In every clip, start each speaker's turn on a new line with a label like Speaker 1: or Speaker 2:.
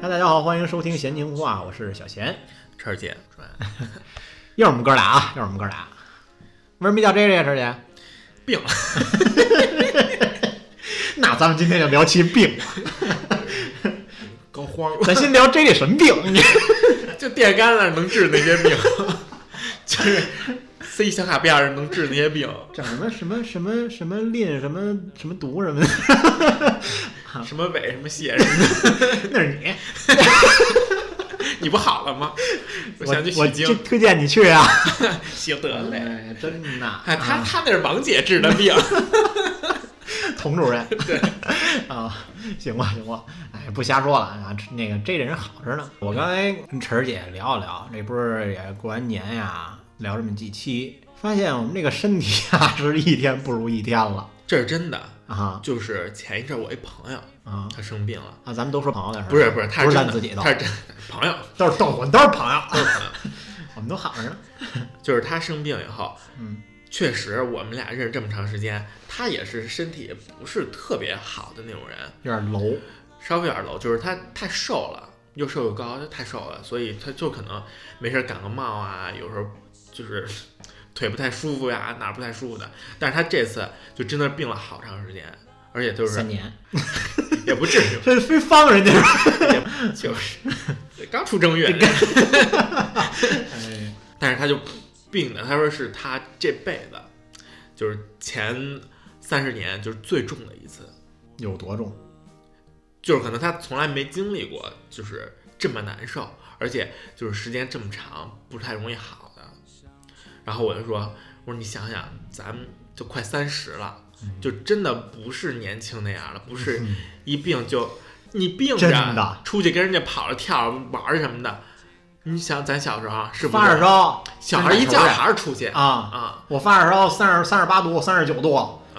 Speaker 1: 大家好，欢迎收听闲情话，我是小贤。
Speaker 2: 晨儿姐，
Speaker 1: 又是我们哥俩啊，又是我们哥俩。为什么没叫 J 啊 J 呀，晨姐？
Speaker 2: 病了。
Speaker 1: 那咱们今天就聊起病，
Speaker 2: 搞慌
Speaker 1: 咱先聊 J J 什么 病？你
Speaker 2: 了，就电杆那儿能治那些病， 就是塞小卡片儿能治那些病，
Speaker 1: 整什么什么什么什么吝什么什么毒 什么的？
Speaker 2: 什么尾什么血什么
Speaker 1: 那是你，
Speaker 2: 的，你不好了吗？ 我
Speaker 1: 我
Speaker 2: 想去
Speaker 1: 我
Speaker 2: 取
Speaker 1: 就
Speaker 2: 经，
Speaker 1: 推荐你去啊。
Speaker 2: 行得嘞。
Speaker 1: 哎，真的啊，
Speaker 2: 哎，他他那是王姐治的病，
Speaker 1: 佟主 任。
Speaker 2: 对
Speaker 1: 啊，行吧，行吧，哎，不瞎说了啊，那个这人好着呢。我刚才跟晨儿姐聊了聊，这不是也过完年呀，聊这么几期，发现我们这个身体啊是一天不如一天了
Speaker 2: 这是真的。
Speaker 1: 啊
Speaker 2: 就是前一阵我一朋友
Speaker 1: 啊
Speaker 2: 他生病了，
Speaker 1: 啊！咱们都说朋友的事儿，
Speaker 2: 不是不是，他
Speaker 1: 不是
Speaker 2: 真
Speaker 1: 咱
Speaker 2: 的，
Speaker 1: 自己的
Speaker 2: 他，是真的朋友，
Speaker 1: 都是逗我，都是朋友，
Speaker 2: 都是朋友。
Speaker 1: 我们都好着呢。
Speaker 2: 就是他生病以后，
Speaker 1: 嗯，
Speaker 2: 确实我们俩认识这么长时间，他也是身体不是特别好的那种人，
Speaker 1: 有点楼，
Speaker 2: 稍微有点 low，就是他太瘦了，又瘦又高，他太瘦了，所以他就可能没事儿感个冒啊，有时候就是 腿不太舒服呀、哪儿不太舒服的。但是他这次就真的病了好长时间，而且就是
Speaker 1: 三年，
Speaker 2: 也不至于，
Speaker 1: 这非方人家是。
Speaker 2: 就是刚出正月，
Speaker 1: 哎，
Speaker 2: 但是他就病的，他说是他这辈子就是前三十年就是最重的一次，
Speaker 1: 有多重？
Speaker 2: 就是可能他从来没经历过，就是这么难受，而且就是时间这么长，不太容易好的。然后我就说，我说你想想，咱们就快三十了，就真的不是年轻那样了，不是
Speaker 1: 嗯
Speaker 2: 一病就你病
Speaker 1: 真
Speaker 2: 着
Speaker 1: 的
Speaker 2: 出去跟人家跑着跳着玩儿什么的。你想咱小时候是不
Speaker 1: 发
Speaker 2: 是
Speaker 1: 二烧，
Speaker 2: 小孩一
Speaker 1: 跟打
Speaker 2: 叫
Speaker 1: 球去
Speaker 2: 还是出去
Speaker 1: 啊，
Speaker 2: 啊？
Speaker 1: 我发二烧三十三十八度，三十九度，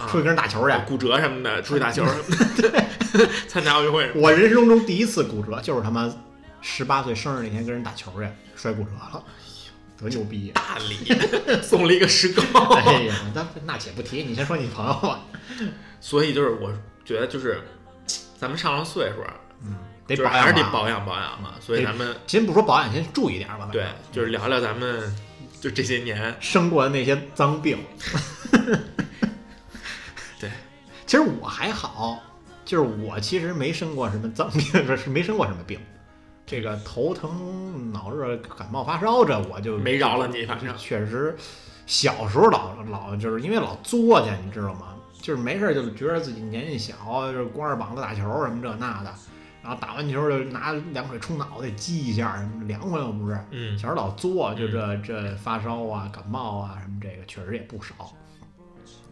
Speaker 1: 出去跟人打球去。
Speaker 2: 骨折什么的，出去打球什么的， 参加奥运会什么的！
Speaker 1: 我人生中第一次骨折，就是他妈十八岁生日那天跟人打球去，摔骨折了，多牛逼
Speaker 2: 大礼， 送了一个石膏。
Speaker 1: 哎呀，那那且不提，你先说你朋友吧，
Speaker 2: 所以就是我觉得就是，咱们上了岁数，
Speaker 1: 得
Speaker 2: 就是
Speaker 1: 保
Speaker 2: 还
Speaker 1: 养
Speaker 2: 是得
Speaker 1: 吧。
Speaker 2: 保养保养嘛。所以
Speaker 1: 得
Speaker 2: 咱们
Speaker 1: 先不说保养，先注意点吧。
Speaker 2: 对，就是聊聊咱们就这些年，
Speaker 1: 生过的那些脏病。
Speaker 2: 对，
Speaker 1: 其实我还好，就是我其实没生过什么脏病， 不是没生过什么病。这个头疼、脑热、感冒、发烧，这我就
Speaker 2: 没饶了你反正
Speaker 1: 确实，小时候老老就是因为老作去，你知道吗？就是没事儿就觉得自己年纪小，就是光着膀子打球什么这那的，然后打完球就拿凉水冲脑袋激一下，什么凉快又不是。
Speaker 2: 嗯
Speaker 1: 小时候老作，就这这发烧啊、感冒啊什么，这个确实也不少。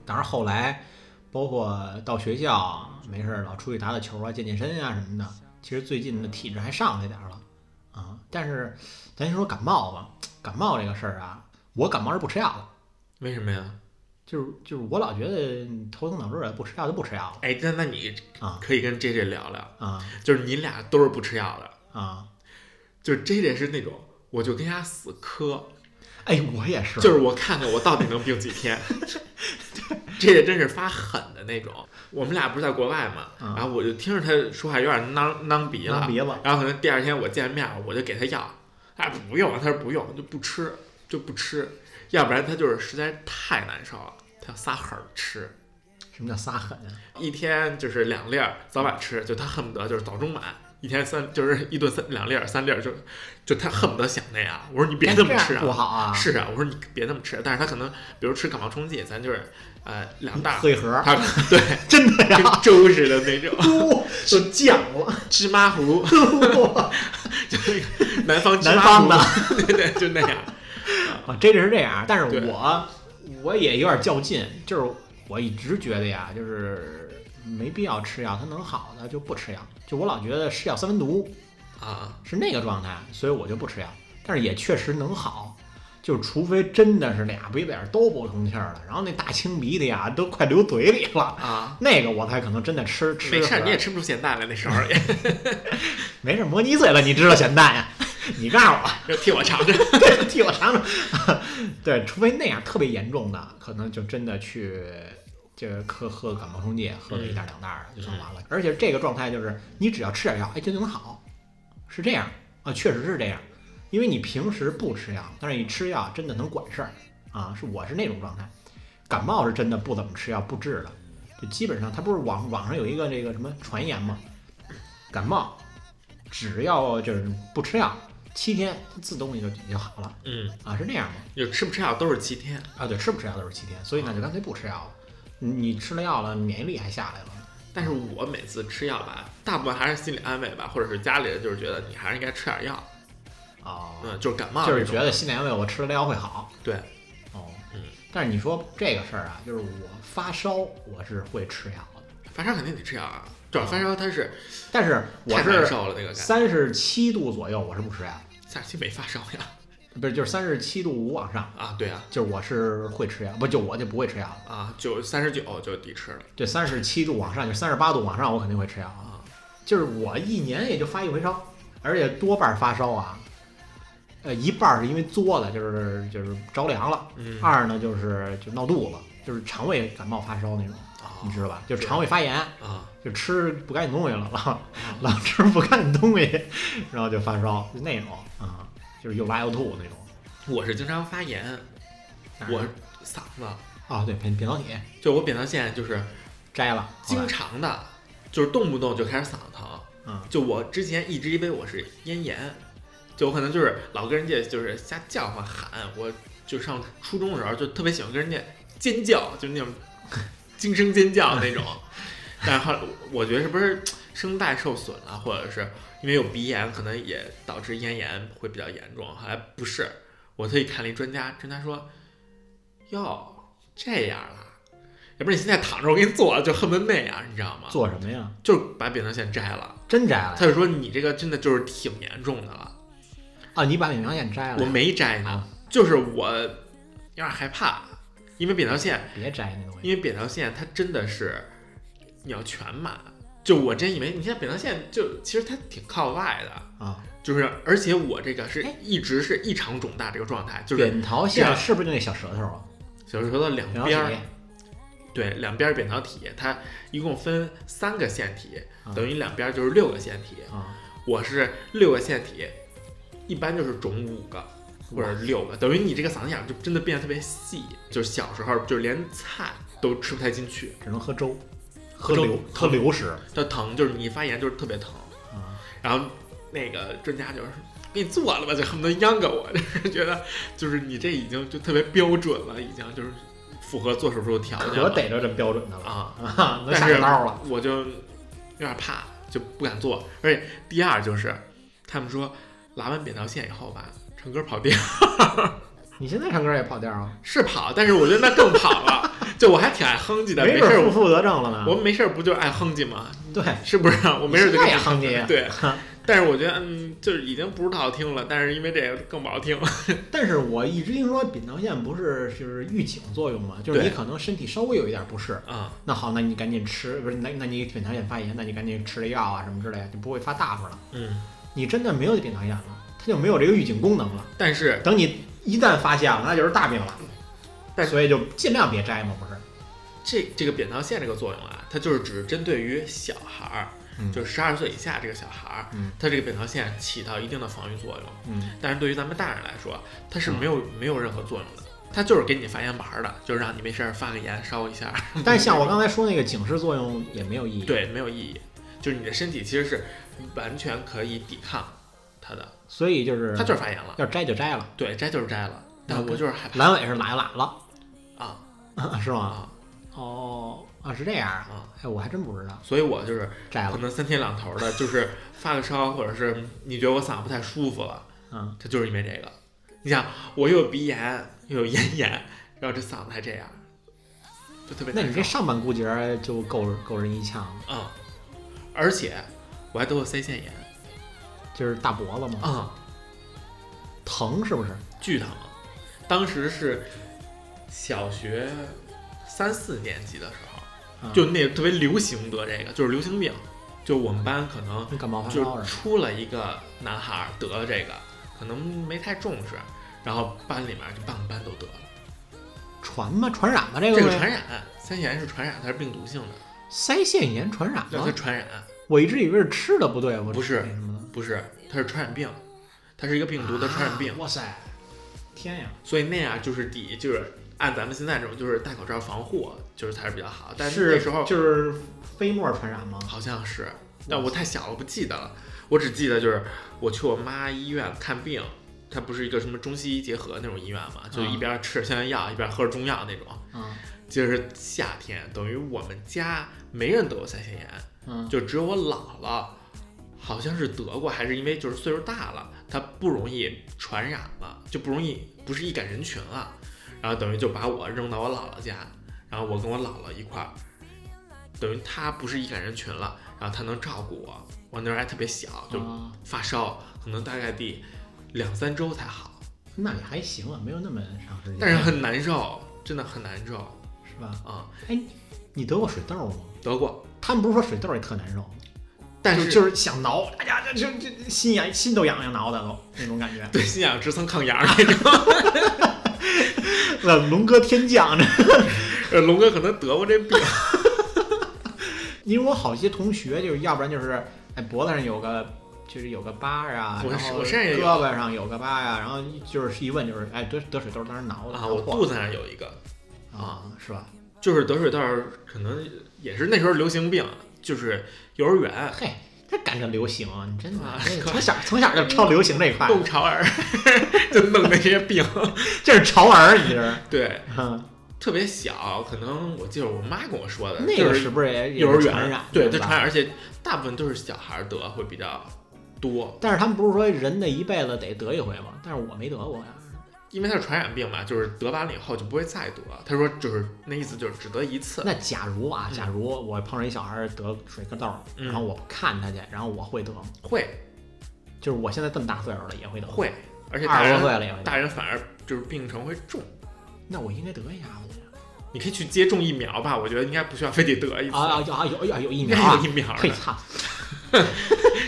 Speaker 1: 当然后来，包括到学校没事儿老出去打打球啊、健健身啊什么的，其实最近的体质还上来点儿了啊。但是咱先说感冒吧，感冒这个事儿啊，我感冒是不吃药的，
Speaker 2: 为什么呀？
Speaker 1: 就是就是我老觉得头疼脑热不吃药就不吃药了
Speaker 2: 哎，那那你
Speaker 1: 啊
Speaker 2: 可以跟 J J 聊聊，
Speaker 1: 啊
Speaker 2: 就是你俩都是不吃药的，
Speaker 1: 啊！
Speaker 2: 就是 J J 是那种。我就跟他死磕，
Speaker 1: 哎，我也是，
Speaker 2: 就是我看看我到底能病几天。J J 真是发狠的那种。我们俩不是在国外嘛，
Speaker 1: 嗯
Speaker 2: 然后我就听着他说话有点囔囔鼻了
Speaker 1: 拿，鼻子
Speaker 2: 然后可能第二天我见面，我就给他药，哎，不用，他说不用，就不吃，就不吃，要不然他就是实在太难受了，他要撒狠儿吃，
Speaker 1: 什么叫撒狠啊？
Speaker 2: 一天就是两粒儿，早晚吃，就他恨不得就是早中晚，一天三就是一顿三两粒儿，三粒儿就就他恨不得想那样。我说你别这么吃
Speaker 1: 样不
Speaker 2: 啊，
Speaker 1: 好啊！
Speaker 2: 是啊，我说你别那么吃，但是他可能比如吃感冒冲剂，咱就是呃两大，
Speaker 1: 喝一盒儿，
Speaker 2: 他 对
Speaker 1: 真的
Speaker 2: 跟
Speaker 1: 呀，
Speaker 2: 粥似的那 种
Speaker 1: 都都降了。
Speaker 2: 芝麻糊，就那个南方芝麻
Speaker 1: 南方
Speaker 2: 糊
Speaker 1: 的，
Speaker 2: 对对，就那样。
Speaker 1: 啊，这是这样，但是
Speaker 2: 对
Speaker 1: 我我也有点较劲，就是我一直觉得呀，就是没必要吃药，它能好的就不吃药，就我老觉得是药三分毒
Speaker 2: 啊，
Speaker 1: 是那个状态，所以我就不吃药，但是也确实能好。就是除非真的是俩鼻眼都不通气儿了，然后那大青鼻涕呀都快流嘴里了，
Speaker 2: 啊，
Speaker 1: 那个我才可能真的吃吃
Speaker 2: 没事儿，
Speaker 1: 盒
Speaker 2: 你也吃不出咸淡来，那时候也
Speaker 1: 没事儿模拟嘴了，你知道咸淡呀？ 你告诉我，
Speaker 2: 就替我尝尝。
Speaker 1: 对，替我尝尝。 对，除非那样特别严重的，可能就真的去就是喝喝感冒冲剂，喝个一袋儿两袋儿的就算完了。而且这个状态就是你只要吃点药，哎，就能好。是这样啊，确实是这样，因为你平时不吃药，但是你吃药真的能管事儿啊，是我是那种状态，感冒是真的不怎么吃药不治了，就基本上它不是网网上有一个这个什么传言嘛，感冒只要就是不吃药，七天它自动就就好了
Speaker 2: 嗯，
Speaker 1: 啊，是那样吗？
Speaker 2: 就吃不吃药都是七天，
Speaker 1: 啊，对，吃不吃药都是七天，所以呢就干脆不吃药了，你你吃了药了，免疫力还下来了。
Speaker 2: 但是我每次吃药吧，大部分还是心理安慰吧，或者是家里人就是觉得你还是应该吃点药，
Speaker 1: 哦，
Speaker 2: 嗯，就是感冒
Speaker 1: 就是
Speaker 2: 这种
Speaker 1: 觉得心理安慰我吃了药会好。
Speaker 2: 对，
Speaker 1: 哦，
Speaker 2: 嗯。
Speaker 1: 但是你说这个事儿啊，就是我发烧我是会吃药的，
Speaker 2: 发烧肯定得吃药啊，主要发烧它是
Speaker 1: 但是我
Speaker 2: 太难
Speaker 1: 是
Speaker 2: 受了那个感觉，
Speaker 1: 三十七度左右我是不吃药的，
Speaker 2: 下期没发烧呀
Speaker 1: 不是就是三十七度五往上，
Speaker 2: 啊，对啊
Speaker 1: 就是我是会吃药，不就我就不会吃药了。
Speaker 2: 啊，就三十九就抵吃了
Speaker 1: 对，三十七度往上，就三十八度往上，我肯定会吃药啊。
Speaker 2: 啊，
Speaker 1: 就是我一年也就发一回烧，而且多半发烧啊，呃，一半儿是因为作的，就是就是着凉了。
Speaker 2: 嗯
Speaker 1: 二呢就是就闹肚子，就是肠胃感冒发烧那种，你知道
Speaker 2: 哦
Speaker 1: 吧？就是肠胃发炎，
Speaker 2: 啊啊，
Speaker 1: 就吃不干净东西了，老老吃不干净东西，然后就发烧，就那种啊、就是又拉又吐那种。
Speaker 2: 我是经常发炎，我
Speaker 1: 啊、
Speaker 2: 嗓子
Speaker 1: 对扁扁桃体
Speaker 2: 就我扁桃腺就是
Speaker 1: 摘了，好吧
Speaker 2: 经常的，就是动不动就开始嗓子疼。
Speaker 1: 嗯，
Speaker 2: 就我之前一直以为我是咽炎，就我可能就是老跟人家就是瞎叫唤喊。我就上初中的时候就特别喜欢跟人家尖叫，就那种 惊声尖叫那种。但是后来我觉得是不是声带受损了，或者是因为有鼻炎，可能也导致咽炎会比较严重。后来不是，我特意看了一专家，专家说，哟，这样啦。要不然你现在躺着，我给你做，就恨不得那样，啊你知道吗？
Speaker 1: 做什哎么呀？
Speaker 2: 就是把扁桃腺摘了。
Speaker 1: 真摘了呀
Speaker 2: 他就说你这个真的就是挺严重的了，
Speaker 1: 啊！你把扁桃腺摘了呀，
Speaker 2: 我没摘呢
Speaker 1: 啊，
Speaker 2: 就是我有点害怕，因为扁桃腺，
Speaker 1: 别摘那东西
Speaker 2: 因为扁桃腺它真的是你要全麻，就我真以为你现在扁桃腺就其实它挺靠外的，
Speaker 1: 啊。
Speaker 2: 就是而且我这个是
Speaker 1: 哎
Speaker 2: 一直是异常肿大这个状态，就是
Speaker 1: 扁桃
Speaker 2: 这
Speaker 1: 腺
Speaker 2: 样
Speaker 1: 是不是就那小舌头啊？
Speaker 2: 小舌头两
Speaker 1: 扁桃
Speaker 2: 边儿
Speaker 1: 体
Speaker 2: 对，两边儿扁桃体，它一共分三个腺体
Speaker 1: 啊，
Speaker 2: 等于两边儿就是六个腺体。
Speaker 1: 啊，
Speaker 2: 我是六个腺体，一般就是肿五个或者六个，等于你这个嗓子眼儿就真的变得特别细。就是小时候就连菜都吃不太进去，
Speaker 1: 只能喝粥，喝
Speaker 2: 粥
Speaker 1: 流喝流食
Speaker 2: 它疼，就是你一发炎就是特别疼。
Speaker 1: 啊。
Speaker 2: 然后那个专家就是嗯给你做了吧，就恨不得央个我，就是觉得就是你这已经就特别标准了，已经就是符合做手术的条件
Speaker 1: 可
Speaker 2: 了
Speaker 1: 逮着这标准的了
Speaker 2: 啊。
Speaker 1: 啊，能
Speaker 2: 但
Speaker 1: 下
Speaker 2: 是
Speaker 1: 小刀了。
Speaker 2: 我就有点怕，就不敢做。而且第二就是，他们说拉完扁桃腺以后吧，唱歌跑调
Speaker 1: 你现在唱歌也跑调啊？
Speaker 2: 是跑，但是我觉得那更跑 了。就我还挺爱哼唧的，没
Speaker 1: 没
Speaker 2: 事
Speaker 1: 准
Speaker 2: 儿
Speaker 1: 负负得正了呢。
Speaker 2: 我没事儿不就爱哼唧吗？
Speaker 1: 对，
Speaker 2: 是不是？我没事儿就
Speaker 1: 你现
Speaker 2: 跟
Speaker 1: 在也
Speaker 2: 你
Speaker 1: 哼唧呀
Speaker 2: 对，但是我觉得嗯，就是已经不是特好听了，但是因为这个更不好听了。
Speaker 1: 但是我一直听说扁桃腺不是就是预警作用嘛，就是你
Speaker 2: 对
Speaker 1: 可能身体稍微有一点不适，
Speaker 2: 啊、
Speaker 1: 那好，那你赶紧吃，不是那那你扁桃腺发炎，那你赶紧吃了药啊什么之类的，就不会发大发了。
Speaker 2: 嗯，
Speaker 1: 你真的没有扁桃腺了，它就没有这个预警功能了。
Speaker 2: 但是
Speaker 1: 等你一旦发现了，那就是大病了。
Speaker 2: 但
Speaker 1: 所以就尽量别摘嘛，不是？
Speaker 2: 这这个扁桃腺这个作用啊，它就是只针对于小孩儿，
Speaker 1: 嗯
Speaker 2: 就是十二岁以下这个小孩儿，
Speaker 1: 嗯
Speaker 2: 它这个扁桃腺起到一定的防御作用。
Speaker 1: 嗯，
Speaker 2: 但是对于咱们大人来说，它是没有、没有任何作用的，它就是给你发言玩儿的，就是让你没事儿发个言烧一下，
Speaker 1: 但像我刚才说那个警示作用也没有意义。，
Speaker 2: 嗯对，没有意义。就是你的身体其实是完全可以抵抗它的，
Speaker 1: 所以就是
Speaker 2: 它就是发炎了，
Speaker 1: 要摘就摘了。
Speaker 2: 对，摘就是摘了，但
Speaker 1: 那
Speaker 2: 我就是害怕
Speaker 1: 阑尾是哪哪了
Speaker 2: 啊
Speaker 1: 啊？是吗？
Speaker 2: 啊
Speaker 1: 哦啊，是这样啊。
Speaker 2: 啊！
Speaker 1: 哎，我还真不知道，
Speaker 2: 所以我就是
Speaker 1: 摘
Speaker 2: 可
Speaker 1: 了。
Speaker 2: 能三天两头的，就是发个烧，或者是你觉得我嗓子不太舒服了，
Speaker 1: 嗯，
Speaker 2: 它就是因为这个。你想，我又有鼻炎，又有咽炎，然后这嗓子还这样，就特别
Speaker 1: 那
Speaker 2: 难
Speaker 1: 你这
Speaker 2: 受
Speaker 1: 上半骨节儿就够够人一呛了，
Speaker 2: 嗯，而且我还得过腮腺炎，
Speaker 1: 就是大脖子嘛，
Speaker 2: 嗯，
Speaker 1: 疼是不是？
Speaker 2: 巨疼。当时是小学三四年级的时候，
Speaker 1: 啊
Speaker 2: 就那特别流行得这个，就是流行病。就我们班可能
Speaker 1: 跟感冒发烧
Speaker 2: 就
Speaker 1: 似
Speaker 2: 出了一个男孩儿得了这个，可能没太重视，然后班里面就半个班都得了。
Speaker 1: 的，传吗？传染吗？这个
Speaker 2: 这个
Speaker 1: 东西
Speaker 2: 传染，腮腺炎是传染，它是病毒性的，
Speaker 1: 腮腺炎传染
Speaker 2: 让它
Speaker 1: 吗？
Speaker 2: 传染
Speaker 1: 我一直以为是吃的不对，我
Speaker 2: 不是
Speaker 1: 那什么的
Speaker 2: 不是它是传染病，它是一个病毒的传染病
Speaker 1: 啊，哇塞，天呀！
Speaker 2: 所以那样就是抵就是按咱们现在这种就是戴口罩防护就是才是比较好，但
Speaker 1: 是
Speaker 2: 那时候
Speaker 1: 就是飞沫传染吗？
Speaker 2: 好像是，但我太小了不记得了，我只记得就是我去我妈医院看病，它不是一个什么中西医结合那种医院嘛，就
Speaker 1: 啊
Speaker 2: 一边吃消炎药一边喝着中药那种。
Speaker 1: 嗯
Speaker 2: 就是夏天，等于我们家没人得过腮腺炎，
Speaker 1: 嗯，
Speaker 2: 就只有我姥姥，好像是得过，还是因为就是岁数大了，她不容易传染了，就不容易不是易感人群了，然后等于就把我扔到我姥姥家，然后我跟我姥姥一块儿，等于她不是易感人群了，然后她能照顾我，我那时候还特别小，就
Speaker 1: 啊
Speaker 2: 发烧，可能大概得两三周才好，
Speaker 1: 那也还行啊，没有那么长时间，
Speaker 2: 但是很难受，真的很难受
Speaker 1: 是吧？
Speaker 2: 啊、
Speaker 1: 哎，你得过水痘吗？
Speaker 2: 得过，
Speaker 1: 他们不是说水痘也特难受吗？
Speaker 2: 但
Speaker 1: 就是就是想挠，哎呀，这这这心痒，心都痒痒挠的都那种感觉。
Speaker 2: 对心想直蹭抗牙那种。
Speaker 1: 呃，龙哥天降，这
Speaker 2: 呃龙哥可能得过这 病，
Speaker 1: 因为我好些同学就是，要不然就是哎脖子上有个就是有个疤呀、
Speaker 2: 我
Speaker 1: 然
Speaker 2: 是
Speaker 1: 后
Speaker 2: 我身上也有
Speaker 1: 胳膊上有个疤呀、然后就是一问就是哎得得水痘当时挠的
Speaker 2: 啊，我肚子上有一个，
Speaker 1: 啊是吧？
Speaker 2: 就是得水痘儿，可能也是那时候流行病，就是幼儿园
Speaker 1: 嘿，这赶上流行，你真的
Speaker 2: 啊
Speaker 1: 这
Speaker 2: 可
Speaker 1: 从小从小就超流行这一块，
Speaker 2: 弄潮儿 就弄那些病，
Speaker 1: 这是潮儿，啊你这是。
Speaker 2: 对，
Speaker 1: 嗯
Speaker 2: 特别小，可能我记得我妈跟我说的，
Speaker 1: 那个
Speaker 2: 呃就是
Speaker 1: 是不是也也
Speaker 2: 幼儿
Speaker 1: 是
Speaker 2: 园
Speaker 1: 传染？
Speaker 2: 对，
Speaker 1: 对吧
Speaker 2: 它传染，而且大部分都是小孩儿得会比较多，
Speaker 1: 但是他们不是说人的一辈子得得一回吗？但是我没得过呀。
Speaker 2: 因为它是传染病嘛，就是得完了以后就不会再得。他说就是那意思就是只得一次，
Speaker 1: 那假如啊，
Speaker 2: 嗯
Speaker 1: 假如我碰上一小孩儿得水疙瘩，
Speaker 2: 嗯
Speaker 1: 然后我看他去，然后我会得吗？
Speaker 2: 会
Speaker 1: 就是我现在这么大岁数了也会得，
Speaker 2: 会，而且大
Speaker 1: 二十多岁
Speaker 2: 人
Speaker 1: 了也会得，
Speaker 2: 大人反而就是病程会重。
Speaker 1: 那我应该得一下子
Speaker 2: 你可以去接种疫苗吧，我觉得应该不需要非得得一次。
Speaker 1: 啊啊有啊有有有疫
Speaker 2: 应
Speaker 1: 苗
Speaker 2: 该
Speaker 1: 啊
Speaker 2: 有！疫苗
Speaker 1: 嘿
Speaker 2: 的，
Speaker 1: 操，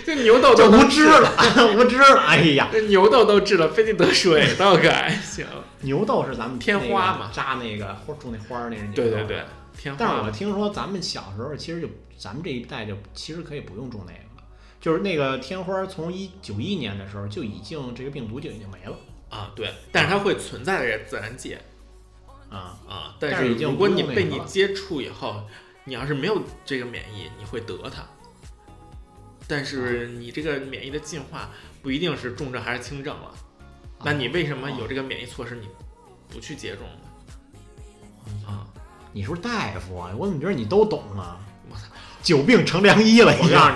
Speaker 2: 这牛痘
Speaker 1: 这
Speaker 2: 都
Speaker 1: 无知，啊了， 无知了！哎呀，
Speaker 2: 这牛痘都治了，非得得水痘该 行。
Speaker 1: 牛痘是咱们
Speaker 2: 天
Speaker 1: 那个
Speaker 2: 花嘛
Speaker 1: 扎那个花种那花儿那是
Speaker 2: 对
Speaker 1: 牛
Speaker 2: 对
Speaker 1: 痘
Speaker 2: 对，嗯天
Speaker 1: 但是
Speaker 2: 花
Speaker 1: 我听说咱们小时候其实就咱们这一代就其实可以不用种那个了，就是那个天花从一九一年的时候就已经这个病毒就已经没了
Speaker 2: 啊，对，但是它会存在这个自然界
Speaker 1: 啊。
Speaker 2: 啊。
Speaker 1: 但
Speaker 2: 但
Speaker 1: 是
Speaker 2: 是
Speaker 1: 已经
Speaker 2: 如果你
Speaker 1: 不用那
Speaker 2: 被
Speaker 1: 什么
Speaker 2: 你
Speaker 1: 了
Speaker 2: 接触以后，你要是没有这个免疫，你会得它。但是
Speaker 1: 啊
Speaker 2: 你这个免疫的进化不一定是重症还是轻症了。
Speaker 1: 啊
Speaker 2: 那你为什么有这个免疫措施，你不去接种呢？
Speaker 1: 嗯
Speaker 2: 啊，
Speaker 1: 你是不是大夫啊？我怎么觉得你都懂啊？
Speaker 2: 我操！
Speaker 1: 久病成良医了，
Speaker 2: 我
Speaker 1: 已经
Speaker 2: 告诉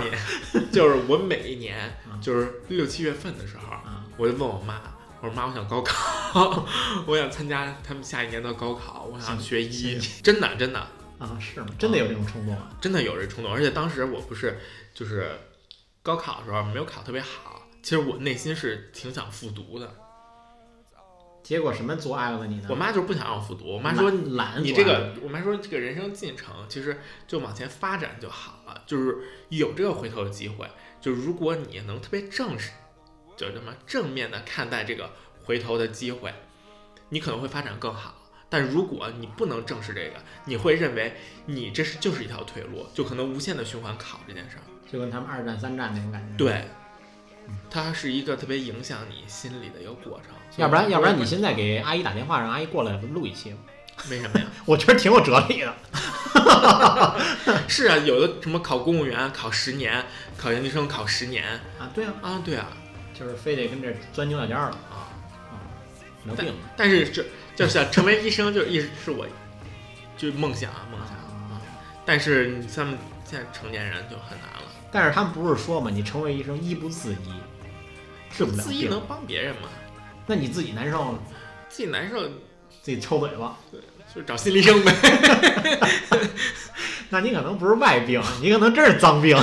Speaker 2: 你，就是我每一年
Speaker 1: 嗯
Speaker 2: 就是六七月份的时候，
Speaker 1: 啊
Speaker 2: 我就问我妈，我说妈，我想高考，我想参加他们下一年的高考，我想学医。真的，真的，
Speaker 1: 啊！是吗？真的有这种冲动啊？
Speaker 2: 真的有这冲动。而且当时我不是就是高考的时候没有考特别好，其实我内心是挺想复读的。
Speaker 1: 结果什么阻碍了你呢？
Speaker 2: 我妈就是不想让我复读，我妈说
Speaker 1: 懒懒，
Speaker 2: 你这个，我妈说这个人生进程其实就往前发展就好了，就是有这个回头的机会。就如果你能特别正视，就这么正面的看待这个回头的机会，你可能会发展更好。但如果你不能正视这个，你会认为你这是就是一条退路，就可能无限的循环考这件事儿。
Speaker 1: 就跟他们二战、三战那种感觉。，
Speaker 2: 对，
Speaker 1: 嗯
Speaker 2: 它是一个特别影响你心理的一个过程。
Speaker 1: 要不然要不然你现在给阿姨打电话，让阿姨过来录一期吧，
Speaker 2: 为什么呀？
Speaker 1: 我觉得挺有哲理的。
Speaker 2: 是啊，有的什么考公务员考十年，考研究生考十年
Speaker 1: 啊，对啊，
Speaker 2: 啊，对啊
Speaker 1: 就是非得跟这钻牛角尖儿了，
Speaker 2: 啊，
Speaker 1: 没病。
Speaker 2: 但是这就想成为医生就一直是我就梦想啊梦想，
Speaker 1: 啊
Speaker 2: 但是你像现在成年人就很难了，
Speaker 1: 但是他们不是说嘛，你成为医生医不自医，治不了
Speaker 2: 自己
Speaker 1: 病，
Speaker 2: 能帮别人吗？
Speaker 1: 那你自己难受，
Speaker 2: 自己难受
Speaker 1: 自己抽嘴巴，
Speaker 2: 就找心理医生呗。
Speaker 1: 那你可能不是外病，你可能真是脏病，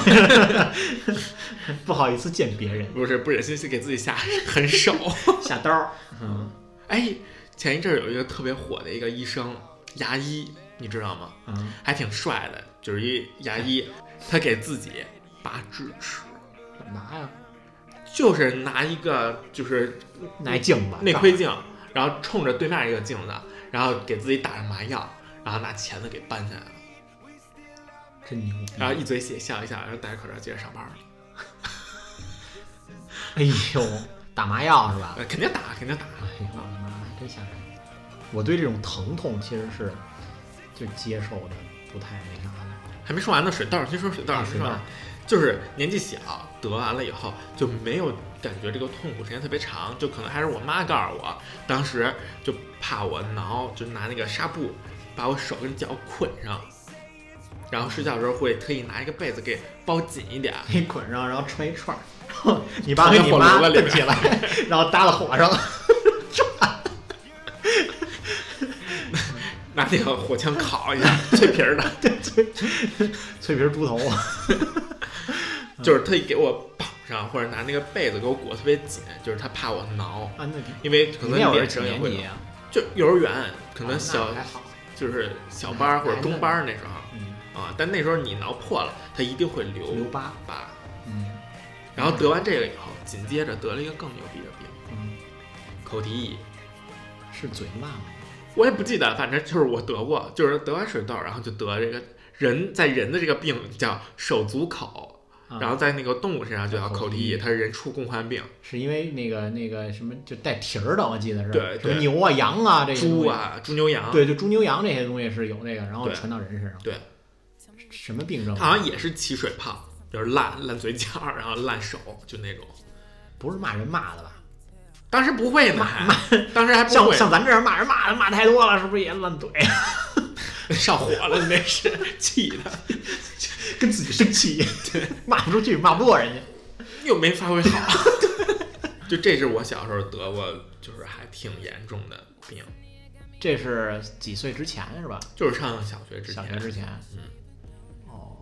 Speaker 1: 不好意思见别人，
Speaker 2: 不是不忍心给自己下狠手。
Speaker 1: 下刀儿。嗯
Speaker 2: 哎，前一阵儿有一个特别火的一个医生牙医，你知道吗？
Speaker 1: 嗯，
Speaker 2: 还挺帅的，就是一牙医，他给自己拔智齿。
Speaker 1: 怎么拿呀？
Speaker 2: 就是拿一个就是
Speaker 1: 拿镜子，
Speaker 2: 内窥镜，然后冲着对面一个镜子，然后给自己打上麻药，然后拿钳子给扳下来了，
Speaker 1: 真牛逼。
Speaker 2: 啊
Speaker 1: 嗯
Speaker 2: 然后一嘴血笑一笑，然后戴着口罩接着上班了。
Speaker 1: 哎呦，打麻药是吧？
Speaker 2: 呃肯定打，肯定打。
Speaker 1: 哎呦我的妈，真吓人！我对这种疼痛其实是就接受的不太那啥的。
Speaker 2: 还没说完呢，水痘儿，先说水痘
Speaker 1: 啊
Speaker 2: 儿，
Speaker 1: 水
Speaker 2: 先说
Speaker 1: 痘儿
Speaker 2: 完。啊就是年纪小得完了以后就没有感觉这个痛苦时间特别长，就可能还是我妈告诉我，当时就怕我挠，就拿那个纱布把我手跟脚捆上，然后睡觉的时候会特意拿一个被子给包紧一点，
Speaker 1: 给捆上，然后抻一串儿， 然后你爸跟你妈
Speaker 2: 火炉子里
Speaker 1: 蹬
Speaker 2: 边
Speaker 1: 起来，然后搭到火上。
Speaker 2: 拿那个火枪烤一下脆皮儿的，
Speaker 1: 脆皮儿猪头，
Speaker 2: 啊就是特意给我绑上，或者拿那个被子给我裹特别紧，就是他怕我挠，
Speaker 1: 啊，那
Speaker 2: 因为可
Speaker 1: 你
Speaker 2: 能
Speaker 1: 那会儿
Speaker 2: 脸
Speaker 1: 几
Speaker 2: 上也
Speaker 1: 年
Speaker 2: 会
Speaker 1: 级
Speaker 2: 有，
Speaker 1: 啊？
Speaker 2: 就幼儿园可能
Speaker 1: 啊
Speaker 2: 小、
Speaker 1: 那还好，
Speaker 2: 就是小班儿或者中班儿那时候。
Speaker 1: 嗯，
Speaker 2: 啊，但那时候你挠破了，它一定会留
Speaker 1: 留疤，
Speaker 2: 疤。
Speaker 1: 嗯
Speaker 2: 然后得完这个以后，紧接着得了一个更牛逼的病
Speaker 1: 嗯，
Speaker 2: ——口蹄疫。
Speaker 1: 是嘴烂了，
Speaker 2: 我也不记得，反正就是我得过，就是得完水痘，然后就得这个人在人的这个病叫手足口，
Speaker 1: 啊
Speaker 2: 然后在那个动物身上就叫口蹄
Speaker 1: 口蹄疫
Speaker 2: 疫，它是人畜共患病，
Speaker 1: 是因为那个那个什么就带蹄儿的，我记得是
Speaker 2: 对
Speaker 1: 什么
Speaker 2: 对
Speaker 1: 牛啊、羊啊这些
Speaker 2: 猪
Speaker 1: 东
Speaker 2: 啊、猪牛
Speaker 1: 西，
Speaker 2: 羊，
Speaker 1: 对，就猪牛羊这些东西是有那个，然后
Speaker 2: 对
Speaker 1: 传到人身上。
Speaker 2: 对，
Speaker 1: 什么病症？
Speaker 2: 它好像也是起水泡，就是烂烂嘴角，然后烂手，就那种。
Speaker 1: 不是骂人骂的吧？
Speaker 2: 当时不会呢，还当时还不
Speaker 1: 像
Speaker 2: 会，
Speaker 1: 像咱这儿骂人骂的骂太多了，是不是也烂嘴？啊
Speaker 2: 上火了那是 气的。
Speaker 1: 跟自己生气，对， 骂不出去，骂不过人家。
Speaker 2: 又没发挥好。 就这是我小时候得过，就是还挺严重的病，
Speaker 1: 这是几岁之前是吧？
Speaker 2: 就是上小学之
Speaker 1: 小
Speaker 2: 前。
Speaker 1: 学之前。
Speaker 2: 嗯。
Speaker 1: 哦，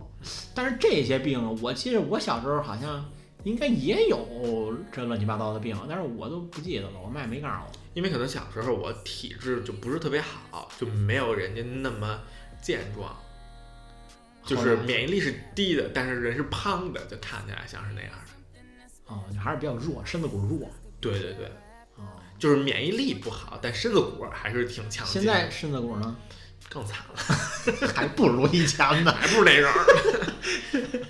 Speaker 1: 但是这些病，我记得我小时候好像应该也有这乱七八糟的病，但是我都不记得了，我妈也没告诉
Speaker 2: 因为可能小时候我体质就不是特别好，就没有人家那么健壮，就是免疫力是低的，但是人是胖的，就看起来像是那样的。
Speaker 1: 我。哦，你还是比较弱，身子骨弱。
Speaker 2: 对对对，
Speaker 1: 哦，
Speaker 2: 就是免疫力不好，但身子骨还是挺强
Speaker 1: 现
Speaker 2: 劲的。
Speaker 1: 在身子骨呢
Speaker 2: 更惨了，
Speaker 1: 还不如以前呢。
Speaker 2: 还不是那样。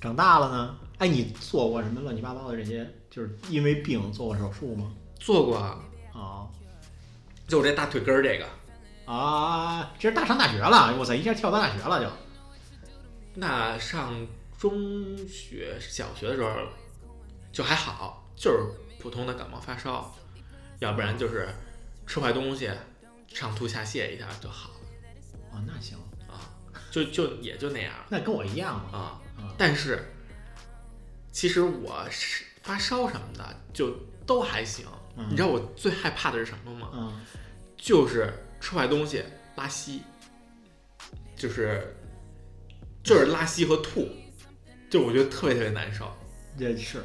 Speaker 1: 长大了呢，哎，你做过什么乱七八糟的这些，就是因为病做过手术吗？
Speaker 2: 做过，
Speaker 1: 哦。
Speaker 2: 就我这大腿根儿这个，
Speaker 1: 啊，这是大上大学了，我操，一下跳到大学了就。
Speaker 2: 那上中学、小学的时候就还好，就是普通的感冒发烧，要不然就是吃坏东西，上吐下泻一下就好
Speaker 1: 哦，那行，
Speaker 2: 啊，就就也就那样
Speaker 1: 那跟我一样嘛。
Speaker 2: 啊
Speaker 1: 嗯。
Speaker 2: 但是其实我是发烧什么的就都还行，
Speaker 1: 嗯
Speaker 2: 你知道我最害怕的是什么吗？
Speaker 1: 嗯，
Speaker 2: 就是吃坏东西拉稀，就是就是拉稀和吐，就我觉得特别特别难受。
Speaker 1: 这是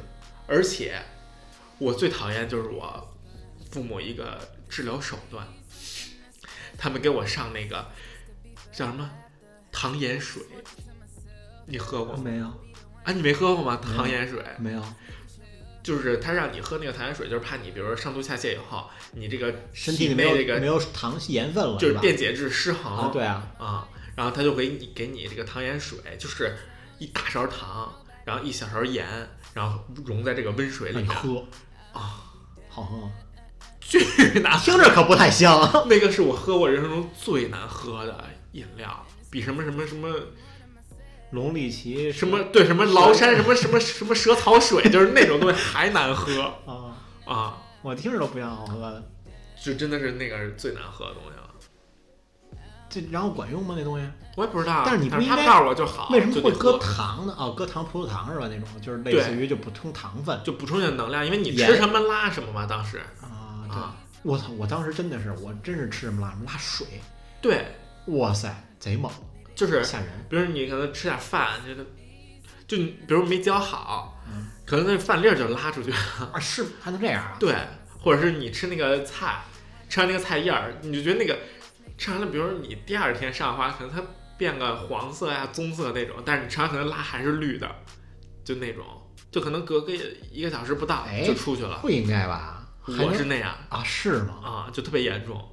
Speaker 2: 而且我最讨厌就是我父母一个治疗手段，他们给我上那个叫什么糖盐水，你喝过吗？
Speaker 1: 没有
Speaker 2: 啊，你没喝过吗？
Speaker 1: 没有
Speaker 2: 糖盐水
Speaker 1: 没有，
Speaker 2: 就是他让你喝那个糖盐水，就是怕你比如说上吐下泻以后，你这个
Speaker 1: 身体里没
Speaker 2: 内
Speaker 1: 有
Speaker 2: 这个
Speaker 1: 没有糖盐分了，
Speaker 2: 就是
Speaker 1: 吧？
Speaker 2: 电解质失衡，
Speaker 1: 啊，对啊，
Speaker 2: 啊，然后他就给你给你这个糖盐水，就是一大勺糖，然后一小勺盐，然后溶在这个温水
Speaker 1: 让
Speaker 2: 里
Speaker 1: 你
Speaker 2: 面，
Speaker 1: 喝
Speaker 2: 啊，
Speaker 1: 好喝吗，
Speaker 2: 巨 难喝。
Speaker 1: 听着可不太香。
Speaker 2: 那个是我喝过人生中最难喝的饮料，比什么什么什么
Speaker 1: 龙力奇
Speaker 2: 什么对什么崂山什么什么什么蛇草水，就是那种东西还难喝
Speaker 1: 啊？
Speaker 2: 啊！
Speaker 1: 我听着都不像好喝的。
Speaker 2: 就真的是那个是最难喝的东西了。
Speaker 1: 这然后管用吗？那东西
Speaker 2: 我也不知道，
Speaker 1: 但是
Speaker 2: 是
Speaker 1: 你不应
Speaker 2: 他
Speaker 1: 该
Speaker 2: 告诉我就好，
Speaker 1: 为什么
Speaker 2: 啊就
Speaker 1: 会
Speaker 2: 得
Speaker 1: 搁
Speaker 2: 喝
Speaker 1: 糖呢？哦，搁糖葡萄糖是吧？那种就是类
Speaker 2: 对
Speaker 1: 似于就补充糖分
Speaker 2: 就补充点能量，因为你
Speaker 1: 盐
Speaker 2: 吃什么拉什么嘛，当时
Speaker 1: 啊。对，
Speaker 2: 啊，
Speaker 1: 我操！我当时真的是，我真是吃什么拉什么拉水，
Speaker 2: 对，
Speaker 1: 哇塞，贼猛，
Speaker 2: 就是
Speaker 1: 吓人。
Speaker 2: 比如你可能吃点饭，觉得就你比如没嚼好，
Speaker 1: 嗯
Speaker 2: 可能那饭粒儿就拉出去，
Speaker 1: 啊，是还能这样啊？
Speaker 2: 对，或者是你吃那个菜，吃完那个菜叶儿，你就觉得那个吃完了，比如你第二天上的话，可能它变个黄色呀、棕色那种，但是你吃完可能拉还是绿的，就那种，就可能隔个一个小时不到
Speaker 1: 哎
Speaker 2: 就出去了。
Speaker 1: 不应该吧？还
Speaker 2: 我
Speaker 1: 能
Speaker 2: 是那样
Speaker 1: 啊，是吗？
Speaker 2: 啊，就特别严重。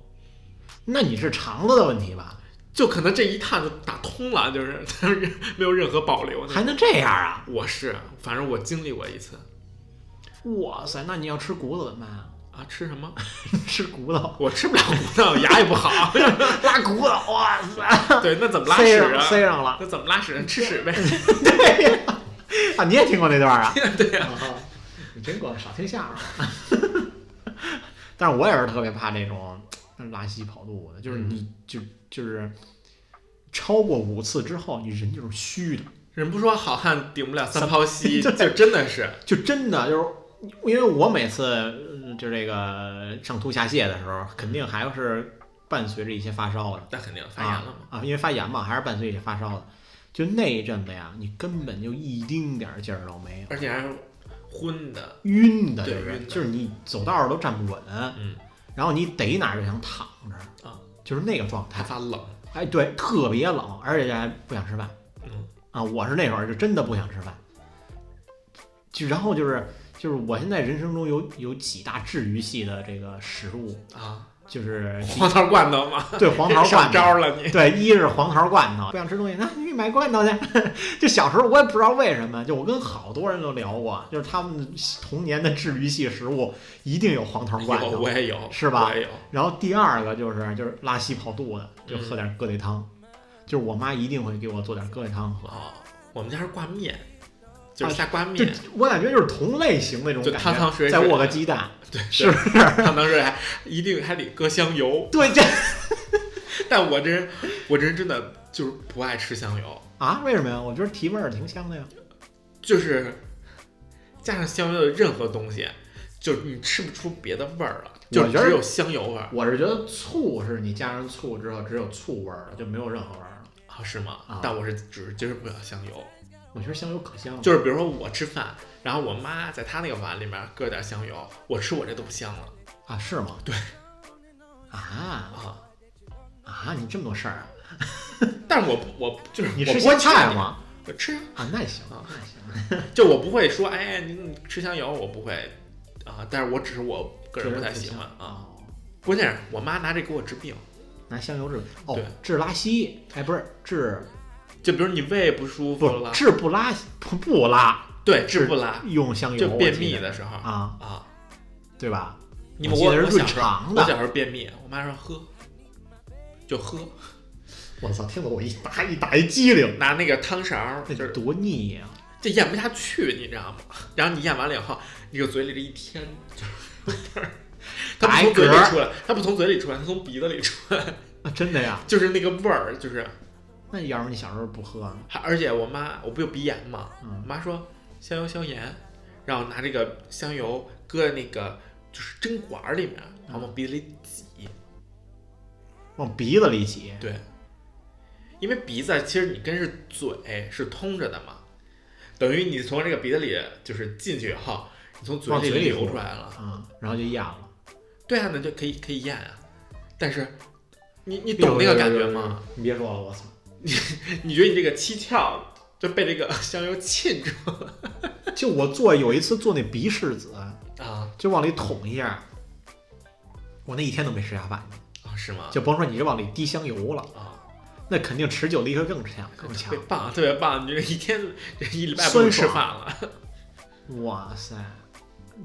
Speaker 1: 那你是肠子的问题吧？
Speaker 2: 就可能这一趟就打通了，就是 没有任何保留那种。
Speaker 1: 还能这样啊？
Speaker 2: 我是，反正我经历过一次，
Speaker 1: 哇塞，那你要吃骨头怎么办啊？
Speaker 2: 啊，吃什么？
Speaker 1: 吃骨头，
Speaker 2: 我吃不了骨头，牙也不好。
Speaker 1: 拉骨头，哇塞，
Speaker 2: 对，那怎么拉
Speaker 1: 塞
Speaker 2: 屎
Speaker 1: 上
Speaker 2: 啊？
Speaker 1: 塞上了。
Speaker 2: 那怎么拉屎？吃屎呗。
Speaker 1: 对哎呀、啊，你也听过那段啊？
Speaker 2: 对呀、
Speaker 1: 啊，你真够少听相声。啊但是我也是特别怕这种拉稀跑肚的，就是
Speaker 2: 嗯
Speaker 1: 你就就是超过五次之后，你人就是虚的，
Speaker 2: 人不说好汉顶不了三泡 稀，
Speaker 1: 对
Speaker 2: 就真的是
Speaker 1: 就真的就是。因为我每次嗯就这个上吐下泻的时候，肯定还是伴随着一些发烧的，
Speaker 2: 那肯定发炎了嘛。
Speaker 1: 啊，因为发炎嘛，还是伴随一些发烧的。就那一阵子呀，你根本就一丁点儿劲儿都没有，
Speaker 2: 而且还是昏的。
Speaker 1: 晕的，就
Speaker 2: 对
Speaker 1: 是
Speaker 2: 晕的
Speaker 1: 就是你走道儿都站不稳，
Speaker 2: 嗯，
Speaker 1: 然后你逮哪儿就想躺着
Speaker 2: 啊，
Speaker 1: 就是那个状态。
Speaker 2: 还发冷。
Speaker 1: 哎，对，特别冷，而且还不想吃饭
Speaker 2: 嗯
Speaker 1: 啊！我是那会儿就真的不想吃饭，就然后就是就是我现在人生中有有几大治愈系的这个食物，
Speaker 2: 啊，
Speaker 1: 就是
Speaker 2: 黄桃罐头嘛，
Speaker 1: 对黄桃
Speaker 2: 上
Speaker 1: 罐头，
Speaker 2: 招了你。
Speaker 1: 对，一是黄桃罐头，不想吃东西，那你去买罐头去。 就小时候我也不知道为什么，就我跟好多人都聊过，就是他们童年的治愈系食物一定有黄桃罐
Speaker 2: 有，
Speaker 1: 头
Speaker 2: 我。也有，
Speaker 1: 是吧
Speaker 2: 我也有。
Speaker 1: 然后第二个就是就是拉稀跑肚的，就喝
Speaker 2: 嗯
Speaker 1: 点疙瘩汤，就是我妈一定会给我做点疙瘩汤喝。
Speaker 2: 哦，我们家是挂面，就是下挂
Speaker 1: 就
Speaker 2: 面，
Speaker 1: 我感觉就是同类型那种
Speaker 2: 就
Speaker 1: 感
Speaker 2: 汤汤
Speaker 1: 觉，
Speaker 2: 水水
Speaker 1: 再握个鸡蛋，
Speaker 2: 对，
Speaker 1: 是不是？
Speaker 2: 汤汤水还一定还得搁香油，
Speaker 1: 对，这
Speaker 2: 但我这人，我这人真的就是不爱吃香油，
Speaker 1: 啊，为什么呀？我觉得提味儿挺香的呀。
Speaker 2: 就是加上香油的任何东西，就是你吃不出别的味儿了，
Speaker 1: 我
Speaker 2: 就
Speaker 1: 觉得
Speaker 2: 只有香油味儿
Speaker 1: 我是觉得醋是你加上醋之后只有醋味儿了，就没有任何味儿了。
Speaker 2: 啊，是吗？
Speaker 1: 啊
Speaker 2: 但我是只是接受不了香油，
Speaker 1: 我觉得香油可香了，
Speaker 2: 就是比如说我吃饭，然后我妈在她那个碗里面搁点香油，我吃我这都不香了
Speaker 1: 啊，是吗？
Speaker 2: 对
Speaker 1: 啊
Speaker 2: 啊。
Speaker 1: 啊，你这么多事儿啊，
Speaker 2: 但是我不，我就是
Speaker 1: 你
Speaker 2: 我
Speaker 1: 吃
Speaker 2: 不会
Speaker 1: 香菜吗？
Speaker 2: 呛你？我吃啊，
Speaker 1: 啊，那行，
Speaker 2: 啊
Speaker 1: 那行。
Speaker 2: 就我不会说，哎，你你吃香油，我不会啊，但是我只是我个人不太喜欢啊。
Speaker 1: 哦，
Speaker 2: 关键是我妈拿这给我治病，
Speaker 1: 拿香油治哦
Speaker 2: 对，
Speaker 1: 治拉稀，哎，不是治
Speaker 2: 就比如你胃不舒服
Speaker 1: 不
Speaker 2: 了，
Speaker 1: 治不拉不不拉，
Speaker 2: 对，治不拉，
Speaker 1: 用香油
Speaker 2: 就便
Speaker 1: 我记
Speaker 2: 秘
Speaker 1: 得
Speaker 2: 的时候
Speaker 1: 啊，
Speaker 2: 啊，
Speaker 1: 对吧？
Speaker 2: 你
Speaker 1: 我
Speaker 2: 们
Speaker 1: 记得
Speaker 2: 我
Speaker 1: 是
Speaker 2: 我
Speaker 1: 润
Speaker 2: 小时候，
Speaker 1: 肠
Speaker 2: 我
Speaker 1: 的，
Speaker 2: 小时候便秘，我妈说喝，就喝，
Speaker 1: 我操，听得我一打一打一激灵，
Speaker 2: 拿那个汤勺儿，就
Speaker 1: 那
Speaker 2: 是
Speaker 1: 多腻啊呀！
Speaker 2: 这咽不下去，你知道吗？然后你咽完了以后，你这个嘴里这一天就是它
Speaker 1: 打一
Speaker 2: 不从嘴
Speaker 1: 嗝
Speaker 2: 里出来，它不从嘴里出来，它从鼻子里出来，
Speaker 1: 啊，真的呀？
Speaker 2: 就是那个味儿，就是，
Speaker 1: 那要是你小时候不喝呢？
Speaker 2: 还而且我妈我不有鼻炎吗？我
Speaker 1: 嗯，
Speaker 2: 妈说香油消炎，然后拿这个香油搁那个就是针管儿里面，然
Speaker 1: 嗯
Speaker 2: 后往鼻子里挤。
Speaker 1: 往鼻子里挤，
Speaker 2: 对，因为鼻子啊其实你跟是嘴是通着的嘛，等于你从这个鼻子里就是进去以后，你从嘴
Speaker 1: 往嘴
Speaker 2: 里
Speaker 1: 里
Speaker 2: 流
Speaker 1: 吐
Speaker 2: 出来了。
Speaker 1: 嗯，然后就咽了。
Speaker 2: 对啊，那就可以可以咽啊。但是你你懂那个感觉吗？？
Speaker 1: 你别说了，我操！
Speaker 2: 你觉得你这个七窍就被这个香油沁住
Speaker 1: 就我做有一次做那鼻拭子，
Speaker 2: 啊
Speaker 1: 就往里捅一下，我那一天都没吃下饭，
Speaker 2: 啊是吗？
Speaker 1: 就甭说你这往里滴香油了，
Speaker 2: 啊，
Speaker 1: 那肯定持久力会更强更
Speaker 2: 特
Speaker 1: 强
Speaker 2: 别。棒，特别棒！你这一天这一礼拜不
Speaker 1: 酸
Speaker 2: 用吃
Speaker 1: 爽
Speaker 2: 饭了。
Speaker 1: 哇塞！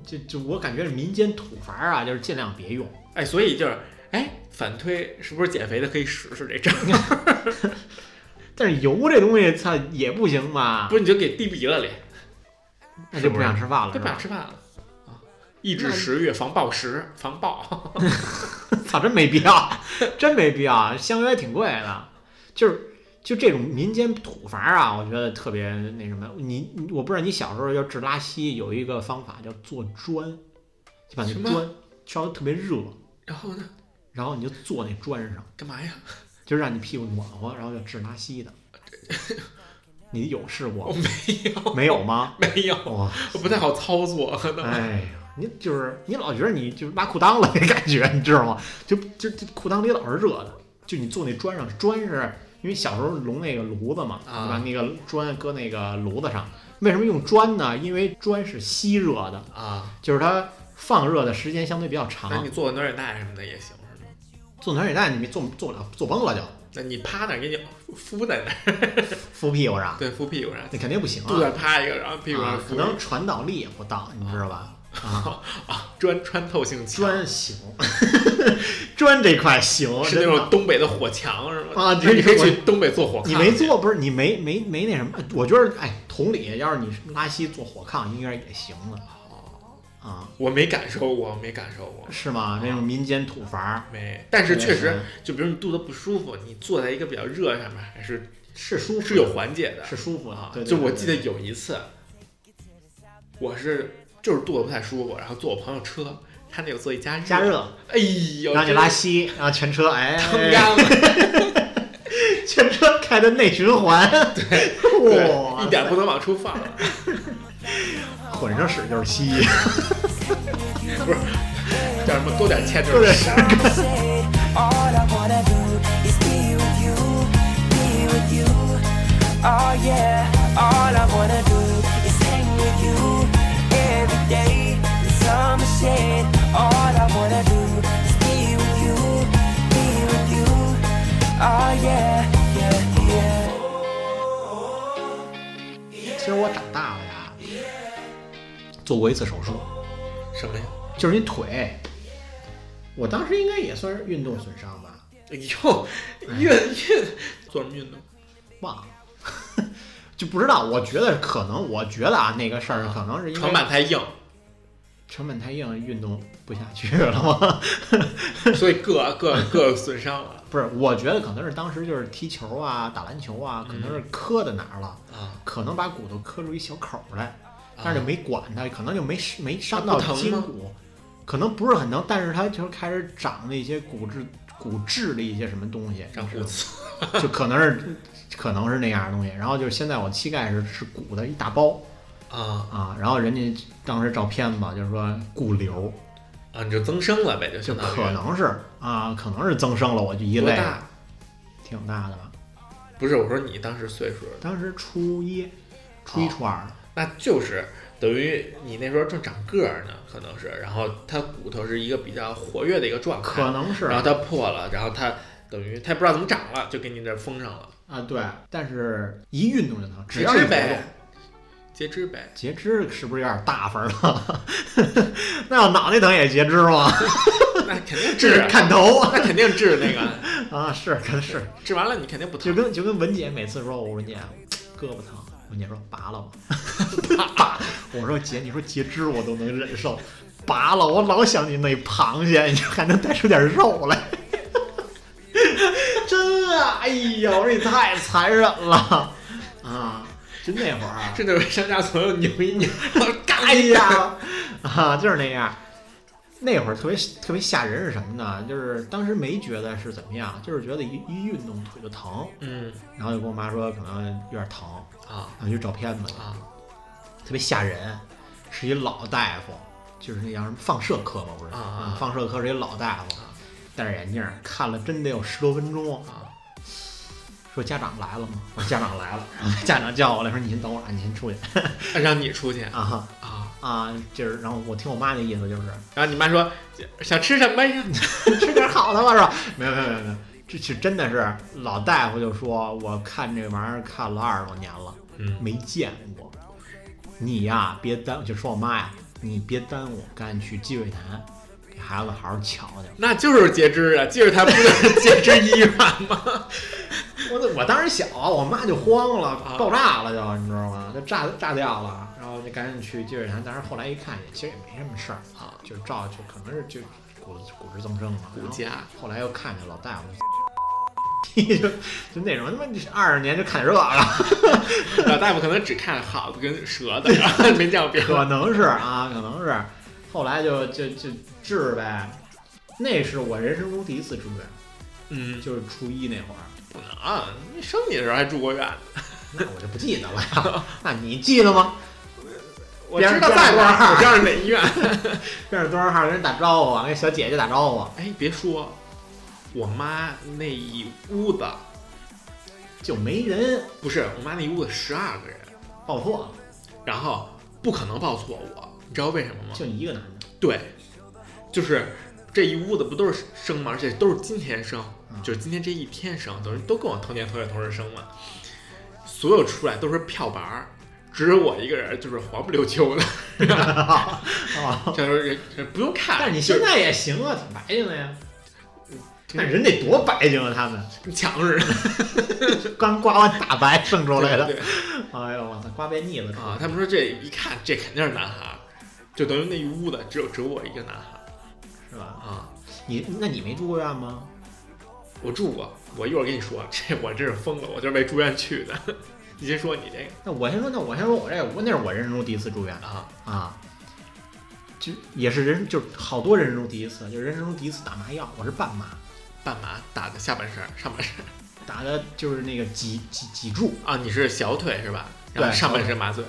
Speaker 1: 就就我感觉民间土法啊，就是尽量别用。
Speaker 2: 哎，所以就是哎，反推是不是减肥的可以试试这招？
Speaker 1: 但是油这东西，它也不行吧？
Speaker 2: 不是你就给滴鼻子里，
Speaker 1: 那就不想吃饭了，是
Speaker 2: 对不想
Speaker 1: 吧？
Speaker 2: 吃饭了啊！抑制食欲，防暴食，防暴。
Speaker 1: 操，真没必要，真没必要。香油也挺贵的，就是就这种民间土法啊，我觉得特别那什么。你你我不知道你小时候要治拉稀有一个方法叫做砖，就把那
Speaker 2: 什么
Speaker 1: 砖烧的特别热，
Speaker 2: 然后呢？
Speaker 1: 然后你就坐那砖上，
Speaker 2: 干嘛呀？
Speaker 1: 就让你屁股暖和，然后就治拉稀的。 你有试过
Speaker 2: 我
Speaker 1: 吗
Speaker 2: 没有，
Speaker 1: 没有吗？
Speaker 2: 没 有，
Speaker 1: 哇，
Speaker 2: 我不太好操作， 可能。
Speaker 1: 哎呀，你就是你老觉得你就是拉裤裆了那感觉，你知道吗？就就就裤裆里老是热的，就你坐那砖上，砖是因为小时候笼那个炉子嘛，
Speaker 2: 啊
Speaker 1: 你把那个砖搁那个炉子上。为什么用砖呢？因为砖是吸热的，
Speaker 2: 啊，
Speaker 1: 就是它放热的时间相对比较
Speaker 2: 那
Speaker 1: 长
Speaker 2: 哎你。做个暖水袋什么的也行，是吗？
Speaker 1: 做暖水袋你没做做不了，做崩了就
Speaker 2: 那你趴那儿给你敷在 那儿，
Speaker 1: 敷屁股上，
Speaker 2: 对，敷屁股上，
Speaker 1: 那肯定不行
Speaker 2: 肚
Speaker 1: 啊。
Speaker 2: 子趴一个，然后屁股上
Speaker 1: 啊，可
Speaker 2: 敷。
Speaker 1: 能传导力也不到，你知道吧？啊，
Speaker 2: 专穿透性强，
Speaker 1: 砖行， 砖这块行，
Speaker 2: 是那
Speaker 1: 真的
Speaker 2: 种东北的火墙是吗？
Speaker 1: 啊，
Speaker 2: 那你可以
Speaker 1: 我
Speaker 2: 去东北做火炕，
Speaker 1: 你没做不是你没没没那什么？我觉得哎，同理，要是你拉稀做火炕，应该也行了
Speaker 2: 哦，哦
Speaker 1: 啊，
Speaker 2: 我没感受过，我没感受过，
Speaker 1: 是吗？那种民间土房
Speaker 2: 没。但是确实
Speaker 1: 嗯，
Speaker 2: 就比如你肚子不舒服，你坐在一个比较热的上面，还是
Speaker 1: 是舒服的，
Speaker 2: 是有缓解的。
Speaker 1: 是舒服
Speaker 2: 啊
Speaker 1: 的，对，对
Speaker 2: 就我
Speaker 1: 对
Speaker 2: 记得
Speaker 1: 对
Speaker 2: 有一次，我是就是肚子不太舒服，然后坐我朋友车，他那有座椅加热，
Speaker 1: 加，热，
Speaker 2: 哎呦，
Speaker 1: 然后你
Speaker 2: 真
Speaker 1: 拉稀，然后全车 哎，
Speaker 2: 撑干了，
Speaker 1: 全车开的内循环，对哇，
Speaker 2: 对， 一点不能往出放，
Speaker 1: 混上屎就是 稀，
Speaker 2: 叫什么多点欠
Speaker 1: 就
Speaker 2: 就是是。
Speaker 3: All I wanna do is be with you, be with you. Oh yeah, all I wanna do is hang with you every day. The summer shade. All I wanna do is be with you, be with you. Oh yeah, yeah, yeah.
Speaker 1: 其实我长大了呀，做过一次手术，
Speaker 2: 什么呀？
Speaker 1: 就是你腿，我当时应该也算是运动损伤吧，
Speaker 2: 哎呦，运运做什么运动？
Speaker 1: 忘了。 就不知道，我觉得可能，我觉得啊，那个事儿可能是因为
Speaker 2: 床板太硬，
Speaker 1: 成本太硬，运动不下去了吗？
Speaker 2: 所以各各各损伤了
Speaker 1: 不是，我觉得可能是当时就是踢球啊、打篮球啊，可能
Speaker 2: 嗯
Speaker 1: 是磕在哪儿了，
Speaker 2: 啊。
Speaker 1: 可能把骨头磕出一小口儿来，但是就没管它，可能就没没伤到
Speaker 2: 不疼吗
Speaker 1: 筋骨，可能不是很疼，但是它就是开始长那些骨质骨质的一些什么东西，
Speaker 2: 长
Speaker 1: 就
Speaker 2: 骨
Speaker 1: 是
Speaker 2: 刺，
Speaker 1: 就可能是可能是那样的东西。然后就是现在我膝盖是是鼓的一大包
Speaker 2: 啊
Speaker 1: 啊，然后人家当时照片嘛，就是说骨瘤，
Speaker 2: 啊，你就增生了呗，就
Speaker 1: 就
Speaker 2: 相当于
Speaker 1: 可能是啊，可能是增生了，我就一
Speaker 2: 多
Speaker 1: 类
Speaker 2: 大？
Speaker 1: 挺大的吧。
Speaker 2: 不是，我说你当时岁数，
Speaker 1: 当时初一，初一
Speaker 2: 哦
Speaker 1: 初二，
Speaker 2: 那就是等于你那时候正长个儿呢，可能是，然后它骨头是一个比较活跃的一个状态，
Speaker 1: 可能是啊
Speaker 2: 然后它破了，然后它等于它也不知道怎么长了，就给你这封上了，
Speaker 1: 啊，对，但是一运动就疼，只
Speaker 2: 截
Speaker 1: 要是
Speaker 2: 肢
Speaker 1: 活动
Speaker 2: 呗。，截肢呗，
Speaker 1: 截肢是不是有点大份儿了？ 那要脑袋疼也截肢吗？
Speaker 2: 那肯定
Speaker 1: 这
Speaker 2: 治
Speaker 1: 是
Speaker 2: 啊，
Speaker 1: 看头
Speaker 2: 那肯定治那个，
Speaker 1: 啊，是，可能是，
Speaker 2: 治完了你肯定不
Speaker 1: 就
Speaker 2: 疼，
Speaker 1: 跟就跟文姐每次说我文姐胳膊疼，文姐说拔了吧， 拔，我说姐，你说截肢我都能忍受，拔了我老想起那螃蟹，你还能带出点肉来， 真啊，哎呦，我说你太残忍了啊！就那会儿啊，
Speaker 2: 这就是上下左右扭一扭，然后嘎
Speaker 1: 哎
Speaker 2: 一下，
Speaker 1: 呀， 啊，就是那样。那会儿特别特别吓人是什么呢？就是当时没觉得是怎么样，就是觉得一一运动腿就疼，
Speaker 2: 嗯
Speaker 1: 然后就跟我妈说可能有点疼，
Speaker 2: 啊
Speaker 1: 然后就照片嘛，
Speaker 2: 啊
Speaker 1: 特别吓人，是一老大夫，就是那叫什么放射科嘛，不是？
Speaker 2: 啊啊
Speaker 1: 嗯放射科是一老大夫， 戴着眼镜儿看了真得有十多分钟，
Speaker 2: 啊，
Speaker 1: 说家长来了吗？我说家长来了，家长叫我来说你先等会儿啊，你先出去
Speaker 2: 让你出去啊
Speaker 1: 啊哈
Speaker 2: 啊，
Speaker 1: 啊，就是然后我听我妈那意思就是
Speaker 2: 然后你妈说想吃什么呀？
Speaker 1: 吃点好的吧，是吧？没有没有没有没有，这是真的是老大夫就说，我看这玩意儿看了二十多年了，
Speaker 2: 嗯
Speaker 1: 没见过。你呀、别耽，就说我妈呀，你别耽误，赶紧去积水潭给孩子好好瞧瞧。
Speaker 2: 那就是截肢啊，接着它不就是 截肢医院吗？
Speaker 1: 我那我当时小啊，我妈就慌了，爆炸了就，你知道吗？就炸炸掉了，然后就赶紧去积水潭。但是后来一看，也其实也没什么事儿，
Speaker 2: 啊，
Speaker 1: 就是照就可能是就骨骨质增生了，
Speaker 2: 骨
Speaker 1: 然后
Speaker 2: 架
Speaker 1: 后来又看见老大夫，就 就那种他妈二十年就看这个，
Speaker 2: 老大夫可能只看好的跟折的， 然后没见过别
Speaker 1: 可
Speaker 2: 的。
Speaker 1: 能是啊，可能是，后来就就就治呗。那是我人生中第一次住院，
Speaker 2: 嗯，
Speaker 1: 就是初一那会儿，
Speaker 2: 不能啊！你生你的时候还住过院，
Speaker 1: 那我就不记得了呀。 那你记得吗？
Speaker 2: 我
Speaker 1: 边
Speaker 2: 知道
Speaker 1: 边
Speaker 2: 在哪
Speaker 1: 边
Speaker 2: 儿，我知道 是哪医院。
Speaker 1: 边上多少号跟人打招呼啊，跟小姐姐打招呼，啊
Speaker 2: 哎，别说，我妈那一屋子
Speaker 1: 就没人
Speaker 2: 不是我妈那一屋子十二个人，
Speaker 1: 报错了，
Speaker 2: 然后不可能报错我，你知道为什么吗？
Speaker 1: 就你一个男的。
Speaker 2: 对，就是这一屋子不都是生吗？而且都是今天生，
Speaker 1: 嗯
Speaker 2: 就是今天这一天生，等于都跟我同年同月同日生嘛。所有出来都是票板儿，只有我一个人就是黄不溜 秋的。
Speaker 1: 啊，
Speaker 2: 他说人不用看，
Speaker 1: 但是你
Speaker 2: 就
Speaker 1: 现
Speaker 2: 是
Speaker 1: 在也行啊，挺白净 的呀。
Speaker 2: 挺
Speaker 1: 但人得多白净啊！他们
Speaker 2: 跟强似的
Speaker 1: 刚刮完大白剩出来的，
Speaker 2: 对
Speaker 1: 哎呦我操，刮变腻了
Speaker 2: 啊。他们说这一看这肯定是男孩儿，就等于那一屋子只有只有我一个男孩儿
Speaker 1: 是吧？
Speaker 2: 啊。
Speaker 1: 你那你没住过院吗？
Speaker 2: 我住过，我一会儿跟你说，这我真是疯了，我就是为住院去的。 你先说你这个
Speaker 1: 那我先说，那我先说我这个，我那是我人生中第一次住院
Speaker 2: 啊，
Speaker 1: 啊，就也是人，就是好多人生中第一次，就是人生中第一次打麻药，我是半麻，
Speaker 2: 半麻打的下半身儿，上半身儿
Speaker 1: 打的就是那个脊脊脊柱，
Speaker 2: 啊，你是小腿是吧？然后
Speaker 1: 对
Speaker 2: 上半身麻醉，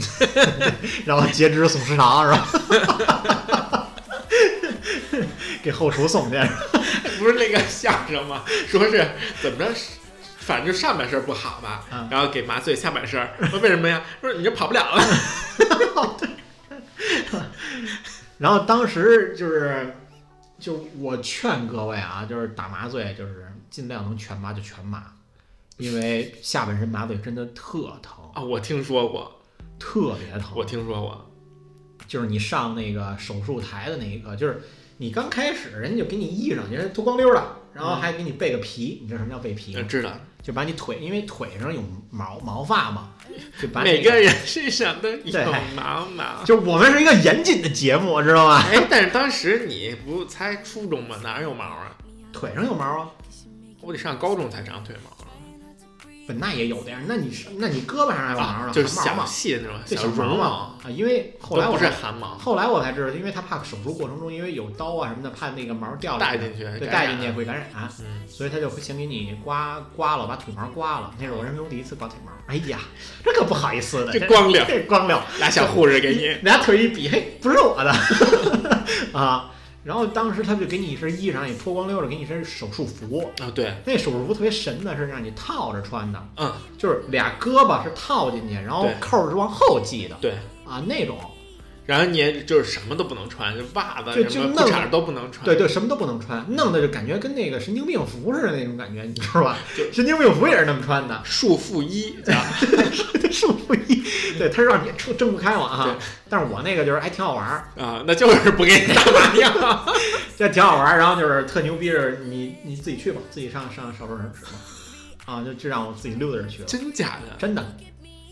Speaker 1: 然后截肢送食堂是吧？ 给后厨送去，
Speaker 2: 不是那个相声吗？ 说是怎么着，反正就上半身不好吧，
Speaker 1: 嗯
Speaker 2: 然后给麻醉下半身。说为什么呀？说你就跑不了啊了。
Speaker 1: 然后当时就是，就我劝各位啊，就是打麻醉，就是尽量能全麻就全麻，因为下半身麻醉真的特疼，
Speaker 2: 啊，我听说过，
Speaker 1: 特别疼。
Speaker 2: 我听说过，
Speaker 1: 就是你上那个手术台的那一刻，就是你刚开始人家就给你熨上，就是脱光溜了，然后还给你备个皮，你知道什么叫备皮
Speaker 2: 嗯，
Speaker 1: 吗？
Speaker 2: 知道。
Speaker 1: 就把你腿，因为腿上有毛毛发嘛，就把
Speaker 2: 每
Speaker 1: 那
Speaker 2: 个人身上都有
Speaker 1: 对
Speaker 2: 毛 毛。
Speaker 1: 就是我们是一个严谨的节目，知道吗？
Speaker 2: 哎，但是当时你不才初中吗？哪有毛啊？
Speaker 1: 腿上有毛啊，
Speaker 2: 我得上高中才长腿毛啊。
Speaker 1: 本那也有的呀。那你是那你胳膊上还有毛
Speaker 2: 啊，
Speaker 1: 呢，
Speaker 2: 就是
Speaker 1: 汗毛
Speaker 2: 小
Speaker 1: 嘛，
Speaker 2: 细的那种
Speaker 1: 对小
Speaker 2: 绒
Speaker 1: 毛嘛，啊，因为后来
Speaker 2: 都
Speaker 1: 我
Speaker 2: 不是
Speaker 1: 才
Speaker 2: 汗毛，
Speaker 1: 后来我才知道，因为他怕手术过程中因为有刀啊什么的，怕那个毛掉下
Speaker 2: 带
Speaker 1: 来
Speaker 2: 进去，
Speaker 1: 对，
Speaker 2: 感
Speaker 1: 带
Speaker 2: 染
Speaker 1: 进去。会感染、
Speaker 2: 嗯，
Speaker 1: 所以他就会先给你刮刮了，把腿毛刮了。那是我人生中第一次刮腿毛，哎呀，这可不好意思的，
Speaker 2: 这光溜，
Speaker 1: 这光溜，
Speaker 2: 俩小护士给你。
Speaker 1: 俩腿一比，嘿，不是我的 啊。然后当时他就给你一身衣裳，也脱光溜了，给你一身手术服。
Speaker 2: 啊，对，
Speaker 1: 那手术服特别神的是让你套着穿的，
Speaker 2: 嗯，
Speaker 1: 就是俩胳膊是套进去，然后
Speaker 2: 对
Speaker 1: 扣儿是往后系的
Speaker 2: 对。
Speaker 1: 啊那种。
Speaker 2: 然后你也就是什么都不能穿，就袜
Speaker 1: 就
Speaker 2: 子、
Speaker 1: 就
Speaker 2: 什么
Speaker 1: 弄
Speaker 2: 裤衩都不能穿。
Speaker 1: 对对，什么都不能穿，弄的就感觉跟那个神经病服似的那种感觉，你知道吧
Speaker 2: 就？
Speaker 1: 神经病服也是那么穿 的，
Speaker 2: 束缚衣叫
Speaker 1: 是不一，对，他是让你睁睁不开我啊
Speaker 2: 对。
Speaker 1: 但是我那个就是还挺好玩 儿，
Speaker 2: 啊，那就是不给你打麻药。
Speaker 1: 这挺好玩儿，然后就是特牛逼是，你你自己去吧，自己上上手术室吧，啊，就就让我自己溜达着去了，
Speaker 2: 真假的？
Speaker 1: 真的，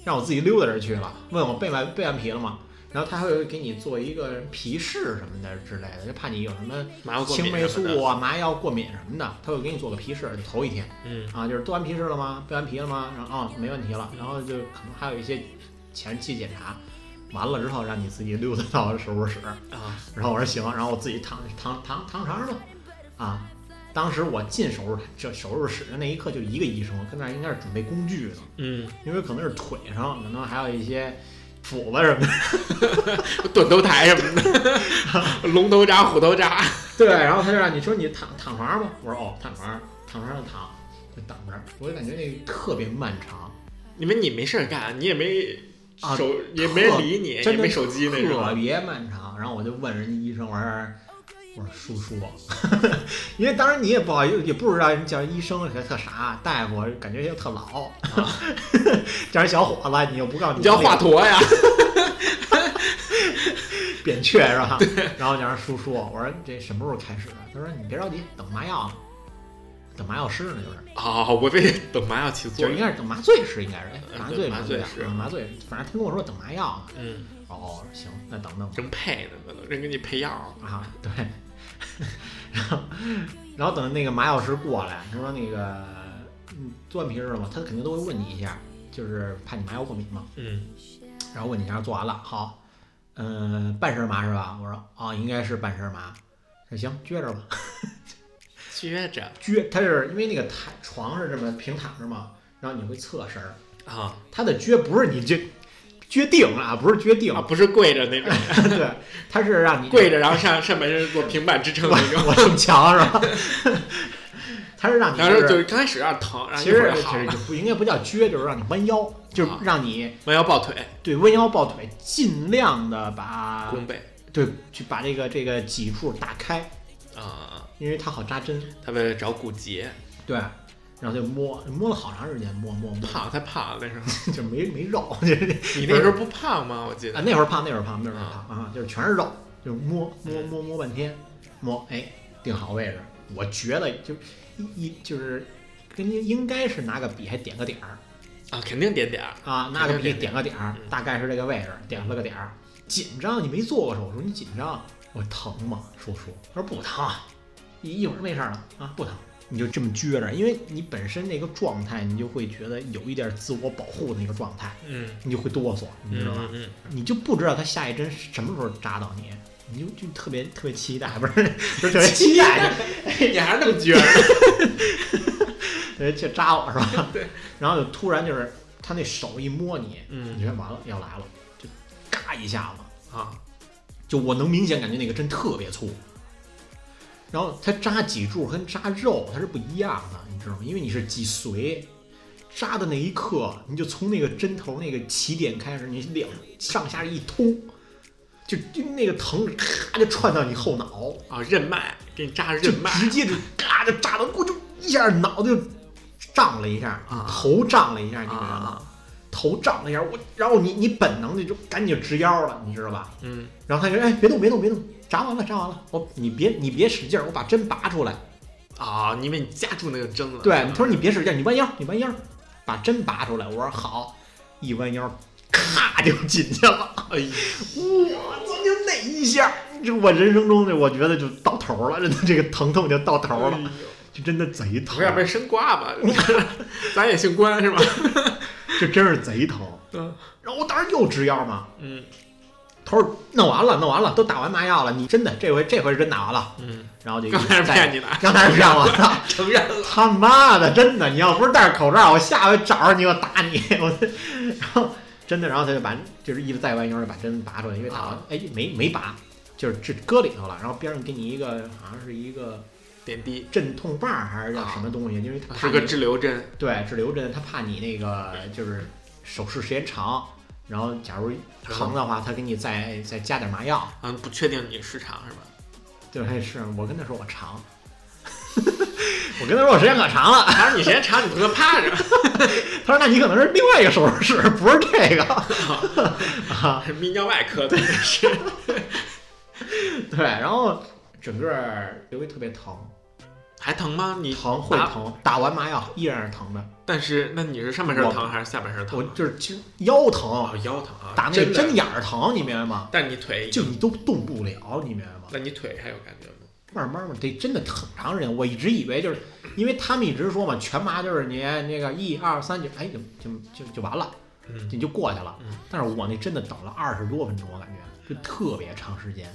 Speaker 1: 让我自己溜达着去了，问我备完备完皮了吗？然后他还会给你做一个皮试什么的之类的，就怕你有什么
Speaker 2: 麻药过敏
Speaker 1: 青霉
Speaker 2: 什么
Speaker 1: 素
Speaker 2: 的。
Speaker 1: 啊、麻药过敏什么的，他会给你做个皮试，就头一天
Speaker 2: 嗯，
Speaker 1: 啊，就是做完皮试了吗？备完皮了吗？然后啊、没问题了，然后就可能还有一些前期检查，完了之后让你自己溜达到手术室，
Speaker 2: 啊，
Speaker 1: 然后我说行，然后我自己躺躺躺躺床上吧，啊。当时我进手术这手术室的那一刻，就一个医生，跟那儿应该是准备工具呢，
Speaker 2: 嗯，
Speaker 1: 因为可能是腿上，可能还有一些斧子什么的。
Speaker 2: 断头台什么的， 龙头铡、虎头铡。
Speaker 1: 对，然后他就让你说你躺躺床上吧，我说哦，躺床上，躺床上躺，就躺着。我就感觉那个特别漫长，
Speaker 2: 你们你没事儿干，你也没
Speaker 1: 啊
Speaker 2: 手，也没人理你，也
Speaker 1: 真的
Speaker 2: 没手机那
Speaker 1: 特
Speaker 2: 种。啊
Speaker 1: 别漫长。然后我就问人家医生，我说我说叔叔，啊 因为当然你也不好意思，也不知道人叫人医生还特啥，大夫感觉又特老，啊 叫人小伙子，你又不告诉
Speaker 2: 你叫华佗 呀？
Speaker 1: 扁鹊是吧？然后叫人叔叔，我说这什么时候开始啊？他说你别着急，等麻药呢，等麻药师呢，就是。
Speaker 2: 啊，我被等麻药起作
Speaker 1: 就应
Speaker 2: 用。
Speaker 1: 该是等麻醉师，应该是哎
Speaker 2: 嗯
Speaker 1: 麻
Speaker 2: 对
Speaker 1: 醉
Speaker 2: 麻醉
Speaker 1: 醉
Speaker 2: 师
Speaker 1: 啊麻醉，反正他跟我说等麻药呢。
Speaker 2: 嗯，
Speaker 1: 哦，行，那等等
Speaker 2: 正配呢，那都人给你配药。嗯
Speaker 1: 啊，对。 然后，然后等那个麻药师过来，他说那个嗯，做完皮试了吗？他肯定都会问你一下，就是怕你麻药过敏嘛。
Speaker 2: 嗯，
Speaker 1: 然后问你一下做完了，好，嗯、半身麻是吧？我说啊、应该是半身麻。那行，撅着吧。
Speaker 2: 撅着
Speaker 1: 撅，他是因为那个台床是这么平躺着嘛，然后你会侧身儿。
Speaker 2: 啊
Speaker 1: 他的撅不是你撅撅腚啊，不是撅腚，
Speaker 2: 啊，不是跪着那种，
Speaker 1: 对，他是让你
Speaker 2: 跪着然后上上半身做平板支撑那 种。
Speaker 1: 我我挺强是吧？ 他是让你
Speaker 2: 然
Speaker 1: 就
Speaker 2: 后就是是刚开始有点疼，然后
Speaker 1: 其
Speaker 2: 一会儿
Speaker 1: 实
Speaker 2: 就
Speaker 1: 其
Speaker 2: 好
Speaker 1: 实
Speaker 2: 了，
Speaker 1: 就不应该不叫撅，就是让你弯腰，就是
Speaker 2: 啊
Speaker 1: 让你
Speaker 2: 弯腰抱腿，
Speaker 1: 对弯腰抱腿，尽量的把
Speaker 2: 弓背
Speaker 1: 对去把这个这个脊柱打开，
Speaker 2: 啊，
Speaker 1: 因为它好扎针。
Speaker 2: 他为了找骨节
Speaker 1: 对，啊然后就摸摸了好长时间，摸摸摸，
Speaker 2: 胖太胖了那时候，
Speaker 1: 就没没肉， 就是
Speaker 2: 你那时候不胖吗？我记
Speaker 1: 啊
Speaker 2: 得，
Speaker 1: 那会儿胖，那会儿胖，那会儿胖啊，就是全是肉，就是摸摸摸摸半天，摸哎定好位置，我觉得就一一就是跟您应该是拿个笔还点个点儿
Speaker 2: 啊，肯定点点儿，
Speaker 1: 啊，拿个笔
Speaker 2: 点
Speaker 1: 点个点儿，
Speaker 2: 嗯
Speaker 1: 大概是这个位置，点了个点儿。紧张，你没做过手术，你紧张，我疼吗？叔叔，他说不疼，一一会儿没事儿了啊，不疼。你就这么撅着，因为你本身那个状态，你就会觉得有一点自我保护的那个状态，
Speaker 2: 嗯
Speaker 1: 你就会哆嗦，你知道吧？
Speaker 2: 嗯嗯，
Speaker 1: 你就不知道他下一针是什么时候扎到你，你就就特别特别期待，不是不 是特别期待，就
Speaker 2: 嗯你还是那么 撅着，
Speaker 1: 特别去扎我是吧？
Speaker 2: 对。
Speaker 1: 然后就突然就是他那手一摸你，你
Speaker 2: 嗯
Speaker 1: 觉得完了要来了，就嘎一下子，
Speaker 2: 啊，
Speaker 1: 就我能明显感觉那个针特别粗。然后它扎脊柱跟扎肉它是不一样的，你知道吗？因为你是脊髓，扎的那一刻，你就从那个针头那个起点开始，你两上下一通，就就那个疼咔就窜到你后脑，
Speaker 2: 啊，任脉给你扎着
Speaker 1: 就
Speaker 2: 任脉，
Speaker 1: 直接就嘎就扎到，我就一下脑子就胀了一下，
Speaker 2: 啊
Speaker 1: 头胀了一下，你知道吗？
Speaker 2: 啊，
Speaker 1: 头胀了一下，我然后你你本能的就赶紧就直腰了，你知道吧？
Speaker 2: 嗯
Speaker 1: 然后他就说：“哎，别动，别动，别动，扎完了，扎完了，我你别你别使劲儿，我把针拔出来。
Speaker 2: 啊，因为你夹住那个针了，嗯
Speaker 1: 对，他说你别使劲儿，你弯腰，你弯腰，把针拔出来。我说好，一弯腰，咔就进去了。
Speaker 2: 哎呀，
Speaker 1: 哇，这就那一下，这我人生中的我觉得就到头了，真的这个疼痛就到头了，
Speaker 2: 哎呦
Speaker 1: 就真的贼疼
Speaker 2: 我，要不然生瓜 吧，咱也姓关是吧？
Speaker 1: 这真是贼疼。
Speaker 2: 嗯
Speaker 1: 然后我当时又直腰嘛，
Speaker 2: 嗯
Speaker 1: 他说弄完了，弄完了，都打完麻药了，你真的这回这回是真打完了。
Speaker 2: 嗯，
Speaker 1: 然后就
Speaker 2: 刚才是骗
Speaker 1: 你，
Speaker 2: 你的，
Speaker 1: 刚才是骗我的。”
Speaker 2: 承认了，
Speaker 1: 他妈的，真的！你要不是戴着口罩，我下回找着你，我打你！ 我，然后真的，然后他就把就是一直再弯腰就把针拔出来，因为打完
Speaker 2: 啊
Speaker 1: 哎没没拔，就是这搁里头了。然后边上给你一个好像是一个
Speaker 2: 点滴
Speaker 1: 镇痛棒儿还是叫什么东西，因为他怕
Speaker 2: 啊是
Speaker 1: 啊你
Speaker 2: 个滞留针，
Speaker 1: 对滞留针，他怕你那个就是手术时间长，然后假如疼的话，他给你再再加点麻药。
Speaker 2: 嗯，不确定你时长是吧？
Speaker 1: 对，是我跟他说我长， 我跟他说我时间可长了。
Speaker 2: 反正你时间长，你不能趴 着，
Speaker 1: 他说：“那你可能是另外一个手术室，不是这个。啊
Speaker 2: 泌尿外科的是，”
Speaker 1: 对，然后整个儿就会特别疼，
Speaker 2: 还疼吗？你
Speaker 1: 疼会
Speaker 2: 打
Speaker 1: 疼，打完麻药依然是疼的。
Speaker 2: 但是那你是上半身
Speaker 1: 我
Speaker 2: 疼还是下半身
Speaker 1: 我
Speaker 2: 疼？啊
Speaker 1: 就是其实腰疼，
Speaker 2: 哦，腰疼啊，
Speaker 1: 打那个
Speaker 2: 真
Speaker 1: 针
Speaker 2: 的，
Speaker 1: 眼儿疼，你明白吗？
Speaker 2: 但你腿
Speaker 1: 就你都动不了，你明白吗？
Speaker 2: 那你腿还有感觉吗？
Speaker 1: 慢慢慢，得真的很长时间。我一直以为就是，因为他们一直说嘛，全麻就是你那个一二三就哎就就就就完了，
Speaker 2: 嗯
Speaker 1: 你就过去了
Speaker 2: 嗯。
Speaker 1: 但是我那真的等了二十多分钟，我感觉就特别长时间。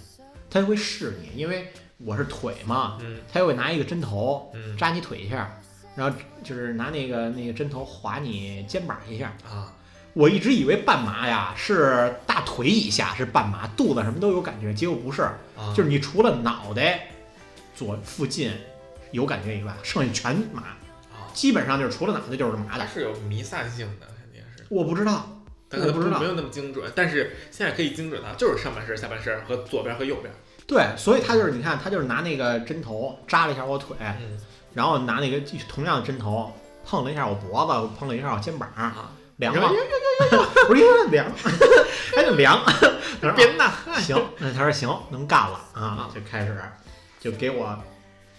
Speaker 1: 他会试你，因为我是腿嘛，
Speaker 2: 嗯
Speaker 1: 他会拿一个针头
Speaker 2: 嗯
Speaker 1: 扎你腿一下，然后就是拿那个那个针头划你肩膀一下。
Speaker 2: 啊，
Speaker 1: 我一直以为半麻呀是大腿以下是半麻，肚子什么都有感觉，结果不是，
Speaker 2: 啊
Speaker 1: 就是你除了脑袋左附近有感觉以外，剩下全麻，
Speaker 2: 啊，
Speaker 1: 基本上就是除了脑袋就是麻
Speaker 2: 它
Speaker 1: 的。
Speaker 2: 是有弥散性的，肯定是。
Speaker 1: 我不知道，
Speaker 2: 但可
Speaker 1: 我不知
Speaker 2: 能
Speaker 1: 道
Speaker 2: 没有那么精准，但是现在可以精准到，就是上半身、下半身和左边和右边。
Speaker 1: 对，所以他就是你看，他就是拿那个针头扎了一下我腿，
Speaker 2: 嗯
Speaker 1: 然后拿那个同样的针头碰了一下我脖子，碰了一下我肩膀，
Speaker 2: 啊，
Speaker 1: 凉
Speaker 2: 然
Speaker 1: 吗
Speaker 2: 后？
Speaker 1: 我说哟凉，还得凉。他说
Speaker 2: 别呐，
Speaker 1: 啊行，那他说行，能干了啊
Speaker 2: 啊，
Speaker 1: 就开始就给我，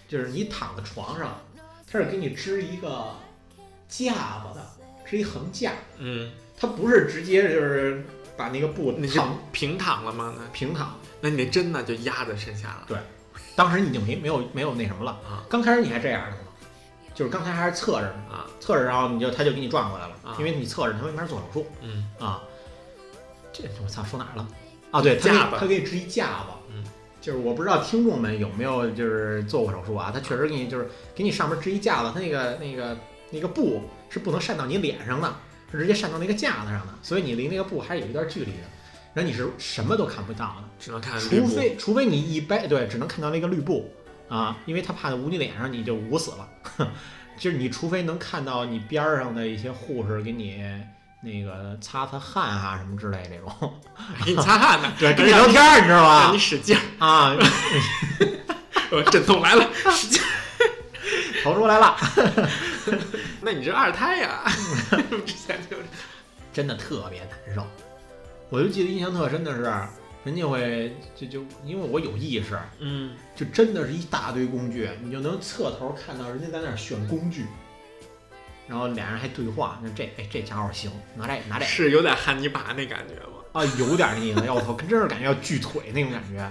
Speaker 1: 就是你躺在床上，他是给你支一个架子的，支一横架，
Speaker 2: 嗯，
Speaker 1: 他不是直接就是把那个布
Speaker 2: 你是
Speaker 1: 躺
Speaker 2: 平躺了吗？那
Speaker 1: 平躺。
Speaker 2: 那你那针呢就压在身下了。
Speaker 1: 当时你就没没有没有那什么了
Speaker 2: 啊，
Speaker 1: 刚开始你还这样呢嘛，就是刚才还是侧着呢，
Speaker 2: 啊，
Speaker 1: 侧着，然后你就他就给你转过来了
Speaker 2: 啊，
Speaker 1: 因为你侧着他没法做手术。
Speaker 2: 嗯
Speaker 1: 啊，这我操说哪儿了？啊，对，他给
Speaker 2: 架子
Speaker 1: 他给你支一架子，
Speaker 2: 嗯，
Speaker 1: 就是我不知道听众们有没有就是做过手术啊，他确实给你就是给你上面支一架子，他那个那个那个布是不能扇到你脸上的，是直接扇到那个架子上的，所以你离那个布还是有一段距离的。然后你是什么都看不到的，
Speaker 2: 只能看绿
Speaker 1: 除
Speaker 2: 幕
Speaker 1: 非除非你一掰，对，只能看到那个绿布啊，因为他怕捂你脸上，你就捂死了。 就是你除非能看到你边儿上的一些护士给你那个擦擦汗啊什么之类这种，
Speaker 2: 给你擦汗呢
Speaker 1: ，对，跟你聊天儿，你知道
Speaker 2: 让
Speaker 1: 吧
Speaker 2: 你？使劲 儿，
Speaker 1: 啊，
Speaker 2: 我阵痛来了，使劲儿。
Speaker 1: 头出来了，
Speaker 2: 那你这二胎 呀，之前就
Speaker 1: 真的特别难受。我就记得印象特深的是，人家会就就因为我有意识，
Speaker 2: 嗯，
Speaker 1: 就真的是一大堆工具，你就能侧头看到人家在那儿选工具，然后俩人还对话，那这哎这家伙行，拿这拿这
Speaker 2: 是有点汉尼拔那感觉吗？
Speaker 1: 啊，有点那意思，要头跟真是感觉要锯腿那种感觉。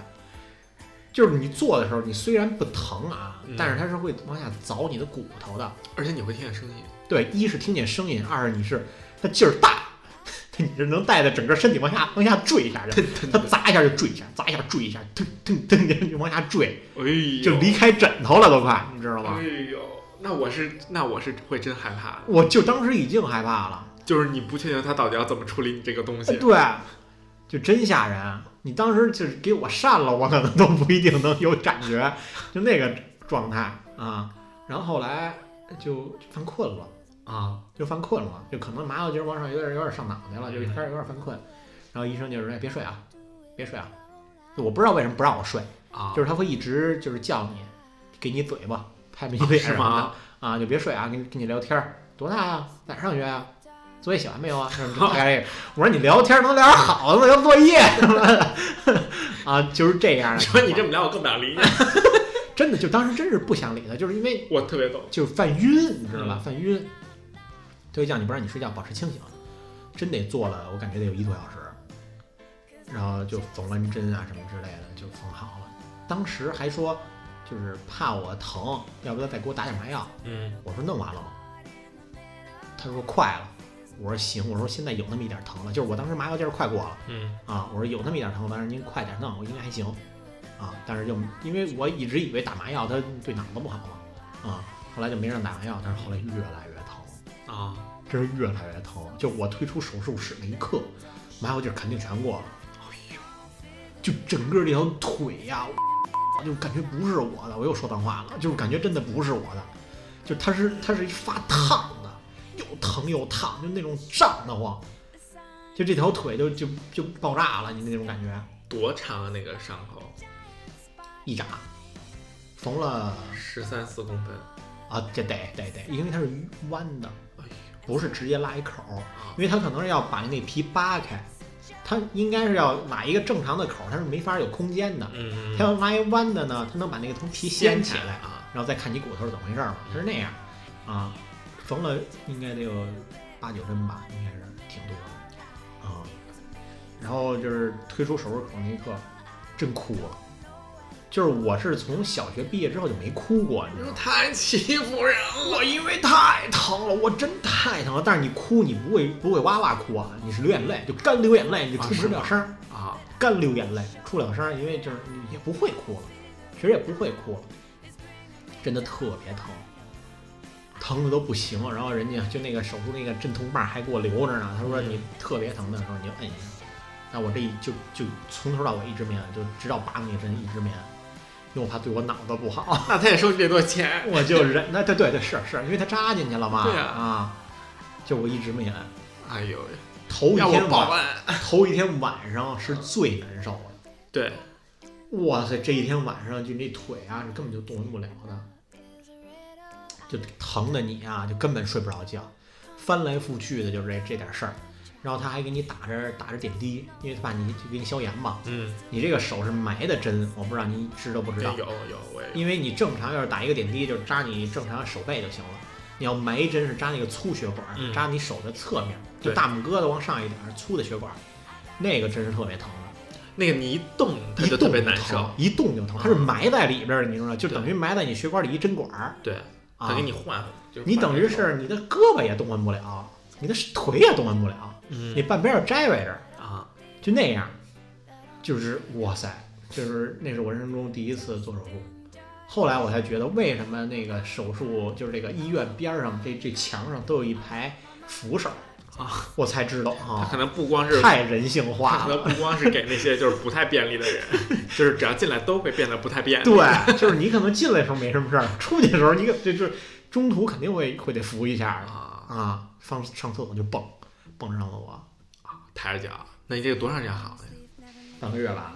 Speaker 1: 就是你坐的时候，你虽然不疼啊，
Speaker 2: 嗯
Speaker 1: 但是它是会往下凿你的骨头的。
Speaker 2: 而且你会听见声音，
Speaker 1: 对，一是听见声音，二是你是它劲儿大， 你是能带着整个身体往下往下坠一下去，它砸一下就坠一下，砸一下坠一下，腾腾腾就往下坠，
Speaker 2: 哎呦，
Speaker 1: 就离开枕头了都快，你知道吗
Speaker 2: 哎？呦，那我是那我是会真害怕的，
Speaker 1: 我就当时已经害怕了，
Speaker 2: 就是你不确定他到底要怎么处理你这个东
Speaker 1: 哎
Speaker 2: 西，
Speaker 1: 对，就真吓人。你当时就是给我扇了，我可能都不一定能有感觉， 就那个状态啊。然后后来就犯困了。
Speaker 2: 啊，
Speaker 1: 就犯困了，就可能麻药劲儿往上有点有点上脑袋
Speaker 2: 嗯
Speaker 1: 了，就开始有点犯困。然后医生就说：“哎，别睡啊，别睡啊！”就我不知道为什么不让我睡，
Speaker 2: 啊，
Speaker 1: 就是他会一直就是叫你，给你嘴巴，拍你脸
Speaker 2: 哦是
Speaker 1: 什
Speaker 2: 吗
Speaker 1: 么的啊，就别睡啊，跟你跟你聊天儿，多大呀？哪儿上学呀？作业写完没有啊？什么 这大概这个我说你聊天儿能聊点好的，那叫作业 啊，就是这样的。
Speaker 2: 说你这么聊，我更不想 理你，
Speaker 1: 真的就当时真是不想理他，就是因为
Speaker 2: 我特别懂，
Speaker 1: 就是犯晕，你知道
Speaker 2: 嗯
Speaker 1: 吧？犯晕，特别叫你不让你睡觉，保持清醒，真得做了，我感觉得有一个多小时，然后就缝完针啊什么之类的就缝好了。当时还说就是怕我疼，要不他再给我打点麻药。
Speaker 2: 嗯，
Speaker 1: 我说弄完了吗？他说快了。我说行，我说现在有那么一点疼了，就是我当时麻药劲儿快过了
Speaker 2: 嗯，
Speaker 1: 啊。我说有那么一点疼，但是您快点弄，我应该还行啊。但是就因为我一直以为打麻药它对脑子不好嘛啊，后来就没让打麻药，但是后来越来越疼，
Speaker 2: 啊，
Speaker 1: 真是越来越疼。就我退出手术室那一刻，麻药劲儿肯定全过了。就整个这条腿呀、我就感觉不是我的。我又说脏话了，就是感觉真的不是我的，就它是它是一发烫的，又疼又烫，就那种胀得慌，就这条腿就就就爆炸了，你那种感觉
Speaker 2: 多长啊那个伤口？
Speaker 1: 一扎，缝了
Speaker 2: 十三四公分，
Speaker 1: 啊，这得得得，因为它是弯的，
Speaker 2: 哎呦，
Speaker 1: 不是直接拉一口儿，
Speaker 2: 啊
Speaker 1: 因为它可能是要把那皮扒开，它应该是要拉一个正常的口儿，它是没法有空间的。
Speaker 2: 嗯
Speaker 1: 它，要拉一弯的呢，它能把那个从皮掀起来，
Speaker 2: 啊，
Speaker 1: 然后再看你骨头是怎么回事儿嘛，它是那样啊，缝了应该得有八九针吧，应该是挺多的啊。然后就是推出手术口那一刻，真哭了，就是我是从小学毕业之后就没哭过，你知道吗？
Speaker 2: 太欺负人了，
Speaker 1: 我因为太疼了，我真太疼了。但是你哭，你不会不会哇哇哭啊，你是流眼泪，就干流眼泪，你
Speaker 2: 啊
Speaker 1: 出
Speaker 2: 是
Speaker 1: 不了
Speaker 2: 吗
Speaker 1: 声儿。
Speaker 2: 啊，
Speaker 1: 干流眼泪，出两声，因为就是你也不会哭了，其实也不会哭了，真的特别疼，疼的都不行了。然后人家就那个手术那个镇痛棒还给我留着呢，他说
Speaker 2: 嗯
Speaker 1: 你特别疼的时候你就摁一下。那我这一就就从头到尾一直没摁，就直到拔那个针一直没摁，因为我怕对我脑子不好。
Speaker 2: 那他也收你这多钱，
Speaker 1: 我就忍，那对对对是是，因为他扎进去了嘛，
Speaker 2: 对啊
Speaker 1: 啊，就我一直没摁。
Speaker 2: 哎呦喂，
Speaker 1: 头一
Speaker 2: 要我
Speaker 1: 天
Speaker 2: 报
Speaker 1: 晚，
Speaker 2: 案，
Speaker 1: 头一天晚上是最难受的。
Speaker 2: 对，
Speaker 1: 哇塞，这一天晚上就那腿啊，你根本就动弹不了的，就疼的你啊，就根本睡不着觉，翻来覆去的就是这这点事儿。然后他还给你打着打着点滴，因为他怕你就给你消炎嘛。
Speaker 2: 嗯，
Speaker 1: 你这个手是埋的针，我不知道你知道不知
Speaker 2: 有
Speaker 1: 道，
Speaker 2: 有我也有，
Speaker 1: 因为你正常要是打一个点滴，就是扎你正常手背就行了。你要埋一针是扎那个粗血管，
Speaker 2: 嗯
Speaker 1: 扎你手的侧面，就
Speaker 2: 对
Speaker 1: 大拇哥的往上一点儿粗的血管，那个真是特别疼的。啊
Speaker 2: 那个你一动他
Speaker 1: 一
Speaker 2: 就
Speaker 1: 动
Speaker 2: 特别
Speaker 1: 就
Speaker 2: 难
Speaker 1: 疼
Speaker 2: 受，，嗯
Speaker 1: 一动就疼，它是埋在里边儿的，你知道吗？就等于埋在你血管里一针管儿
Speaker 2: 对，他
Speaker 1: 啊
Speaker 2: 给。你换，就是
Speaker 1: 你
Speaker 2: 换
Speaker 1: 等于
Speaker 2: 这种，
Speaker 1: 是你的胳膊也动弹不了，你的腿也动弹不了，你
Speaker 2: 嗯
Speaker 1: 半边儿要摘为这，
Speaker 2: 啊，
Speaker 1: 就那样，就是哇塞，就是那是我人生中第一次做手术。后来我才觉得，为什么那个手术就是这个医院边儿上这这墙上都有一排扶手
Speaker 2: 啊？
Speaker 1: 我才知道
Speaker 2: 他
Speaker 1: 啊
Speaker 2: 可，能不光是
Speaker 1: 太人性
Speaker 2: 他
Speaker 1: 化
Speaker 2: 可
Speaker 1: 了。
Speaker 2: 能不光是给那些就是不太便利的人， 就是只要进来都会变得不太便利。
Speaker 1: 对，就是你可能进来的时候没什么事儿，出去的时候你可这就是中途肯定会会得扶一下的
Speaker 2: 啊，
Speaker 1: 啊，上上厕所就蹦蹦上厕所，
Speaker 2: 抬着脚，那你这个多长时间好的呀？
Speaker 1: 半个月吧，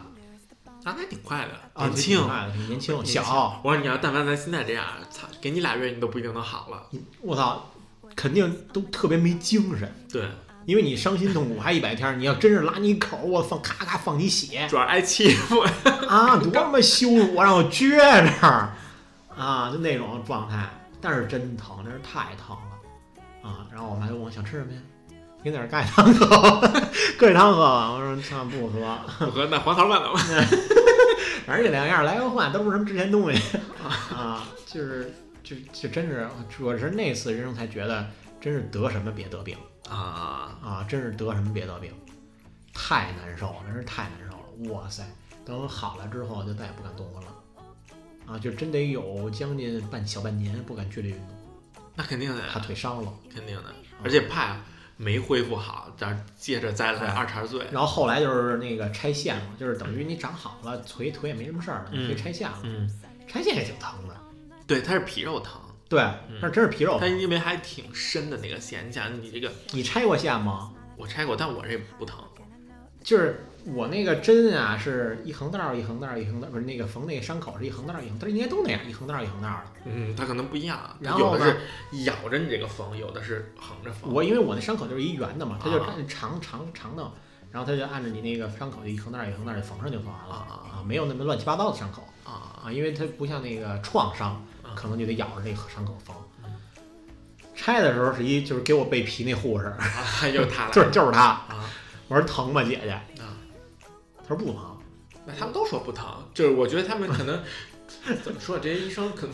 Speaker 2: 咱还挺快的，
Speaker 1: 啊，
Speaker 2: 年轻。
Speaker 1: 挺快的挺年轻，小，
Speaker 2: 我说你要但凡咱现在这样，操，给你俩月你都不一定能好了。
Speaker 1: 你我操，肯定都特别没精神，
Speaker 2: 对，
Speaker 1: 因为你伤心痛苦还一百天儿，你要真是拉你一口，我放咔咔放你血
Speaker 2: 主要是挨欺负。
Speaker 1: 啊，多他妈羞辱我，让我撅着儿啊，就那种状态。但是真疼，真是太疼了啊！然后我妈就问我想吃什么呀，给点儿盖汤喝， 盖汤喝吧。我说操不喝，
Speaker 2: 我和那黄桃罐头吧。
Speaker 1: 反正这两样来回换，都不是什么值钱东西啊，就是就就真是，我是那次人生才觉得，真是得什么别得病
Speaker 2: 啊，
Speaker 1: 啊，真是得什么别得病，太难受了，真是太难受了，哇塞！等我好了之后，就再也不敢动了啊，就真得有将近半小半年不敢剧烈运动，
Speaker 2: 那肯定的
Speaker 1: 怕
Speaker 2: 呀，
Speaker 1: 腿伤了。
Speaker 2: 肯定的，而且怕没恢复好，但是接着再来二茬罪。
Speaker 1: 然后后来就是那个拆线嘛，就是等于你长好了，腿腿也没什么事儿了，
Speaker 2: 嗯
Speaker 1: 你可以拆线了，
Speaker 2: 嗯，
Speaker 1: 拆线也挺疼的，
Speaker 2: 对，它是皮肉疼，
Speaker 1: 对，
Speaker 2: 嗯
Speaker 1: 那真是皮肉
Speaker 2: 它
Speaker 1: 疼。
Speaker 2: 因为还挺深的那个线。你想，你这个
Speaker 1: 你拆过线吗？
Speaker 2: 我拆过，但我这不疼。
Speaker 1: 就是我那个针啊，是一横道儿一横道儿一横道儿，不是那个缝那个伤口是一横道儿一横道儿，它应该都那样，一横道儿一横道儿的。
Speaker 2: 嗯，它可能不一样，
Speaker 1: 然
Speaker 2: 有
Speaker 1: 后
Speaker 2: 的
Speaker 1: 呢
Speaker 2: 是咬着你这个缝，有的是横着缝。
Speaker 1: 我因为我那伤口就是一圆的嘛，它就
Speaker 2: 啊
Speaker 1: 长长长的，然后它就按着你那个伤口就一横道儿一横道儿就缝上就缝完了
Speaker 2: 啊啊
Speaker 1: 啊，没有那么乱七八糟的伤口
Speaker 2: 啊，
Speaker 1: 啊，因为它不像那个创伤
Speaker 2: 啊，嗯
Speaker 1: 可能就得咬着那个伤口缝。拆的时候是一就是给我备皮那护士，
Speaker 2: 啊又它来
Speaker 1: 就是
Speaker 2: 了
Speaker 1: 就是他，
Speaker 2: 啊。
Speaker 1: 我说疼吗姐姐？
Speaker 2: 啊
Speaker 1: 他说不疼，
Speaker 2: 那他们都说不疼，就是我觉得他们 可能怎么说，这些医生可能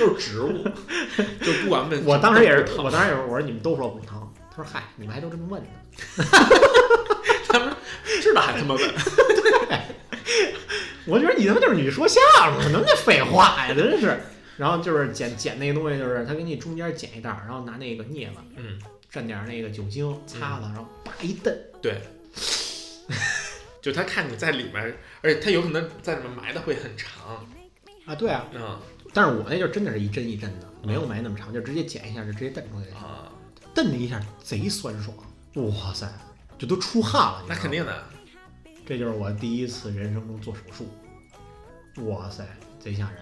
Speaker 2: 都是植 物，就不管问。
Speaker 1: 我当时也是，
Speaker 2: 疼，
Speaker 1: 我当时也是，我说你们都说不疼，他说嗨，你们还都这么问呢。
Speaker 2: 他们知道还他妈问，
Speaker 1: 我觉得你他妈就是你说相声，能那废话呀，真是。然后就是剪剪那个东西，就是他给你中间剪一袋儿，然后拿那个镊子
Speaker 2: 嗯，
Speaker 1: 蘸点儿那个酒精擦擦，然后叭一蹬，
Speaker 2: 对， 就他看你在里面，而且他有可能在里面埋的会很长，
Speaker 1: 啊，对啊。
Speaker 2: 嗯
Speaker 1: 但是我那就真的是一针一针的，没有埋那么长，就直接剪一下就直接蹬出去，
Speaker 2: 啊，
Speaker 1: 蹬了一下贼酸爽，哇塞，就都出汗了。你知道
Speaker 2: 那
Speaker 1: 吗
Speaker 2: 肯定的，
Speaker 1: 这就是我第一次人生中做手术，哇塞，贼吓人。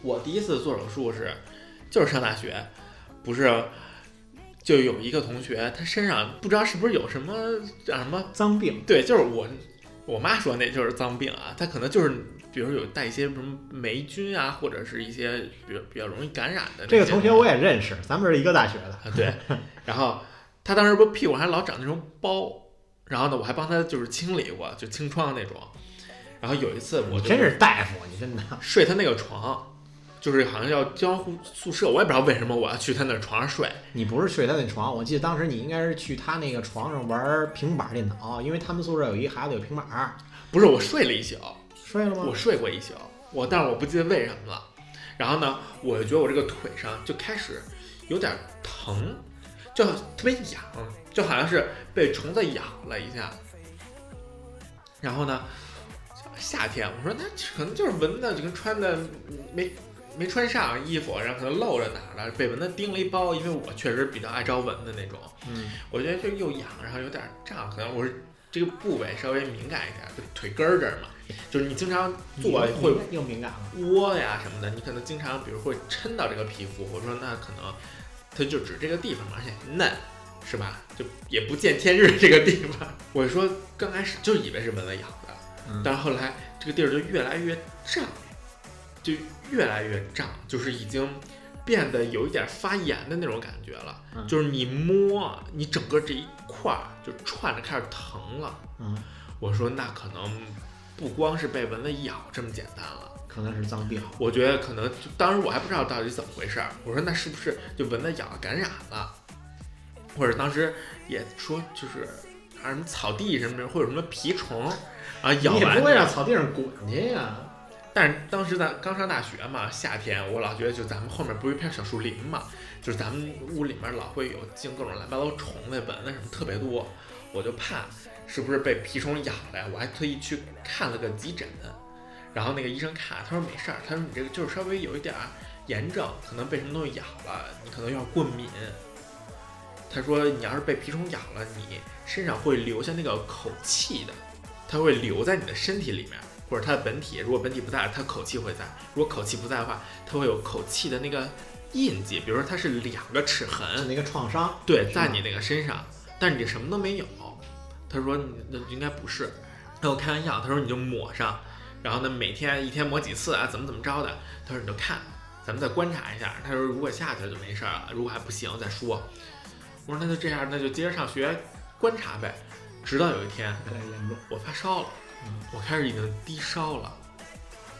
Speaker 2: 我第一次做手术是，就是上大学，不是，就有一个同学，他身上不知道是不是有什么叫什么，
Speaker 1: 脏病
Speaker 2: 对，就是我我妈说那就是脏病啊，他可能就是比如有带一些什么霉菌啊，或者是一些比较比较容易感染的那些。
Speaker 1: 这个同学我也认识，咱们是一个大学的。
Speaker 2: 啊， 对，然后他当时不屁股还老长那种包，然后呢，我还帮他就是清理过，就清创那种。然后有一次我
Speaker 1: 你
Speaker 2: 就
Speaker 1: 真是大夫，你真的
Speaker 2: 睡他那个床，就是好像要交互宿舍，我也不知道为什么我要去他那床上睡。
Speaker 1: 你不是睡他那床，我记得当时你应该是去他那个床上玩平板电脑，因为他们宿舍有一孩子有平板儿，
Speaker 2: 不是我睡了一宿，
Speaker 1: 睡了
Speaker 2: 我
Speaker 1: 吗？
Speaker 2: 睡过一宿，我但是我不记得为什么了。然后呢，我就觉得我这个腿上就开始有点疼，就特别痒，就好像是被虫子咬了一下。然后呢，夏天我说那可能就是蚊子，就跟穿的没没穿上衣服，然后可能露着哪儿了，被蚊子叮了一包。因为我确实比较爱招蚊子那种，
Speaker 1: 嗯，
Speaker 2: 我觉得就又痒，然后有点胀，可能我是这个部位稍微敏感一点，就腿根儿这儿嘛，就是你经常坐
Speaker 1: 你
Speaker 2: 会
Speaker 1: 又敏感了。
Speaker 2: 窝呀什么的，你可能经常比如会抻到这个皮肤，我说那可能它就指这个地方嘛，而且嫩，是吧？就也不见天日这个地方。 我说刚开始就以为是蚊子咬的，
Speaker 1: 嗯
Speaker 2: 但是后来这个地儿就越来越胀，就越来越胀，就是已经变得有一点发炎的那种感觉了，
Speaker 1: 嗯
Speaker 2: 就是你摸你整个这一块儿就串着开始疼了。
Speaker 1: 嗯，
Speaker 2: 我说那可能不光是被蚊子咬这么简单了。
Speaker 1: 可能是脏病。
Speaker 2: 我觉得可能就当时我还不知道到底怎么回事儿，我说那是不是就蚊子咬感染了，或者当时也说就是啊什么草地什么的，会有什么蜱虫啊咬
Speaker 1: 你也
Speaker 2: 完
Speaker 1: 不会让
Speaker 2: 你，
Speaker 1: 草地上滚去呀？
Speaker 2: 但是当时咱刚上大学嘛，夏天我老觉得就咱们后面不是一片小树林嘛，就是咱们屋里面老会有进各种乱七八糟虫子、蚊子什么特别多，我就怕是不是被蜱虫咬了呀？我还特意去看了个急诊，然后那个医生看，他说没事儿，他说你这个就是稍微有一点儿炎症，可能被什么东西咬了，你可能有点过敏。他说你要是被蜱虫咬了，你身上会留下那个口气的，它会留在你的身体里面，或者它的本体。如果本体不在，它口气会在；如果口气不在的话，它会有口气的那个印记，比如说它是两个齿
Speaker 1: 就
Speaker 2: 痕，
Speaker 1: 那个创伤，
Speaker 2: 对，在你那个身上，但你这什么都没有。他说你那应该不是，他我开玩笑，他说你就抹上，然后呢每天一天抹几次啊，怎么怎么着的，他说你就看，咱们再观察一下。他说如果下去了就没事儿了，如果还不行再说。我说那就这样，那就接着上学观察呗，直到有一天
Speaker 1: 有点哎严重。
Speaker 2: 我发烧了
Speaker 1: 嗯，
Speaker 2: 我开始已经低烧了，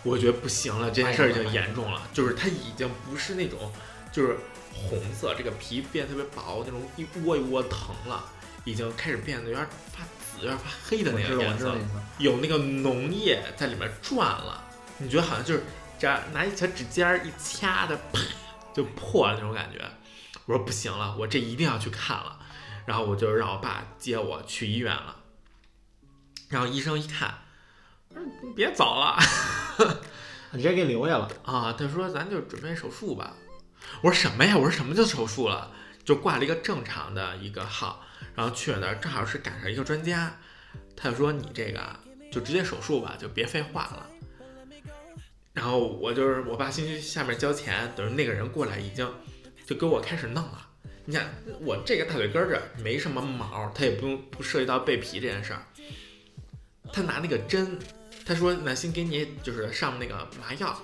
Speaker 2: 我觉得不行了，这件事儿已
Speaker 1: 哎
Speaker 2: 经严重了，就是它已经不是那种就是红色，这个皮变得特别薄那种一窝一窝疼了，已经开始变得有点发紫、有点发黑的
Speaker 1: 我
Speaker 2: 那
Speaker 1: 知
Speaker 2: 个
Speaker 1: 道，我
Speaker 2: 颜
Speaker 1: 知
Speaker 2: 色
Speaker 1: 道啊
Speaker 2: 了
Speaker 1: 那，意思。
Speaker 2: 有那个脓液在里面转了，你觉得好像就是这样拿一小指尖儿一掐的，啪就破了那种感觉。我说不行了，我这一定要去看了。然后我就让我爸接我去医院了。然后医生一看，我说你别走了
Speaker 1: 你直接给留下了，
Speaker 2: 啊，他说咱就准备手术吧。我说什么呀？我说什么叫手术了？就挂了一个正常的一个号，然后去了那儿正好是赶上一个专家，他就说你这个就直接手术吧，就别废话了。然后我就是我爸先去下面交钱，等于那个人过来已经就给我开始弄了。你想我这个大腿根儿这儿没什么毛，他也不用不涉及到被皮这件事儿。他拿那个针，他说那先给你就是上那个麻药，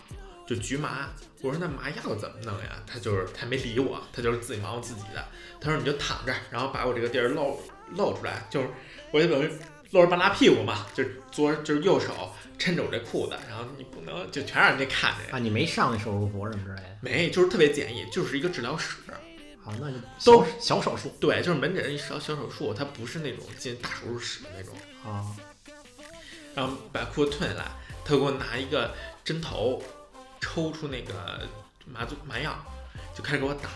Speaker 2: 就局麻。我说那麻药怎么弄呀？他就是他没理我，他就是自己忙活自己的。他说你就躺这儿，然后把我这个地儿露露出来，就是我就等于露着半拉屁股嘛，就左就是右手抻着我这裤子，然后你不能就全让人家看见，
Speaker 1: 啊，你没上那手术服什么之类的，
Speaker 2: 没就是特别简易，就是一个治疗室。
Speaker 1: 好，那就小
Speaker 2: 都
Speaker 1: 小手术
Speaker 2: 对，就是门诊一小小手术，它不是那种进大手术室的那种。
Speaker 1: 啊，
Speaker 2: 然后把裤子褪下来，他给我拿一个针头，抽出那个麻醉麻药，就开始给我打，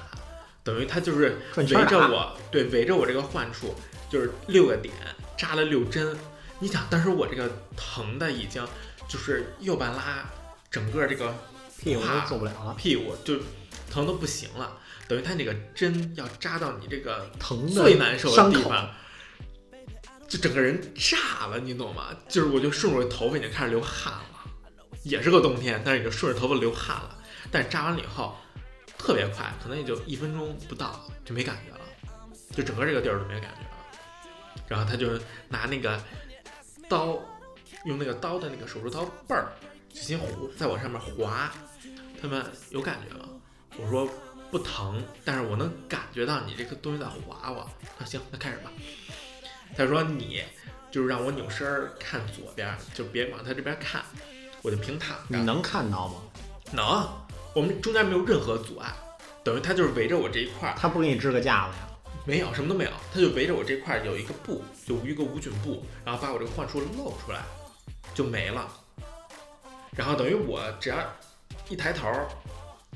Speaker 2: 等于他就是
Speaker 1: 转
Speaker 2: 围
Speaker 1: 圈儿
Speaker 2: 着
Speaker 1: 打
Speaker 2: 我，对，围着我这个患处，就是六个点扎了六针。你想，当时我这个疼的已经就是右半拉整个这个
Speaker 1: 屁股都做不了了，
Speaker 2: 屁股就疼的不行了，等于他那个针要扎到你这个
Speaker 1: 疼的
Speaker 2: 最难受的
Speaker 1: 伤
Speaker 2: 地
Speaker 1: 口
Speaker 2: 方，就整个人炸了，你懂吗？就是我就顺着我头发已经开始流汗了，也是个冬天，但是已经顺着头发流汗了。但是扎完了以后特别快，可能也就一分钟不到就没感觉了，就整个这个地儿都没感觉了。然后他就拿那个刀，用那个刀的那个手术刀背儿，就先划在我上面划。他们有感觉吗？我说不疼，但是我能感觉到你这个东西在划我。那行，那开始吧。他说你就是让我扭身儿看左边，就别往他这边看，我就平躺着
Speaker 1: 你。能看到吗？
Speaker 2: 能，我们中间没有任何阻碍，等于他就是围着我这一块儿，
Speaker 1: 他不给你支个架子呀？
Speaker 2: 没有什么都没有，他就围着我这块儿有一个布，有一个无菌布，然后把我这个患处露出来，就没了。然后等于我只要一抬头，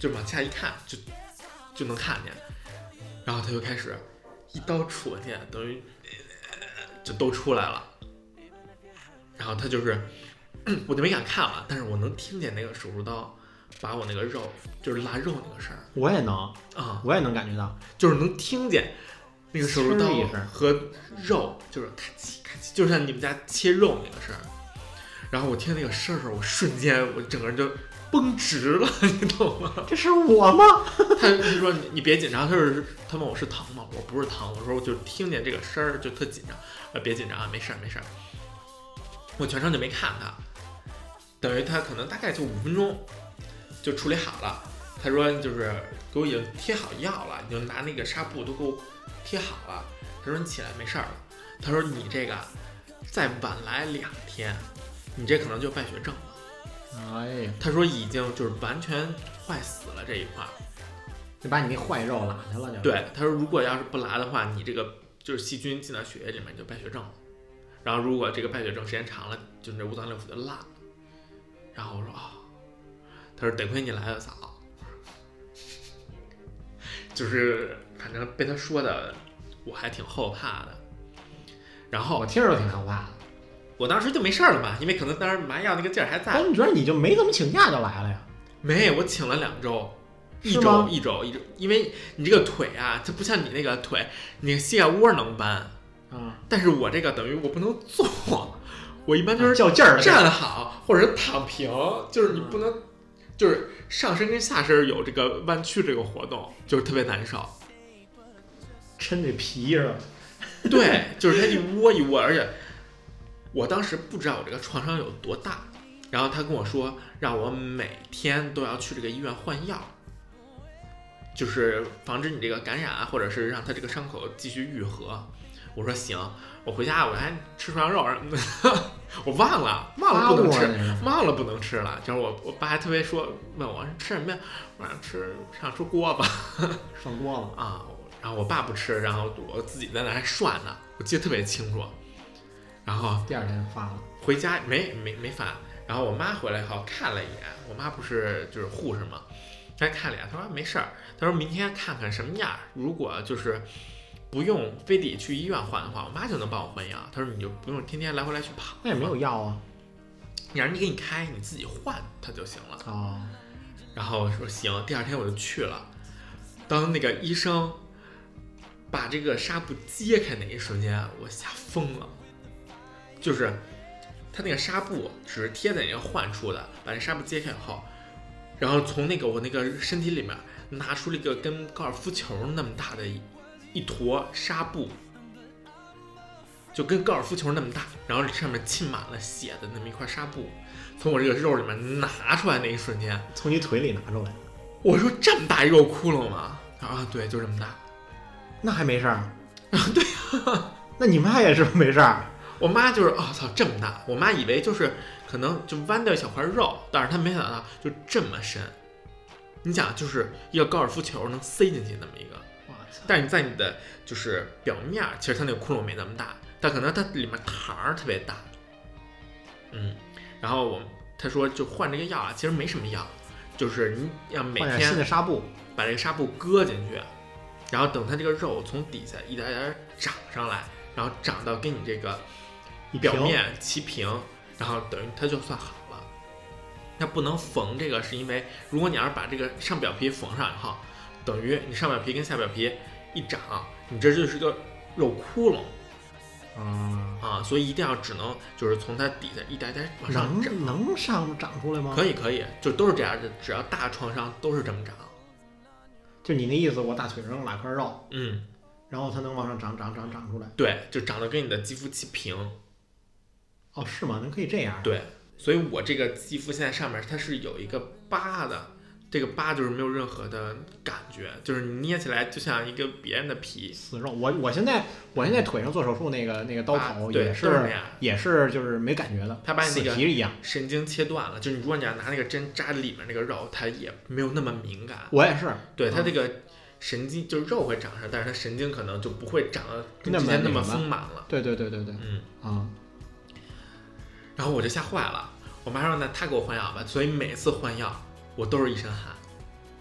Speaker 2: 就往下一看，就就能看见。然后他就开始一刀戳进，等于呃就都出来了。然后他就是， 我就没敢看了，但是我能听见那个手术刀把我那个肉，就是拉肉那个声儿
Speaker 1: 我也能，
Speaker 2: 啊、
Speaker 1: 我也能感觉 到，
Speaker 2: 就是能听见那个手术刀
Speaker 1: 呲儿一声
Speaker 2: 和肉，就是咔嚓咔嚓，就像你们家切肉那个声儿。然后我听那个声儿的时候，我瞬间我整个人就绷直了， 你懂吗？
Speaker 1: 这是我吗？
Speaker 2: 他他说你你别紧张，他是他问我是疼吗？我不是疼，我说我就听见这个声儿就特紧张，呃别紧张啊，没事儿没事儿。我全程就没看他，等于他可能大概就五分钟就处理好了。他说就是给我已经贴好药了，你就拿那个纱布都给我贴好了。他说你起来没事儿了。他说你这个再晚来两天，你这可能就败血症了。
Speaker 1: 哎呀，
Speaker 2: 他说已经就是完全坏死了这一块儿。
Speaker 1: 就把你那坏肉拉去了，就
Speaker 2: 对，他说如果要是不拉的话，你这个就是细菌进到血液里面你就败血症了。然后如果这个败血症时间长了，就你这五脏六腑就烂了。然后我说啊、他说得亏你来的早，就是反正被他说的我还挺后怕的。然
Speaker 1: 我
Speaker 2: 后
Speaker 1: 哦听着都挺害怕的。
Speaker 2: 我当时就没事儿了嘛，因为可能当时麻药那个劲儿还在
Speaker 1: 哎，，你觉得你就没怎么请假就来了呀？
Speaker 2: 没，我请了两周，一
Speaker 1: 是
Speaker 2: 周
Speaker 1: 吗
Speaker 2: 一周一周，因为你这个腿啊，它不像你那个腿，你膝盖窝能搬，
Speaker 1: 啊，
Speaker 2: 但是我这个等于我不能坐，我一般啊就是
Speaker 1: 较劲儿了，
Speaker 2: 站好或者躺平，就是你不能，就是上身跟下身有这个弯曲这个活动，就是特别难受。
Speaker 1: 抻这皮是吧？
Speaker 2: 对，就是它一窝一窝，而且我当时不知道我这个创伤有多大，然后他跟我说让我每天都要去这个医院换药，就是防止你这个感染啊，或者是让它这个伤口继续愈合。我说行，我回家我还吃涮羊肉什么的， 我忘了忘了不能吃，
Speaker 1: 吃，
Speaker 2: 忘了不能吃了。就是我我爸还特别说问我吃什么呀，我说吃想吃锅巴。
Speaker 1: 涮锅了。
Speaker 2: 啊，然后我爸不吃，然后我自己在那还涮呢，我记得特别清楚。然后
Speaker 1: 第二天发了，
Speaker 2: 回家没没没饭，然后我妈回来以后看了一眼，我妈不是就是护士嘛，她看了一眼，她说没事儿，她说明天看看什么样儿，如果就是不用非得去医院换的话，我妈就能帮我换药。她说你就不用天天来回来去跑，
Speaker 1: 那也没有，药啊。
Speaker 2: 你让人家给你开，你自己换它就行了。
Speaker 1: 哦，
Speaker 2: 然后我说行，第二天我就去了。当那个医生把这个纱布揭开那一瞬间，我吓疯了。就是他那个纱布只是贴在那个患处的，把那纱布揭开以后，然后从那个我那个身体里面拿出了一个跟高尔夫球那么大的一一坨纱布，就跟高尔夫球那么大，然后上面浸满了血的那么一块纱布，从我这个肉里面拿出来那一瞬间，
Speaker 1: 从你腿里拿出来，
Speaker 2: 我说这么大一个窟窿吗？啊，对，就这么大。
Speaker 1: 那还没事儿。啊， 对啊，那你妈也是没事儿。
Speaker 2: 我妈就是，哦操，这么大！我妈以为就是可能就弯掉一小块肉，但是她没想到就这么深。你想，就是一个高尔夫球能塞进去那么一个，
Speaker 1: 我操，
Speaker 2: 但是你在你的就是表面儿，其实它那个窟窿没那么大，但可能它里面膛儿特别大。嗯，然后我她说就换这个药啊，其实没什么药，就是你要每
Speaker 1: 换点
Speaker 2: 天
Speaker 1: 新的纱布，
Speaker 2: 把这个纱布搁进去，啊然后等它这个肉从底下一点点儿长上来，然后长到跟你这个
Speaker 1: 一
Speaker 2: 表
Speaker 1: 平
Speaker 2: 面齐平，然后等于它就算好了。它不能缝这个，是因为如果你要是把这个上表皮缝上以后，等于你上表皮跟下表皮一长，你这就是个肉窟窿
Speaker 1: 啊，
Speaker 2: 啊，所以一定要只能就是从它底下一点点往上长。
Speaker 1: 能能上长出来吗？
Speaker 2: 可以可以，就都是这样的，只要大创伤都是这么长。
Speaker 1: 就你那意思，我大腿上拉块肉，
Speaker 2: 嗯，
Speaker 1: 然后它能往上长长长长出来。
Speaker 2: 对，就长得跟你的肌肤齐平。
Speaker 1: 哦，是吗？能可以这样？
Speaker 2: 对，所以我这个肌肤现在上面它是有一个疤的，这个疤就是没有任何的感觉，就是你捏起来就像一个别人的皮，
Speaker 1: 死肉。我我现在我现在腿上做手术那个那个刀
Speaker 2: 啊
Speaker 1: 口
Speaker 2: 对
Speaker 1: 也
Speaker 2: 都是那样
Speaker 1: 也是就是没感觉的，
Speaker 2: 他把你
Speaker 1: 死
Speaker 2: 那个
Speaker 1: 皮一样。
Speaker 2: 神经切断了。就是你如果你要拿那个针扎里面那个肉，它也没有那么敏感。
Speaker 1: 我也是，
Speaker 2: 对，它
Speaker 1: 嗯
Speaker 2: 这个神经就是肉会长上，但是它神经可能就不会长得跟
Speaker 1: 那
Speaker 2: 之
Speaker 1: 么
Speaker 2: 前那
Speaker 1: 那
Speaker 2: 么
Speaker 1: 什么
Speaker 2: 丰满了。
Speaker 1: 对对对对对，
Speaker 2: 嗯，
Speaker 1: 啊，
Speaker 2: 然后我就吓坏了，我妈说那她给我换药吧，所以每次换药我都是一身汗。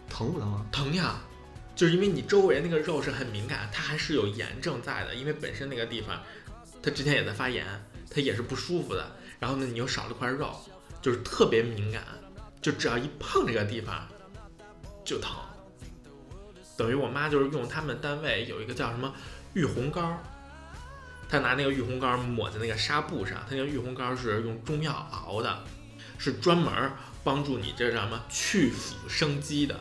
Speaker 1: 疼不疼啊？
Speaker 2: 疼呀，就是因为你周围那个肉是很敏感，它还是有炎症在的，因为本身那个地方它之前也在发炎，它也是不舒服的。然后呢，你又少了块肉，就是特别敏感，就只要一碰这个地方就疼。等于我妈就是用他们单位有一个叫什么玉红膏，她拿那个玉红膏抹在那个纱布上，她那个玉红膏是用中药熬的，是专门帮助你这叫什么去腐生肌的，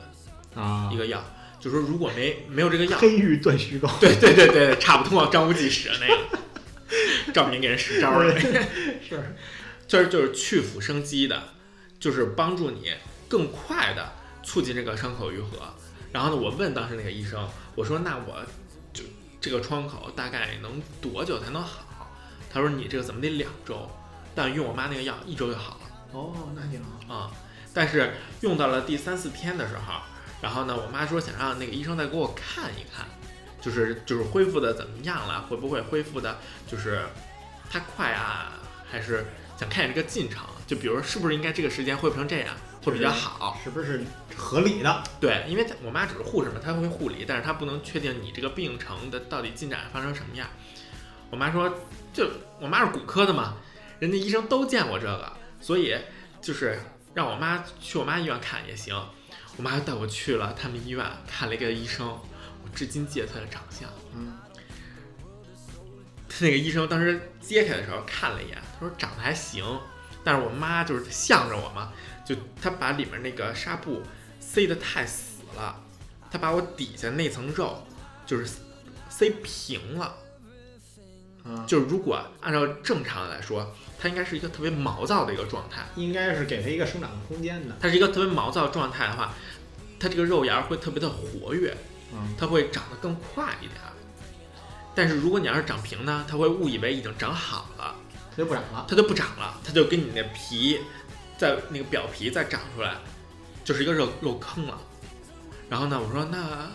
Speaker 1: 啊
Speaker 2: 一，个药，就说如果没没有这 个药，
Speaker 1: 黑玉断虚膏，
Speaker 2: 对对对对，差不多张无忌使的那个，赵敏给人使招了，
Speaker 1: 是
Speaker 2: 就是就是去腐生肌的，就是帮助你更快的促进这个伤口愈合。然后呢，我问当时那个医生，我说那我就这个窗口大概能多久才能好？他说你这个怎么得两周，但用我妈那个药一周就好了。
Speaker 1: 哦，那挺好。
Speaker 2: 啊、但是用到了第三四天的时候，然后呢，我妈说想让那个医生再给我看一看，就是就是恢复的怎么样了，会不会恢复的，就是它快啊，还是想看一眼这个进程，就比如说是不是应该这个时间恢复成这样会比较好？
Speaker 1: 是不是合理的？
Speaker 2: 对，因为她我妈只是护士嘛，她会护理，但是她不能确定你这个病程的到底进展发生什么样。我妈说，就我妈是骨科的嘛，人家医生都见过这个，所以就是让我妈去我妈医院看也行。我妈带我去了他们医院看了一个医生，我至今记得他的长相。
Speaker 1: 嗯，
Speaker 2: 他那个医生当时揭开的时候看了一眼，他他说长得还行，但是我妈就是向着我嘛，就她把里面那个纱布塞得太死了，她把我底下那层肉就是塞平了。
Speaker 1: 嗯，
Speaker 2: 就是如果按照正常来说，它应该是一个特别毛躁的一个状态。
Speaker 1: 应该是给它一个生长的空间的。啊
Speaker 2: 它是一个特别毛躁的状态的话，它这个肉芽儿会特别的活跃，
Speaker 1: 嗯，
Speaker 2: 它会长得更快一点儿。但是如果你要是长平呢，它会误以为已经长好了，
Speaker 1: 它就不长了。
Speaker 2: 它就不长了，它就跟你那皮在那个表皮再长出来，就是一个肉肉坑了。然后呢，我说那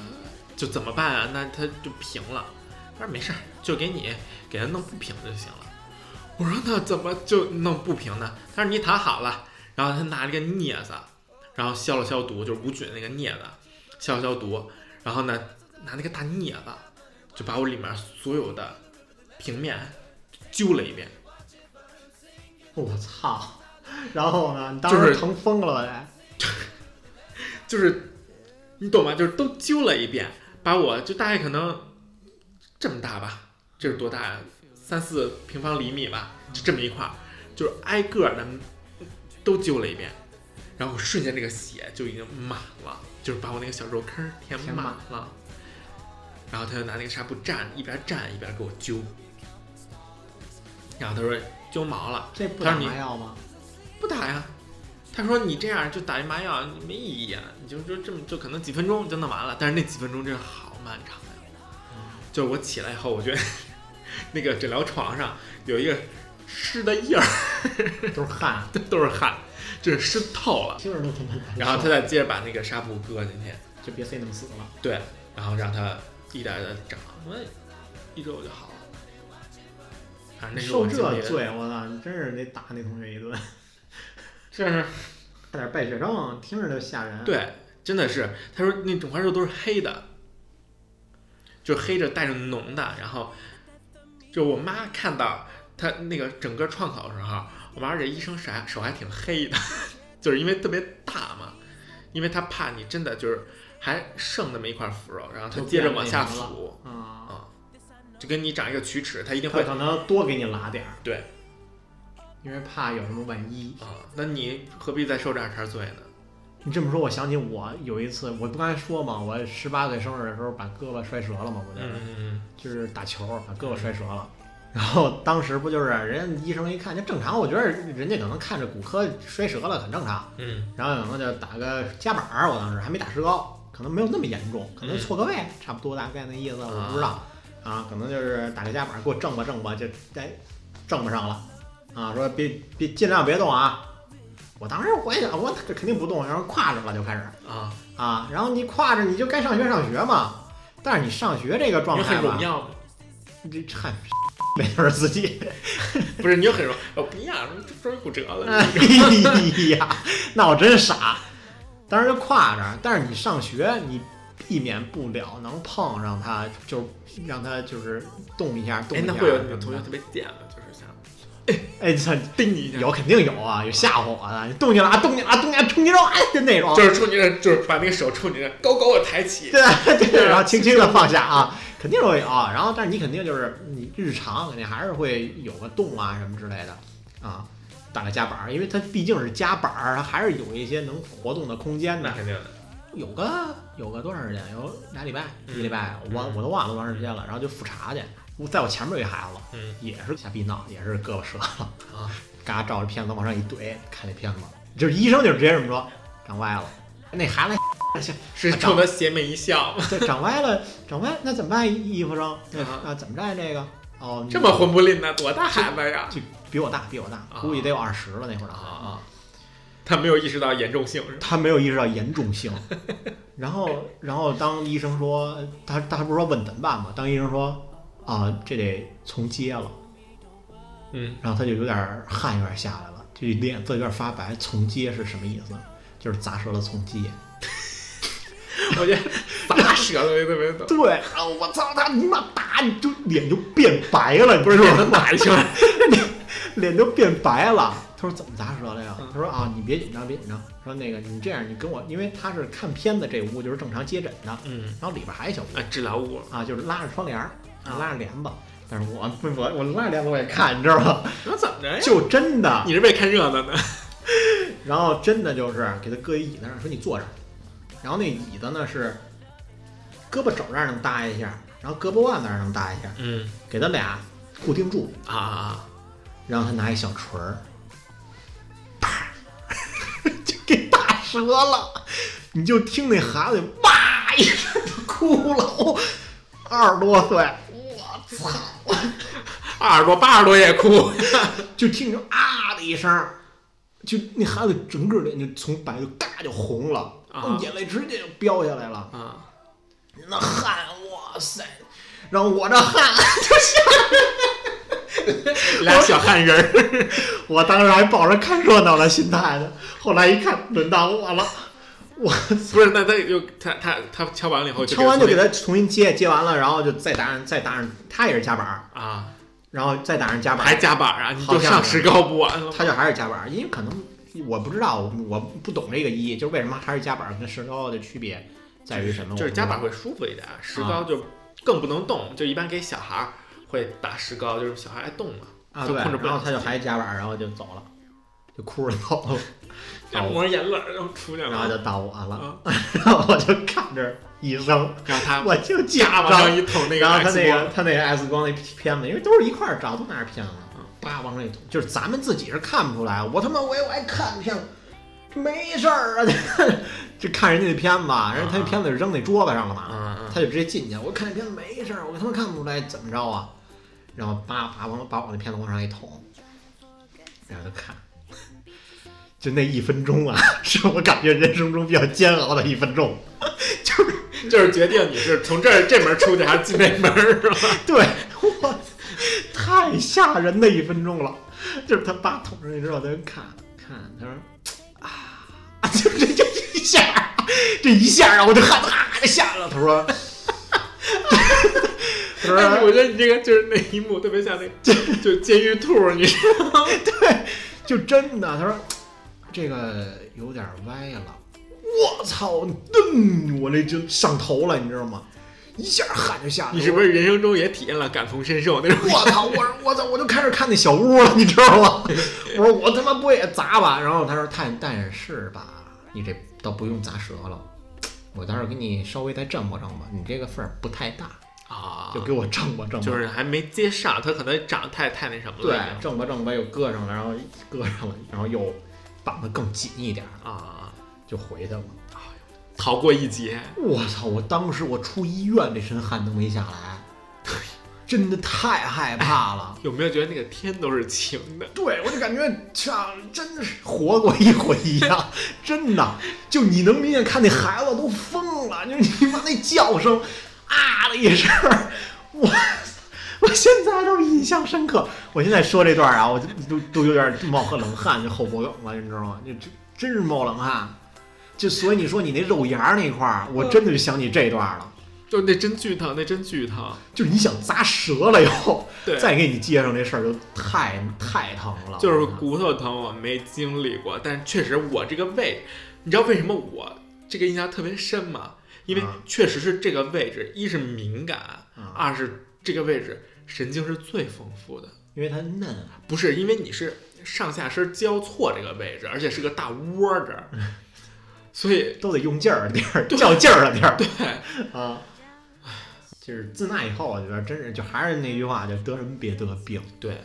Speaker 2: 就怎么办啊？那它就平了。他说没事儿，就给你给它弄不平就行了。我说那怎么就弄不平呢？他说你躺好了，然后他拿了个镊子，然后消了消毒，就是无菌那个镊子，消了消毒，然后呢拿那个大镊子就把我里面所有的平面揪了一遍。
Speaker 1: 我操！然后呢？你当
Speaker 2: 就
Speaker 1: 时
Speaker 2: 是
Speaker 1: 疼疯了吧？得
Speaker 2: 就是你懂吗？就是都揪了一遍，把我就大概可能这么大吧，这是多大呀？三四平方厘米吧，就这么一块儿，就是挨个儿的都揪了一遍，然后瞬间这个血就已经满了，就是把我那个小肉坑儿填
Speaker 1: 填满
Speaker 2: 满了。然后他就拿那个纱布蘸，一边蘸一边给我揪。然后他说揪毛了，
Speaker 1: 这不
Speaker 2: 他
Speaker 1: 打
Speaker 2: 说你
Speaker 1: 麻药吗？
Speaker 2: 不打呀。他说你这样就打一麻药没意义啊，你就就这么就可能几分钟就弄完了，但是那几分钟真是好漫长呀、
Speaker 1: 嗯
Speaker 2: 就是我起来以后，我觉得 那个诊疗床上有一个湿的印儿，
Speaker 1: 都是汗，
Speaker 2: 都是汗，就是湿透了。
Speaker 1: 听着都他妈难受。
Speaker 2: 然后他再接着把那个纱布搁进去，
Speaker 1: 就别塞那么死了。
Speaker 2: 对，然后让它一点的长，我一周就好了。反正那是
Speaker 1: 受
Speaker 2: 我经
Speaker 1: 这
Speaker 2: 历的，
Speaker 1: 罪，我操！你真是得打那同学一顿，
Speaker 2: 这是
Speaker 1: 差点败血症，听着就吓人。，啊
Speaker 2: 对，真的是，他说那整块肉都是黑的，就是黑着带着脓的。然后，就我妈看到他那个整个创口的时候，我妈这医生手还手还挺黑的， 就是因为特别大嘛，因为他怕你真的就是还剩那么一块腐肉，然后他
Speaker 1: 就
Speaker 2: 接着
Speaker 1: 变
Speaker 2: 往
Speaker 1: 那
Speaker 2: 下
Speaker 1: 什么了
Speaker 2: 腐，
Speaker 1: 啊，
Speaker 2: 就跟你长一个龋齿，他一定
Speaker 1: 他
Speaker 2: 会
Speaker 1: 可能多给你拉点儿，
Speaker 2: 对
Speaker 1: 因为怕有什么万一。
Speaker 2: 啊、那你何必再受这二茬罪呢？
Speaker 1: 你这么说，我想起我有一次，我不刚才说嘛，我十八岁生日的时候把胳膊摔折了嘛，我就、
Speaker 2: 嗯，
Speaker 1: 就是打球把胳膊摔折了。然后当时不就是人家医生一看就正常，我觉得人家可能看着骨科摔折了很正常，
Speaker 2: 嗯
Speaker 1: 然后可能就打个夹板儿，我当时还没打石膏，可能没有那么严重，可能错个位，差不多大概那意思，我不知道啊，可能就是打个夹板儿给我正吧正吧，就哎正不上了啊，说别别尽量别动啊，我当时我也想我肯定不动，然后挎着了就开始
Speaker 2: 啊，
Speaker 1: 啊，然后你挎着你就该上学上学嘛，但是你上学这个
Speaker 2: 你
Speaker 1: 状
Speaker 2: 很
Speaker 1: 态吧
Speaker 2: 荣，耀吗，
Speaker 1: 这嗨， 没准儿自己。
Speaker 2: 不是你很荣，耀，不一样，这终于骨折了。
Speaker 1: 哎呀，那我真傻。当时就挎着，但是你上学，你避免不了能碰上它，就让它就是动一下，动
Speaker 2: 哎
Speaker 1: 一，下。
Speaker 2: 那会有你们同学特别贱吗？就是想
Speaker 1: 哎，操，
Speaker 2: 叮你一下，
Speaker 1: 有肯定有啊，有吓唬我的，你动你了，动你了，动你了，冲你肉，哎，就那种。
Speaker 2: 就是冲你这，就是把那个手冲你这，高高的抬起。
Speaker 1: 对对对，
Speaker 2: 对
Speaker 1: 然后轻轻的放下啊，肯定会有啊。然后，但是你肯定就是你日常肯定还是会有个动啊什么之类的啊，打个夹板儿，因为它毕竟是夹板儿，它还是有一些能活动的空间的
Speaker 2: 那。肯定的，
Speaker 1: 有个有个多长时间？有俩礼拜，
Speaker 2: 嗯
Speaker 1: 一个礼拜，我
Speaker 2: 嗯
Speaker 1: 我都忘了多长时间了。然后就复查去，我在我前面有一孩子，
Speaker 2: 嗯
Speaker 1: 也是瞎逼闹，也是胳膊折了，
Speaker 2: 啊，
Speaker 1: 嘎照着片子往上一怼，看那片子，就是医生就直接这么说，长歪了。那孩子
Speaker 2: 是冲他邪魅一笑吗？
Speaker 1: 这长歪了， 长歪那怎么办？医护生
Speaker 2: 啊
Speaker 1: 啊，怎么办这个？哦，你
Speaker 2: 这么混不吝呢，多大孩子呀？
Speaker 1: 就比我大，比我大，
Speaker 2: 啊
Speaker 1: 估计得有二十了那会儿的
Speaker 2: 啊
Speaker 1: 孩子。
Speaker 2: 啊！他没有意识到严重性是吧？
Speaker 1: 他没有意识到严重 性。然后，然后当医生说他他不是说问怎么办吗？当医生说啊、这得从接了，
Speaker 2: 嗯，
Speaker 1: 然后他就有点儿汗有点下来了，就脸色有点发白。从接是什么意思？就是砸折了从接。
Speaker 2: 我觉得砸舌头也特别懂，
Speaker 1: 对，然后我操他你妈打你就脸就变白了，你
Speaker 2: 不是
Speaker 1: 知
Speaker 2: 给
Speaker 1: 道
Speaker 2: 他
Speaker 1: 吗？
Speaker 2: 打一拳？
Speaker 1: 脸都变白了。他说怎么砸折了呀？他说啊，你别紧张，别紧张。说那个你这样，你跟我，因为他是看片子这屋就是正常接诊的，
Speaker 2: 嗯
Speaker 1: 然后里边还有一小屋
Speaker 2: 啊，治疗屋
Speaker 1: 啊，就是拉着窗帘儿，
Speaker 2: 啊
Speaker 1: 拉着帘子，然但是我我我那年我也看，你知道吧？
Speaker 2: 那怎么着呀？
Speaker 1: 就真的，
Speaker 2: 你是为看热闹的，
Speaker 1: 然后真的就是给他搁一椅子上，说你坐着，然后那椅子呢是胳膊肘那儿能搭一下，然后胳膊腕那儿能搭一下，
Speaker 2: 嗯
Speaker 1: 给他俩固定住，
Speaker 2: 啊啊啊，
Speaker 1: 然后他拿一小锤儿，啪， 就给打折了。你就听那孩子哇一声就哭了，我二十多岁，我操！
Speaker 2: 二十多八十多也哭，
Speaker 1: 就听着啊的一声儿，就那孩子整个脸就从白就嘎就红了，
Speaker 2: 啊
Speaker 1: 眼泪直接就飙下来了。
Speaker 2: 啊，
Speaker 1: 那汗，哇塞！然后我这汗 就
Speaker 2: 俩小汉人儿，
Speaker 1: 我当时还抱着看热闹的心态呢，后来一看轮到我了，我
Speaker 2: 不是，那他就他他他敲完了以后就
Speaker 1: 敲完就给
Speaker 2: 他
Speaker 1: 他重新接，接完了然后就再打上再打上，他也是夹板儿，
Speaker 2: 啊，
Speaker 1: 然后再打上夹板
Speaker 2: 还
Speaker 1: 儿，
Speaker 2: 夹板儿啊，你
Speaker 1: 好
Speaker 2: 就
Speaker 1: 像
Speaker 2: 上
Speaker 1: 是
Speaker 2: 石膏不完了吗？
Speaker 1: 他就还是夹板儿，因为可能我不知道，我我不懂这个一，就是为什么还是夹板儿跟石膏的区别在于什么？
Speaker 2: 就是夹板
Speaker 1: 会
Speaker 2: 会舒服一点，石膏就更不能动，就一般给小孩儿会打石膏，就是小孩爱动嘛。
Speaker 1: 啊，
Speaker 2: 就
Speaker 1: 对，
Speaker 2: 控制不了
Speaker 1: 然后他就还是夹板儿，然后就走了，就哭着走了，然后
Speaker 2: 抹着眼泪儿然后出去了，
Speaker 1: 然后就到我了，
Speaker 2: 啊，
Speaker 1: 然后我就看着医生，
Speaker 2: 然后他
Speaker 1: 我就紧
Speaker 2: 啪往
Speaker 1: 张
Speaker 2: 上。一捅那个
Speaker 1: 然后他
Speaker 2: X
Speaker 1: 那
Speaker 2: 光，
Speaker 1: 个他那个 X 光那片子，因为都是一块儿照，都拿着片子，啊叭往上一捅，就是咱们自己是看不出来。我他妈我也我还看片子，没事儿啊， 就看人家那片子，人家他那片子扔那桌子上了嘛，
Speaker 2: 嗯嗯
Speaker 1: 他就直接进去。我看那片子没事儿，我他妈看不出来怎么着啊，然后叭叭往把我那片子往上一捅，然后就看。就那一分钟啊， 是我感觉人生中比较煎熬的一分钟， 就是
Speaker 2: 嗯，就是决定你是从这儿这门儿出去还是进那 门儿是吧？
Speaker 1: 对，我太吓人的一分钟了，就是他爸捅上去之后，他就看看，他说啊， 就这就一下，这一下啊，我就汗啊就下来了。他说，他
Speaker 2: 哎
Speaker 1: 说
Speaker 2: 我觉得你这个就是那一幕特别像那个，就监狱兔，你知道吗？
Speaker 1: 就真的，他说这个有点歪了。我操！嗯，我这就上头了，你知道吗？一下汗就下来了。
Speaker 2: 你是不是人生中也体验了感同身受那种？
Speaker 1: 我操！我说我操！我就开始看那小屋了，你知道吗？我说我他妈不会也砸吧？然后他说但但是吧，你这倒不用砸折了，我到时候给你稍微再正吧正吧，你这个缝儿不太大，
Speaker 2: 啊
Speaker 1: 就给我正吧正吧。
Speaker 2: 就是还没接上，他可能长得太太那什么了
Speaker 1: 对
Speaker 2: 已，经。
Speaker 1: 正吧正吧又搁上了，然后搁上了，然后又绑得更紧一点儿，
Speaker 2: 啊，
Speaker 1: 就回去了。
Speaker 2: 逃过一劫。
Speaker 1: 我操！我当时我出医院，这身汗都没下来，真的太害怕了。
Speaker 2: 有没有觉得那个天都是晴的？
Speaker 1: 对，我就感觉像真的是活过一回一样，真的，就你能明显看那孩子都疯了，就是你妈那叫声啊的一声儿，我我现在都印象深刻。我现在说这段啊，我就都都有点冒个冷汗，就后脖梗了，你知道吗？就真真是冒冷汗。就所以你说你那肉芽儿那块儿，
Speaker 2: 嗯
Speaker 1: 我真的就想起这段了。
Speaker 2: 就那真巨疼，那真巨疼。
Speaker 1: 就是你想砸折了以后，
Speaker 2: 对，
Speaker 1: 再给你接上这事儿，就太太疼了。
Speaker 2: 就是
Speaker 1: 我操
Speaker 2: 骨头疼，我没经历过，但确实我这个胃，你知道为什么我这个印象特别深吗？因为
Speaker 1: 啊
Speaker 2: 确实是这个位置，一是敏感，二是这个位置神经是最丰富的。
Speaker 1: 因为它嫩，啊
Speaker 2: 不是因为你是上下身交错这个位置，而且是个大窝 这儿，所以
Speaker 1: 都得用劲儿的地儿，较劲儿的地儿。
Speaker 2: 对
Speaker 1: 啊，就是自那以后，我觉得真是就还是那句话，就得什么别得病。
Speaker 2: 对，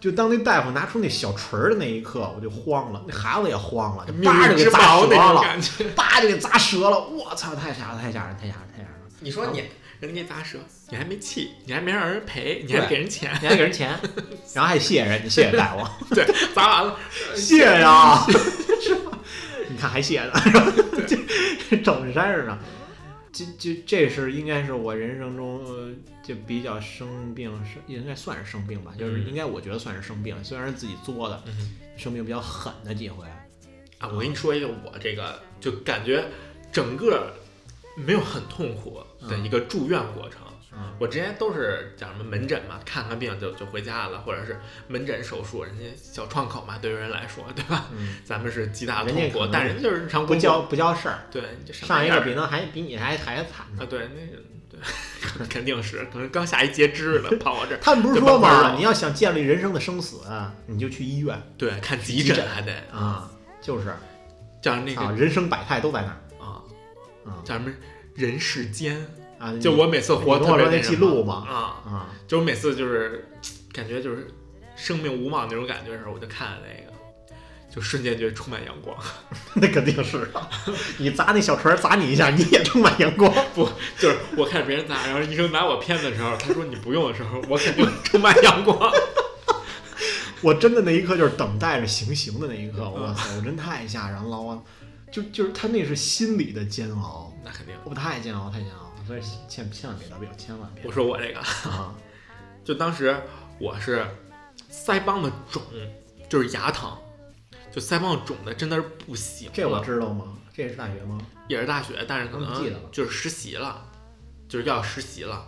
Speaker 1: 就当那大夫拿出那小锤儿的那一刻，我就慌了，那孩子也慌了，就
Speaker 2: 命
Speaker 1: 叭就
Speaker 2: 运
Speaker 1: 给
Speaker 2: 之
Speaker 1: 砸
Speaker 2: 矛
Speaker 1: 折
Speaker 2: 那 种
Speaker 1: 了，
Speaker 2: 感觉。
Speaker 1: 叭就给砸折了。我操，太吓人，太吓人，太吓人，太吓人了！
Speaker 2: 你说你人家给你砸折，你还没气，你还没让人赔，你还
Speaker 1: 对
Speaker 2: 给人钱，
Speaker 1: 你还给人钱， 然后还谢谢人家，谢谢大夫，
Speaker 2: 对，砸完了，
Speaker 1: 谢谢啊， 是吧？你看还谢 呢，是吧？这整山似的。这这这是应该是我人生中呃就比较生病，是应该算是生病吧，就是
Speaker 2: 嗯
Speaker 1: 应该我觉得算是生病，虽然是自己作的，
Speaker 2: 嗯
Speaker 1: 生病比较狠的几回。
Speaker 2: 啊，我跟你说一个，我这个就感觉整个没有很痛苦的一个住院过程。
Speaker 1: 嗯
Speaker 2: 我之前都是讲什么门诊嘛，看看病就就回家了，或者是门诊手术，人家小创口嘛，对于人来说，对吧？
Speaker 1: 嗯，
Speaker 2: 咱们是极大的
Speaker 1: 人家
Speaker 2: 痛
Speaker 1: 可
Speaker 2: 苦，
Speaker 1: 能
Speaker 2: 但人家就是日常
Speaker 1: 不
Speaker 2: 工作
Speaker 1: 叫不叫事儿，
Speaker 2: 对，你这
Speaker 1: 上一
Speaker 2: 一
Speaker 1: 个比那还比你还还惨呢
Speaker 2: 啊，对，那个对， 肯定是，可能刚下一截肢了，跑我这儿
Speaker 1: 他们不是
Speaker 2: 这
Speaker 1: 说
Speaker 2: 帮人
Speaker 1: 嘛，
Speaker 2: 啊
Speaker 1: 你要想建立人生的生死啊，你就去医院
Speaker 2: 对，看急
Speaker 1: 急
Speaker 2: 诊
Speaker 1: 诊
Speaker 2: 还得
Speaker 1: 啊，就是
Speaker 2: 叫那个
Speaker 1: 啊，人生百态都在那儿
Speaker 2: 啊，
Speaker 1: 啊
Speaker 2: 叫什么人世间，
Speaker 1: 啊，
Speaker 2: 就我每次活
Speaker 1: 你跟我
Speaker 2: 特别
Speaker 1: 说那
Speaker 2: 什
Speaker 1: 记
Speaker 2: 么
Speaker 1: 录嘛
Speaker 2: 啊，
Speaker 1: 啊，
Speaker 2: 就我每次就是感觉就是生命无望那种感觉的时候，我就看那个，就瞬间就充满阳光，
Speaker 1: 那肯定是啊，你砸那小锤儿砸你一下，你也充满阳光。
Speaker 2: 不就是我看别人砸，然后医生拿我片子的时候，他说你不用的时候，我肯定充满阳光。
Speaker 1: 我真的那一刻就是等待着行刑的那一刻，
Speaker 2: 嗯
Speaker 1: 我操，我真太吓人了，我就就是他那是心理的煎熬，
Speaker 2: 那肯定，
Speaker 1: 我太煎熬，太煎熬，了，所以千千万别到，千万别
Speaker 2: 我说我这个啊，
Speaker 1: 啊，
Speaker 2: 就当时我是腮帮子肿，就是牙疼，就腮帮子肿的真的是不行了。
Speaker 1: 这我知道吗？这是大学吗？
Speaker 2: 也是大学，但是可
Speaker 1: 我
Speaker 2: 能
Speaker 1: 不记得了
Speaker 2: 就是实习了，就是要实习了，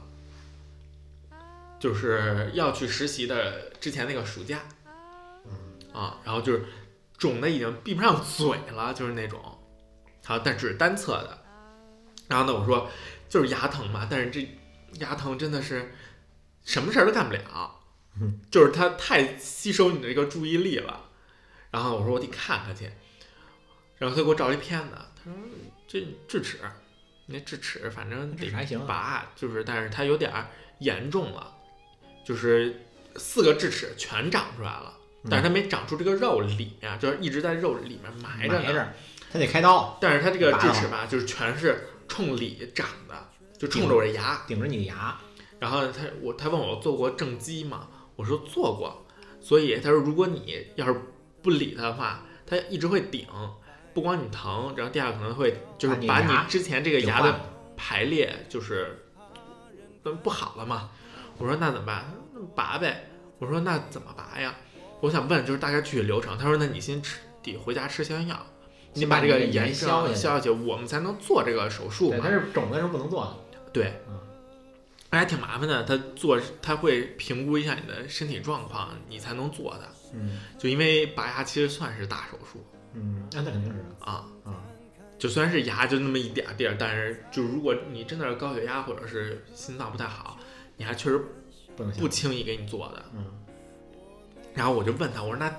Speaker 2: 就是要去实习的之前那个暑假，
Speaker 1: 嗯
Speaker 2: 啊，然后就是肿的已经闭不上嘴了，就是那种，好，但只是单侧的。然后呢，我说就是牙疼嘛，但是这牙疼真的是什么事儿都干不 了
Speaker 1: 嗯，
Speaker 2: 就是它太吸收你的这个注意力了。然后我说我得看看去，然后他给我照了一片子，他说这智齿，你那智齿反正得
Speaker 1: 这还行啊，
Speaker 2: 拔，就是但是它有点儿严重了，就是四个智齿全长出来了，
Speaker 1: 嗯
Speaker 2: 但是它没长出这个肉里面，就是一直在肉里面埋着
Speaker 1: 埋
Speaker 2: 呢。
Speaker 1: 着，他得开刀
Speaker 2: 但是它这个
Speaker 1: 拔
Speaker 2: 智
Speaker 1: 了
Speaker 2: 齿吧，就是全是冲里长的，就冲
Speaker 1: 顶
Speaker 2: 着我这牙。
Speaker 1: 顶着你的牙，
Speaker 2: 然后他我他问我做过正畸吗？我说做过，所以他说如果你要是不理他的话，他一直会顶，不光你疼，然后第二可能会就是
Speaker 1: 把你
Speaker 2: 把
Speaker 1: 牙
Speaker 2: 你之前这个
Speaker 1: 顶
Speaker 2: 牙
Speaker 1: 坏
Speaker 2: 的
Speaker 1: 了
Speaker 2: 排列就是嗯不好了嘛。我说那怎么办？他说拔呗。我说那怎么拔呀？我想问就是大概具体流程。他说那你先吃得回家吃消炎药，你
Speaker 1: 先
Speaker 2: 把
Speaker 1: 把
Speaker 2: 这
Speaker 1: 你
Speaker 2: 个
Speaker 1: 的炎
Speaker 2: 炎
Speaker 1: 消下
Speaker 2: 症
Speaker 1: 去
Speaker 2: 消下去，我们才能做这个手术
Speaker 1: 对，
Speaker 2: 嘛
Speaker 1: 他。是肿的时候不能做的，
Speaker 2: 对，
Speaker 1: 嗯
Speaker 2: 还挺麻烦的。他做他会评估一下你的身体状况，你才能做的。
Speaker 1: 嗯
Speaker 2: 就因为拔牙其实算是大手术
Speaker 1: 嗯，那那肯定是的
Speaker 2: 啊，
Speaker 1: 啊，
Speaker 2: 就虽然是牙就那么一点儿地儿，但是就如果你真的是高血压或者是心脏不太好，你还确实
Speaker 1: 不能
Speaker 2: 不
Speaker 1: 想，
Speaker 2: 轻易给你做的。
Speaker 1: 嗯，
Speaker 2: 然后我就问他，我说那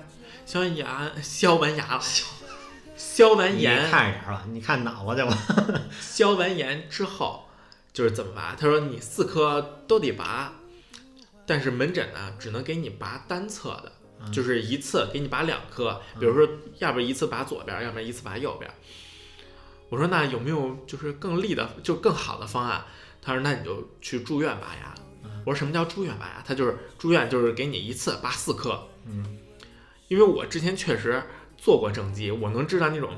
Speaker 2: 消完牙消完牙了，消完
Speaker 1: 你
Speaker 2: 炎
Speaker 1: 看着点儿吧，你看脑子去吧，
Speaker 2: 消完炎之后就是怎么拔？他说你四颗都得拔，但是门诊呢只能给你拔单侧的，
Speaker 1: 嗯
Speaker 2: 就是一次给你拔两颗，
Speaker 1: 嗯
Speaker 2: 比如说要不然一次拔左边，要不然一次拔右边。我说那有没有就是更利的，就更好的方案？他说那你就去住院拔牙
Speaker 1: 嗯。
Speaker 2: 我说什么叫住院拔牙？他就是住院就是给你一次拔四颗，
Speaker 1: 嗯
Speaker 2: 因为我之前确实做过正畸，我能知道那种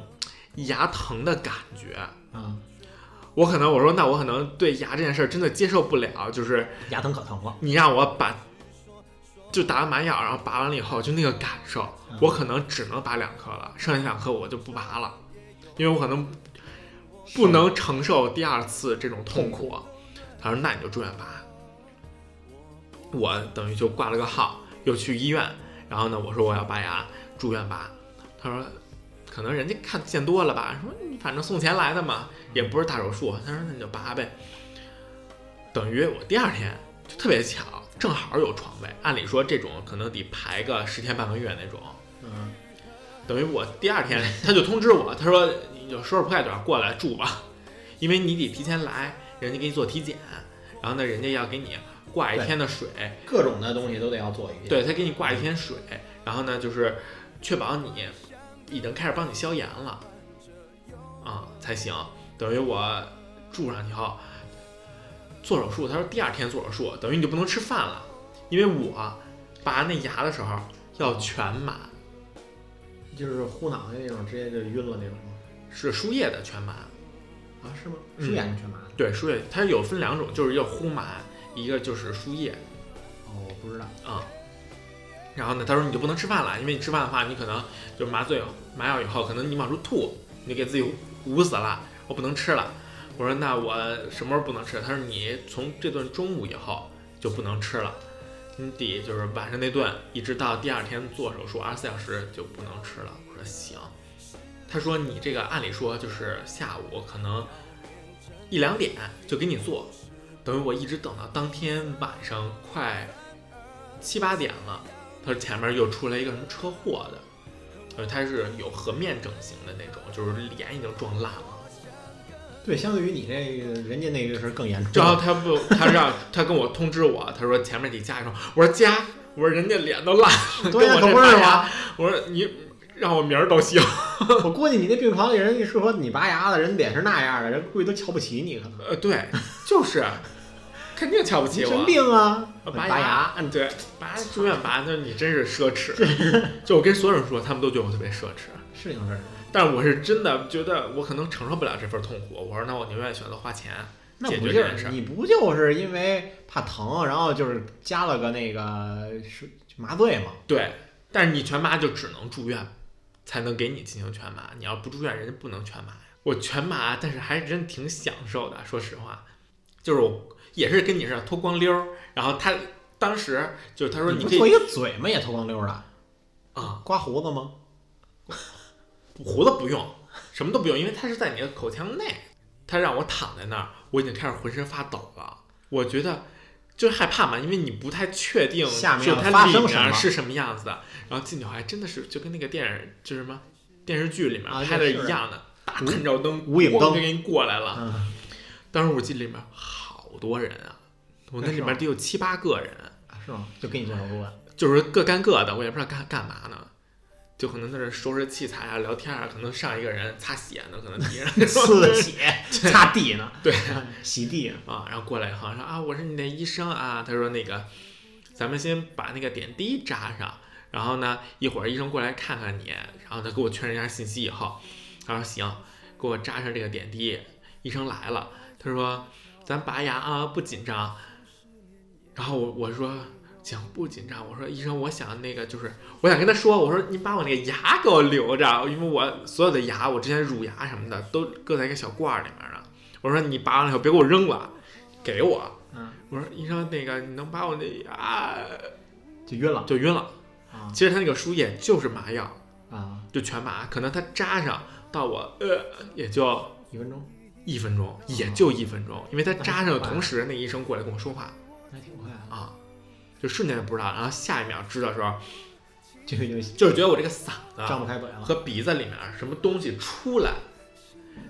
Speaker 2: 牙疼的感觉。
Speaker 1: 啊，
Speaker 2: 我可能我说那我可能对牙这件事儿真的接受不了，就是
Speaker 1: 牙疼可疼了，
Speaker 2: 你让我把就打完麻药，然后拔完了以后就那个感受
Speaker 1: 嗯，
Speaker 2: 我可能只能拔两颗了，剩下两颗我就不拔了，因为我可能不能承受第二次这种痛苦。他说那你就住院拔，我等于就挂了个号，又去医院，然后呢我说我要拔牙，住院拔，他说可能人家看见多了吧，说你反正送钱来的嘛，也不是大手术，他说那你就拔呗。等于我第二天就特别巧，正好有床位，按理说这种可能得排个十天半个月那种，
Speaker 1: 嗯，
Speaker 2: 等于我第二天他就通知我，他说你就收拾铺盖卷过来住吧，因为你得提前来，人家给你做体检，然后呢人家要给你挂一
Speaker 1: 对
Speaker 2: 天的水，
Speaker 1: 各种的东西都得要做一遍，
Speaker 2: 对他给你挂一天水，然后呢就是确保你已经开始帮你消炎了，啊、才行。等于我住上以后做手术，他说第二天做手术，等于你就不能吃饭了，因为我拔那牙的时候要全麻，
Speaker 1: 就是糊脑袋那种，直接就晕了那种吗？
Speaker 2: 是输液的全麻。
Speaker 1: 啊，是吗？
Speaker 2: 嗯
Speaker 1: 是眼睛全麻的？
Speaker 2: 对，输液它有分两种，就是要呼麻，一个就是输液。
Speaker 1: 哦，我不知道。
Speaker 2: 啊然后呢，他说你就不能吃饭了，因为你吃饭的话，你可能就是麻醉麻药以后，可能你往出吐，你就给自己捂死了，我不能吃了。我说那我什么时候不能吃？他说你从这顿中午以后就不能吃了，你得就是晚上那顿一直到第二天做手术二十四小时就不能吃了。我说行。他说你这个按理说就是下午可能一两点就给你做，等于我一直等到当天晚上快七八点了，他前面又出来一个什么车祸的，呃，他是有颌面整形的那种，就是脸已经撞烂
Speaker 1: 哦
Speaker 2: 了。
Speaker 1: 对，相对于你这个，人家那个是更严重。
Speaker 2: 然后他 不，他让他跟我通知我，他说前面得加一双，我说加，我说人家脸都烂了，
Speaker 1: 对呀
Speaker 2: 跟我
Speaker 1: 可
Speaker 2: 这
Speaker 1: 不是
Speaker 2: 拔牙
Speaker 1: 吗？
Speaker 2: 我说你让我明儿都行，
Speaker 1: 我估计你那病房里人家说你拔牙了，人脸是那样的，人估计都瞧不起你，可能
Speaker 2: 呃，对，就是肯定瞧不起
Speaker 1: 你什么
Speaker 2: 我。
Speaker 1: 病啊？
Speaker 2: 拔
Speaker 1: 牙，
Speaker 2: 牙，嗯，对，拔住院拔，那你真是奢侈。 就我跟所有人说，他们都觉得我特别奢侈，
Speaker 1: 是就是
Speaker 2: 但是我是真的觉得我可能承受不了这份痛苦。我说，那我宁愿选择花钱。
Speaker 1: 那
Speaker 2: 解
Speaker 1: 不
Speaker 2: 决
Speaker 1: 就
Speaker 2: 这件事
Speaker 1: 是
Speaker 2: 儿
Speaker 1: 你不就是因为怕疼，然后就是加了个那个是麻醉嘛？
Speaker 2: 对，但是你全麻就只能住院，才能给你进行全麻。你要不住院，人家不能全麻呀。我全麻，但是还真挺享受的。说实话，就是我也是跟你似的脱光溜儿，然后他当时就是他说
Speaker 1: 你
Speaker 2: 你
Speaker 1: 不做
Speaker 2: 可以
Speaker 1: 一个嘴吗？也头光溜的，
Speaker 2: 啊、
Speaker 1: 刮胡子吗？
Speaker 2: 胡子不用，什么都不用，因为它是在你的口腔内。他让我躺在那儿，我已经开始浑身发抖了。我觉得就是害怕嘛，因为你不太确定
Speaker 1: 下面
Speaker 2: 就
Speaker 1: 要
Speaker 2: 它
Speaker 1: 发
Speaker 2: 里
Speaker 1: 生
Speaker 2: 面
Speaker 1: 什么
Speaker 2: 是什么样子的。然后进去还真的是就跟那个电影就是什么电视剧里面
Speaker 1: 啊
Speaker 2: 拍的
Speaker 1: 就是
Speaker 2: 一样的，大探照灯
Speaker 1: 无影灯
Speaker 2: 咣就给你过来了。
Speaker 1: 嗯，
Speaker 2: 当时我记得里面好多人啊，我
Speaker 1: 那
Speaker 2: 那
Speaker 1: 是
Speaker 2: 里面
Speaker 1: 吗
Speaker 2: 得有七八个人，啊
Speaker 1: 是吗？就给你做手术了，
Speaker 2: 就是各干各的，我也不知道干干嘛呢。就可能在这收拾器材啊、聊天啊，可能上一个人擦血呢，可能敌人
Speaker 1: 刺血、擦地呢，
Speaker 2: 对，
Speaker 1: 洗地呢。
Speaker 2: 啊，然后过来好像说啊，我是你的医生啊，他说那个，咱们先把那个点滴扎上，然后呢，一会儿医生过来看看你，然后他给我确认一下信息以后，他说行，给我扎上这个点滴，医生来了，他说咱拔牙啊，不紧张，然后我我说。行，不紧张。我说医生，我想那个就是，我想跟他说，我说您把我那个牙给我留着，因为我所有的牙，我之前乳牙什么的都搁在一个小罐儿里面了。我说你拔完了以后别给我扔了，给我。
Speaker 1: 嗯，
Speaker 2: 我说医生，那个你能把我那牙
Speaker 1: 就晕了
Speaker 2: 就晕了。
Speaker 1: 啊
Speaker 2: 其实他那个输液就是麻药，
Speaker 1: 啊！
Speaker 2: 就全麻，可能他扎上到我呃也就
Speaker 1: 一分钟，
Speaker 2: 一分钟，也就一分钟，因为他扎上的
Speaker 1: 那还
Speaker 2: 同时，那医生过来跟我说话
Speaker 1: 还挺快的，
Speaker 2: 啊，就瞬间就不知道，然后下一秒知道的时候，
Speaker 1: 这个就
Speaker 2: 就是觉得我这个嗓
Speaker 1: 张不
Speaker 2: 子啊
Speaker 1: 开嘴了。
Speaker 2: 和鼻子里面什么东西出来，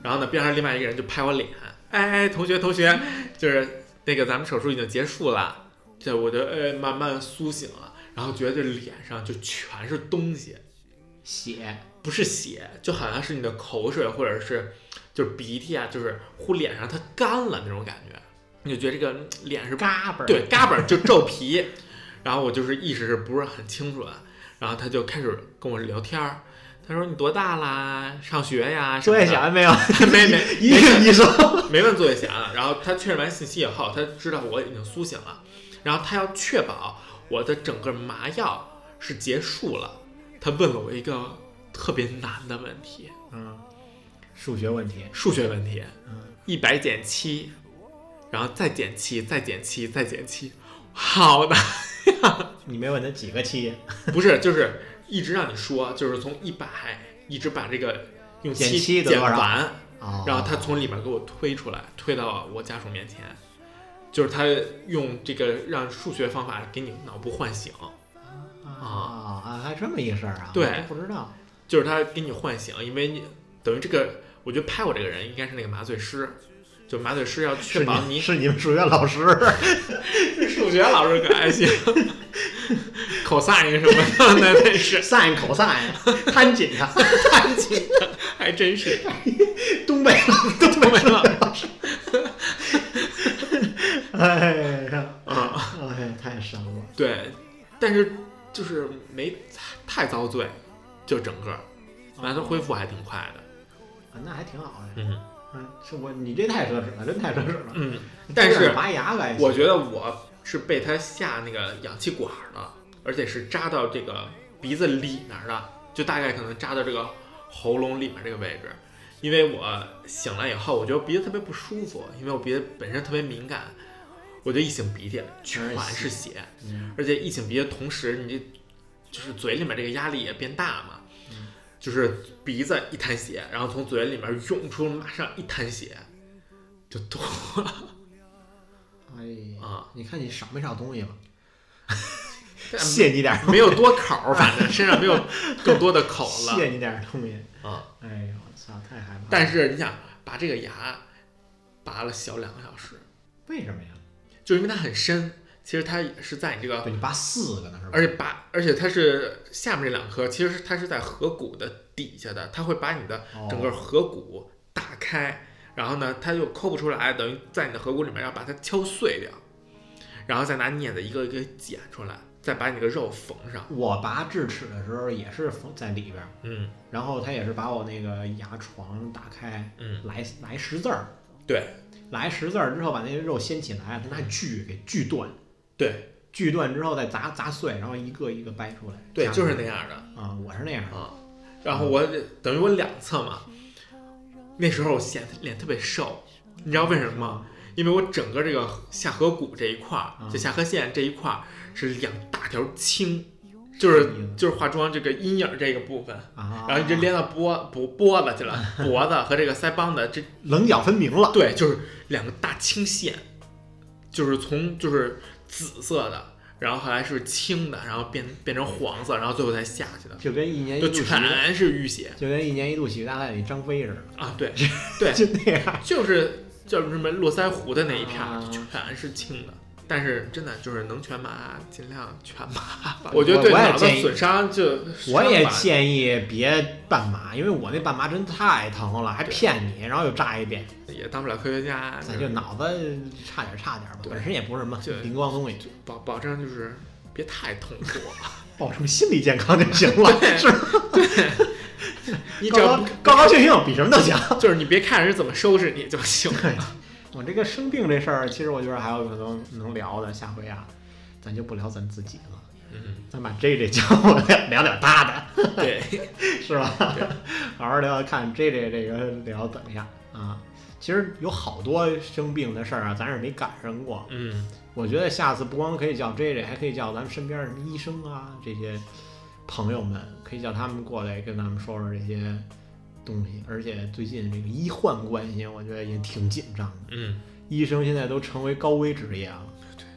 Speaker 2: 然后呢，边上另外一个人就拍我脸，哎哎，同学同学，就是那个咱们手术已经结束了，这我就呃慢慢苏醒了，然后觉得这脸上就全是东西，
Speaker 1: 血
Speaker 2: 不是血，就好像是你的口水或者是就是鼻涕啊，就是呼脸上它干了那种感觉，你就觉得这个嗯脸是
Speaker 1: 嘎嘣儿，
Speaker 2: 对，嘎嘣儿就皱皮，然后我就是意识是不是很清楚啊，然后他就开始跟我聊天儿，他说你多大啦？上学呀？什
Speaker 1: 作
Speaker 2: 么
Speaker 1: 业
Speaker 2: 的
Speaker 1: 写完没有？
Speaker 2: 没没
Speaker 1: 一个医生，
Speaker 2: 没问作业写完了，然后他确认完信息以后，他知道我已经苏醒了，然后他要确保我的整个麻药是结束了，他问了我一个特别难的问题，
Speaker 1: 嗯，数学问题，
Speaker 2: 数学问题，
Speaker 1: 嗯，
Speaker 2: 一百减七，然后再减七，再减七，再减七，好难
Speaker 1: 你没问他几个七，
Speaker 2: 不是，就是一直让你说，就是从一百一直把这个用
Speaker 1: 减
Speaker 2: 七
Speaker 1: 七得
Speaker 2: 减
Speaker 1: 多少
Speaker 2: 完，
Speaker 1: 哦
Speaker 2: 然后他从里面给我推出来，推到我家属面前，就是他用这个让数学方法给你脑部唤醒，
Speaker 1: 啊啊，还这么一个事儿啊？
Speaker 2: 对
Speaker 1: 我都不知道，
Speaker 2: 就是他给你唤醒，因为你等于这个，我觉得拍我这个人应该是那个麻醉师，就麻醉师要确保你
Speaker 1: 是你们数学老 师，
Speaker 2: 数学老师可还行 ，cosine 什么的，那那是
Speaker 1: sin、cos、摊 紧它，
Speaker 2: 太紧了，还真是。
Speaker 1: 东北老师，东
Speaker 2: 没了
Speaker 1: 哎呀，
Speaker 2: 啊，
Speaker 1: 哎，太伤了。
Speaker 2: 对，但是就是没太遭罪，就整个，完了恢复还挺快的，
Speaker 1: 啊，那还挺好的。
Speaker 2: 嗯
Speaker 1: 嗯，是我你这太奢侈了，真太奢侈了。
Speaker 2: 嗯，但
Speaker 1: 这
Speaker 2: 是
Speaker 1: 样拔牙来，
Speaker 2: 我觉得我是被他下那个氧气管儿了，而且是扎到这个鼻子里面儿的，就大概可能扎到这个喉咙里面这个位置，因为我醒来以后，我觉得鼻子特别不舒服，因为我鼻子本身特别敏感，我就一擤鼻涕全是血。
Speaker 1: 嗯
Speaker 2: 而且一擤鼻的同时，你这就是嘴里面这个压力也变大嘛，就是鼻子一滩血，然后从嘴里面涌出马上一滩血，就吐了。
Speaker 1: 哎呀
Speaker 2: 啊，
Speaker 1: 你看你少没少东西吧？
Speaker 2: 但
Speaker 1: 谢你点儿，
Speaker 2: 没有多口儿，反正身上没有更多的口了
Speaker 1: 谢你点儿东西。
Speaker 2: 啊。
Speaker 1: 哎呦，我操，太害怕了！
Speaker 2: 但是你想，拔这个牙拔了小两个小时，
Speaker 1: 为什么呀？
Speaker 2: 就因为它很深，其实它也是在你这个，
Speaker 1: 对你拔四个呢是吧？
Speaker 2: 啊而且拔，而且它是下面这两颗，其实是它是在颌骨的底下的，它会把你的
Speaker 1: 哦
Speaker 2: 整个颌骨打开，然后呢，它又抠不出来，等于在你的颌骨里面要把它敲碎掉，然后再拿镊子一个一个剪出来，再把你的肉缝上。
Speaker 1: 我拔智齿的时候也是缝在里边儿，
Speaker 2: 嗯
Speaker 1: 然后他也是把我那个牙床打开，
Speaker 2: 嗯，
Speaker 1: 来来十字儿，
Speaker 2: 对
Speaker 1: 来十字儿之后把那个肉掀起来，他拿
Speaker 2: 嗯
Speaker 1: 锯给锯断，
Speaker 2: 对
Speaker 1: 锯断之后再砸砸碎，然后一个一个掰出来。
Speaker 2: 对，
Speaker 1: 夹
Speaker 2: 就是
Speaker 1: 出来
Speaker 2: 那样的。
Speaker 1: 啊、我是那样的。
Speaker 2: 啊，然后我等于我两侧嘛，那时候我显脸特别瘦，你知道为什么吗？因为我整个这个下颌骨这一块儿，就下颌线这一块儿是两大条青，就是
Speaker 1: 什么意思
Speaker 2: 就是化妆这个阴影这个部分，
Speaker 1: 啊，
Speaker 2: 然后一直连到脖脖脖子去 了，脖子和这个腮帮子这
Speaker 1: 棱角分明了。
Speaker 2: 对，就是两个大青线，就是从就是紫色的，然后后来是青的，然后变变成黄色，然后最后才下去的，
Speaker 1: 哎就啊跟一年一
Speaker 2: 就
Speaker 1: 度喜剧，
Speaker 2: 全是淤血。
Speaker 1: 就跟一年一度喜剧大赛里张飞似的，
Speaker 2: 啊，对对，
Speaker 1: 就那 样。
Speaker 2: 就是叫什么络腮胡的那一片儿，
Speaker 1: 啊
Speaker 2: 全是青的。但是真的就是能全麻，尽量全麻吧。
Speaker 1: 我
Speaker 2: 觉得对
Speaker 1: 我也
Speaker 2: 脑子
Speaker 1: 建议
Speaker 2: 损伤就
Speaker 1: 我也
Speaker 2: 伤吧
Speaker 1: 建议别半麻，因为我那半麻真太疼了，还骗你，然后又炸一遍，
Speaker 2: 也当不了科学家，
Speaker 1: 咱
Speaker 2: 就
Speaker 1: 就是脑子差点差点吧，
Speaker 2: 对
Speaker 1: 本身也不是什么
Speaker 2: 就
Speaker 1: 灵光东西，
Speaker 2: 保保证就是别太痛苦。
Speaker 1: 保证心理健康就行了，
Speaker 2: 对
Speaker 1: 啊是吧
Speaker 2: 你只
Speaker 1: 高
Speaker 2: 要
Speaker 1: 高高高兴兴比什么都强。
Speaker 2: 就是你别看人怎么收拾你就行 了。
Speaker 1: 我这个生病这事儿，其实我觉得还有很多能聊的，下回啊，咱就不聊咱自己了，
Speaker 2: 嗯，
Speaker 1: 咱把 J J 叫过来聊聊他的。
Speaker 2: 对，
Speaker 1: 是吧？好好聊聊看 J J 这个聊怎么样啊？其实有好多生病的事儿啊，咱是没赶上过。
Speaker 2: 嗯，
Speaker 1: 我觉得下次不光可以叫 J J，还可以叫咱们身边什么医生啊这些朋友们，可以叫他们过来跟咱们说说这些东西。而且最近这个医患关系，我觉得也挺紧张的。
Speaker 2: 嗯，
Speaker 1: 医生现在都成为高危职业了，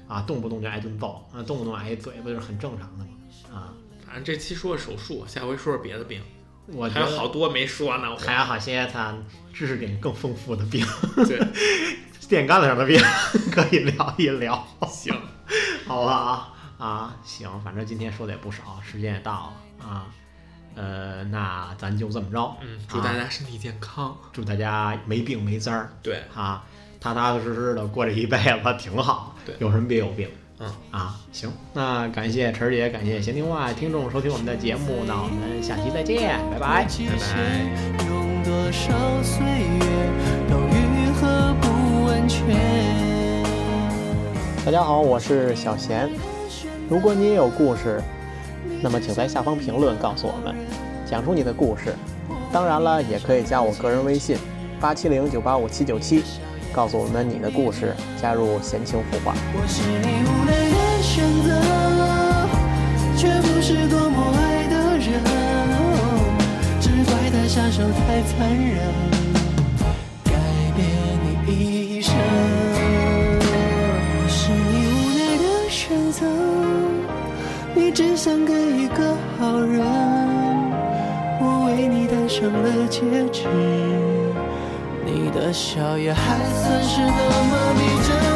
Speaker 1: 啊，动不动就挨顿揍，啊，动不动挨一嘴巴，就是很正常的嘛。啊，
Speaker 2: 反正这期说手术，下回说说别的病，
Speaker 1: 我觉
Speaker 2: 还有
Speaker 1: 得
Speaker 2: 好多没说呢。
Speaker 1: 还
Speaker 2: 我
Speaker 1: 有好些他知识点更丰富的病，
Speaker 2: 对，
Speaker 1: 电杆子上的病 可以聊一聊，
Speaker 2: 行，
Speaker 1: 好吧啊啊，行，反正今天说的也不少，时间也到了啊，呃，那咱就这么着，啊
Speaker 2: 嗯，祝大家身体健康。
Speaker 1: 祝大家没病没灾儿
Speaker 2: 对，
Speaker 1: 啊，踏踏实实的过这一辈子挺好，
Speaker 2: 对
Speaker 1: 有什么别有病。
Speaker 2: 嗯
Speaker 1: 啊，行，那感谢晨儿姐，感谢闲听话听众收听我们的节目，那我们下期再见，拜拜。
Speaker 4: 界
Speaker 2: 拜
Speaker 4: 限，用多少岁月都愈合不完全。
Speaker 1: 大家好，我是小贤。如果你也有故事，那么请在下方评论告诉我们，讲出你的故事。当然了，也可以加我个人微信八七零九八五七九七，告诉我们你的故事，加入闲情孵化。
Speaker 4: 我是你无奈的选择，却不是多么爱的人，只怪他下手太残忍，改变你一生。我是你无奈的选择，你只想给一个好人，我为你戴上了戒指。你的笑也还算是那么逼真。